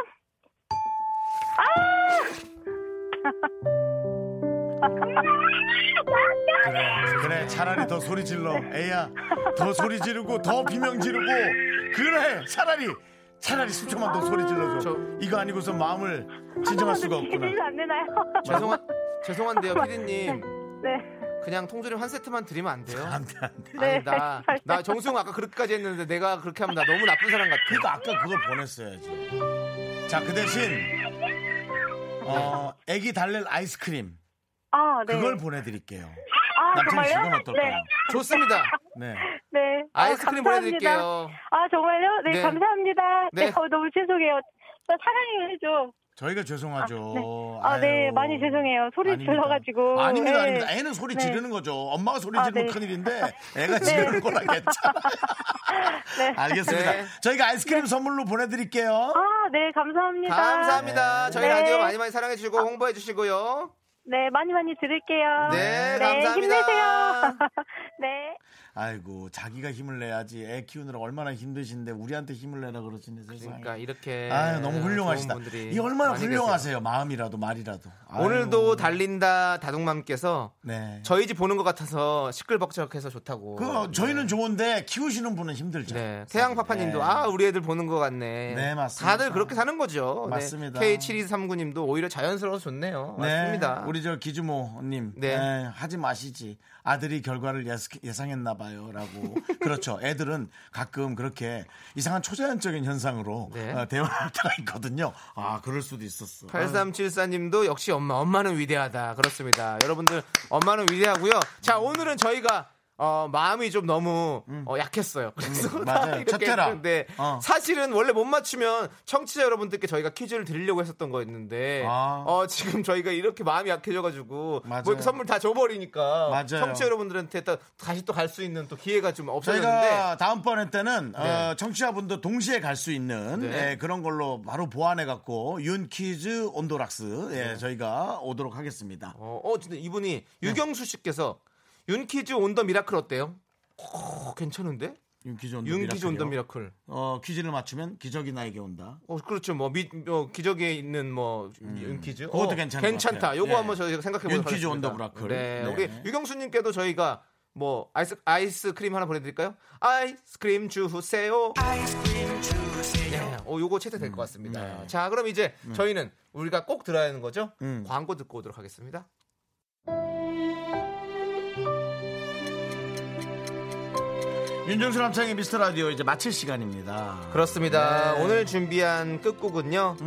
[SPEAKER 1] 그래, 그래 차라리 더 소리 질러 애야 더 소리 지르고 더 비명 지르고 그래 차라리 차라리 10초만 더 소리 질러줘 이거 아니고서 마음을 진정할 수가 없구나
[SPEAKER 10] 해주면 안 되나요?
[SPEAKER 2] 죄송한, 죄송한데요, 피디님.
[SPEAKER 10] 네.
[SPEAKER 2] 그냥 통조림 한 세트만 드리면 안 돼요?
[SPEAKER 1] 안돼 안돼
[SPEAKER 2] 아니
[SPEAKER 10] 네.
[SPEAKER 2] 나,
[SPEAKER 10] 설마.
[SPEAKER 2] 나 정수영 아까 그렇게까지 했는데 내가 그렇게 하면 나 너무 나쁜 사람 같아.
[SPEAKER 1] 그러니까 아까 그걸 보냈어야지 자 그 대신 어 애기 달랠 아이스크림
[SPEAKER 10] 아, 네.
[SPEAKER 1] 그걸 보내드릴게요
[SPEAKER 10] 아,
[SPEAKER 1] 남창희
[SPEAKER 10] 정말요?
[SPEAKER 1] 씨는 어떨까요?
[SPEAKER 10] 네.
[SPEAKER 2] 좋습니다.
[SPEAKER 1] 네
[SPEAKER 10] 네. 아,
[SPEAKER 2] 아이스크림
[SPEAKER 10] 감사합니다.
[SPEAKER 2] 보내드릴게요.
[SPEAKER 10] 아, 정말요? 네,
[SPEAKER 2] 네.
[SPEAKER 10] 감사합니다.
[SPEAKER 2] 네.
[SPEAKER 10] 네. 어, 너무 죄송해요. 나 사랑해요, 해줘.
[SPEAKER 1] 저희가 죄송하죠
[SPEAKER 10] 아, 네.
[SPEAKER 1] 아유.
[SPEAKER 10] 많이 죄송해요. 소리
[SPEAKER 1] 아닙니다.
[SPEAKER 10] 질러가지고.
[SPEAKER 1] 아닙니다,
[SPEAKER 10] 네.
[SPEAKER 1] 아닙니다. 애는 소리
[SPEAKER 10] 네.
[SPEAKER 1] 지르는 거죠. 엄마가 소리
[SPEAKER 10] 아,
[SPEAKER 1] 지르면
[SPEAKER 10] 네.
[SPEAKER 1] 큰일인데 애가
[SPEAKER 10] 네.
[SPEAKER 1] 지르는 거라 괜찮아요.
[SPEAKER 10] 네.
[SPEAKER 1] 알겠습니다.
[SPEAKER 2] 네.
[SPEAKER 1] 저희가 아이스크림 선물로 보내드릴게요.
[SPEAKER 10] 아, 네, 감사합니다.
[SPEAKER 2] 감사합니다. 저희
[SPEAKER 10] 네. 아.
[SPEAKER 2] 라디오 많이 많이 사랑해 주시고 홍보해 주시고요.
[SPEAKER 10] 네, 많이 많이 들을게요.
[SPEAKER 2] 네, 감사합니다.
[SPEAKER 10] 힘내세요. 네.
[SPEAKER 1] 아이고 자기가 힘을 내야지 애 키우느라 얼마나 힘드신데 우리한테 힘을 내라 그러시네 세상에.
[SPEAKER 2] 그러니까 이렇게
[SPEAKER 1] 아유 너무 훌륭하시다.
[SPEAKER 2] 좋은 분들이
[SPEAKER 1] 이 얼마나
[SPEAKER 2] 많이
[SPEAKER 1] 훌륭하세요. 마음이라도 말이라도. 아유,
[SPEAKER 2] 오늘도 달린다 다둥맘께서
[SPEAKER 1] 네.
[SPEAKER 2] 저희 집 보는 것 같아서 시끌벅적해서 좋다고.
[SPEAKER 1] 그 저희는 좋은데 키우시는 분은 힘들죠.
[SPEAKER 2] 네. 태양파파님도
[SPEAKER 1] 네.
[SPEAKER 2] 아 우리 애들 보는 것 같네.
[SPEAKER 1] 네, 맞습니다.
[SPEAKER 2] 다들 그렇게 사는 거죠. 네.
[SPEAKER 1] 맞습니다.
[SPEAKER 2] K 7 2 3 9님도 오히려 자연스러워서 좋네요.
[SPEAKER 1] 네,
[SPEAKER 2] 어, 맞습니다.
[SPEAKER 1] 우리 저 기주모님,
[SPEAKER 2] 네.
[SPEAKER 1] 네, 하지 마시지. 아들이 결과를 예상했나 봐요라고. 그렇죠. 애들은 가끔 그렇게 이상한 초자연적인 현상으로
[SPEAKER 2] 네.
[SPEAKER 1] 어, 대화할 때가 있거든요. 아, 그럴 수도 있었어.
[SPEAKER 2] 8374님도 역시 엄마, 엄마는 위대하다. 그렇습니다. 여러분들, 엄마는 위대하고요. 자,
[SPEAKER 1] 음.
[SPEAKER 2] 오늘은 저희가 어, 마음이 좀 너무 어, 약했어요. 그래서
[SPEAKER 1] 음,
[SPEAKER 2] 다
[SPEAKER 1] 맞아요.
[SPEAKER 2] 이렇게
[SPEAKER 1] 첫째라.
[SPEAKER 2] 했는데
[SPEAKER 1] 어.
[SPEAKER 2] 사실은 원래 못 맞추면 청취자 여러분들께 저희가 퀴즈를 드리려고 했었던 거였는데
[SPEAKER 1] 아.
[SPEAKER 2] 어, 지금 저희가 이렇게 마음이 약해져가지고 뭐
[SPEAKER 1] 맞아요.
[SPEAKER 2] 이렇게 선물 다 줘버리니까
[SPEAKER 1] 맞아요.
[SPEAKER 2] 청취자 여러분들한테 또 다시 또 갈 수 있는 또 기회가 좀 없어졌는데
[SPEAKER 1] 저희가 다음번에 때는 어,
[SPEAKER 2] 네.
[SPEAKER 1] 청취자분도 동시에 갈 수 있는
[SPEAKER 2] 네.
[SPEAKER 1] 예, 그런 걸로 바로 보완해 갖고 윤키즈 온도락스
[SPEAKER 2] 네.
[SPEAKER 1] 예, 저희가 오도록 하겠습니다.
[SPEAKER 2] 어, 어, 근데
[SPEAKER 1] 네.
[SPEAKER 2] 이분이 유경수 씨께서 윤키즈 온 더 미라클 어때요? 오, 괜찮은데?
[SPEAKER 1] 윤키즈 온도
[SPEAKER 2] 윤기즈 온더
[SPEAKER 1] 미라클이요.
[SPEAKER 2] 미라클.
[SPEAKER 1] 어, 퀴즈를 맞추면 기적이 나에게 온다.
[SPEAKER 2] 어 그렇죠 뭐, 미, 뭐 기적에 있는 뭐 윤퀴즈
[SPEAKER 1] 그것도
[SPEAKER 2] 어,
[SPEAKER 1] 괜찮은 것
[SPEAKER 2] 괜찮다
[SPEAKER 1] 같아요.
[SPEAKER 2] 요거
[SPEAKER 1] 예.
[SPEAKER 2] 한번 저희가 생각해 보도록
[SPEAKER 1] 윤퀴즈
[SPEAKER 2] 하겠습니다.
[SPEAKER 1] 온 더 브라클.
[SPEAKER 2] 네,
[SPEAKER 1] 네.
[SPEAKER 2] 우리 유경수님께도 저희가 뭐 아이스 아이스 크림 하나 보내드릴까요? 아이스크림 주세요. 네, 어 요거 채택될 것 같습니다. 자 그럼 이제 저희는 우리가 꼭 들어야 하는 거죠?
[SPEAKER 1] 네. 음.
[SPEAKER 2] 광고 듣고 오도록 하겠습니다.
[SPEAKER 1] 윤정수 남창의 미스터 라디오 이제 마칠 시간입니다.
[SPEAKER 2] 그렇습니다.
[SPEAKER 1] 네.
[SPEAKER 2] 오늘 준비한 끝곡은요.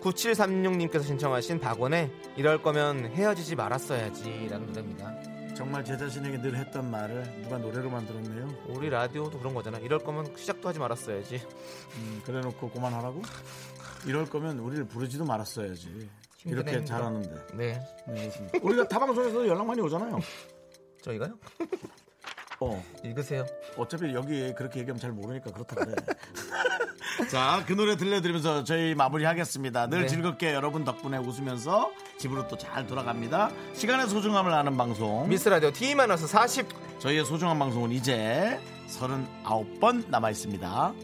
[SPEAKER 2] 9736님께서 신청하신 박원의 이럴 거면 헤어지지 말았어야지라는 노래입니다.
[SPEAKER 1] 정말 제 자신에게 늘 했던 말을 누가 노래로 만들었네요.
[SPEAKER 2] 우리 라디오도 그런 거잖아. 이럴 거면 시작도 하지 말았어야지.
[SPEAKER 1] 음, 그래놓고 그만하라고? 이럴 거면 우리를 부르지도 말았어야지. 이렇게
[SPEAKER 2] 힘드네,
[SPEAKER 1] 잘하는데.
[SPEAKER 2] 네.
[SPEAKER 1] 네, 그렇습니다. 우리가 타방송에서 연락 많이 오잖아요.
[SPEAKER 2] 저희가요?
[SPEAKER 1] 어,
[SPEAKER 2] 읽으세요.
[SPEAKER 1] 어차피 여기 그렇게 얘기하면 잘 모르니까 그렇던데. 자, 그 노래 들려드리면서 저희 마무리하겠습니다. 늘
[SPEAKER 2] 네.
[SPEAKER 1] 즐겁게 여러분 덕분에 웃으면서 집으로 또 잘 돌아갑니다. 시간의 소중함을 아는 방송.
[SPEAKER 2] 미스 라디오 T만 와서 40.
[SPEAKER 1] 저희의 소중한 방송은 이제 39번 남아 있습니다.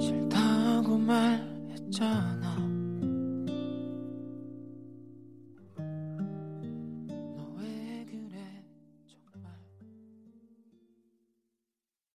[SPEAKER 8] 싫다고 말했잖아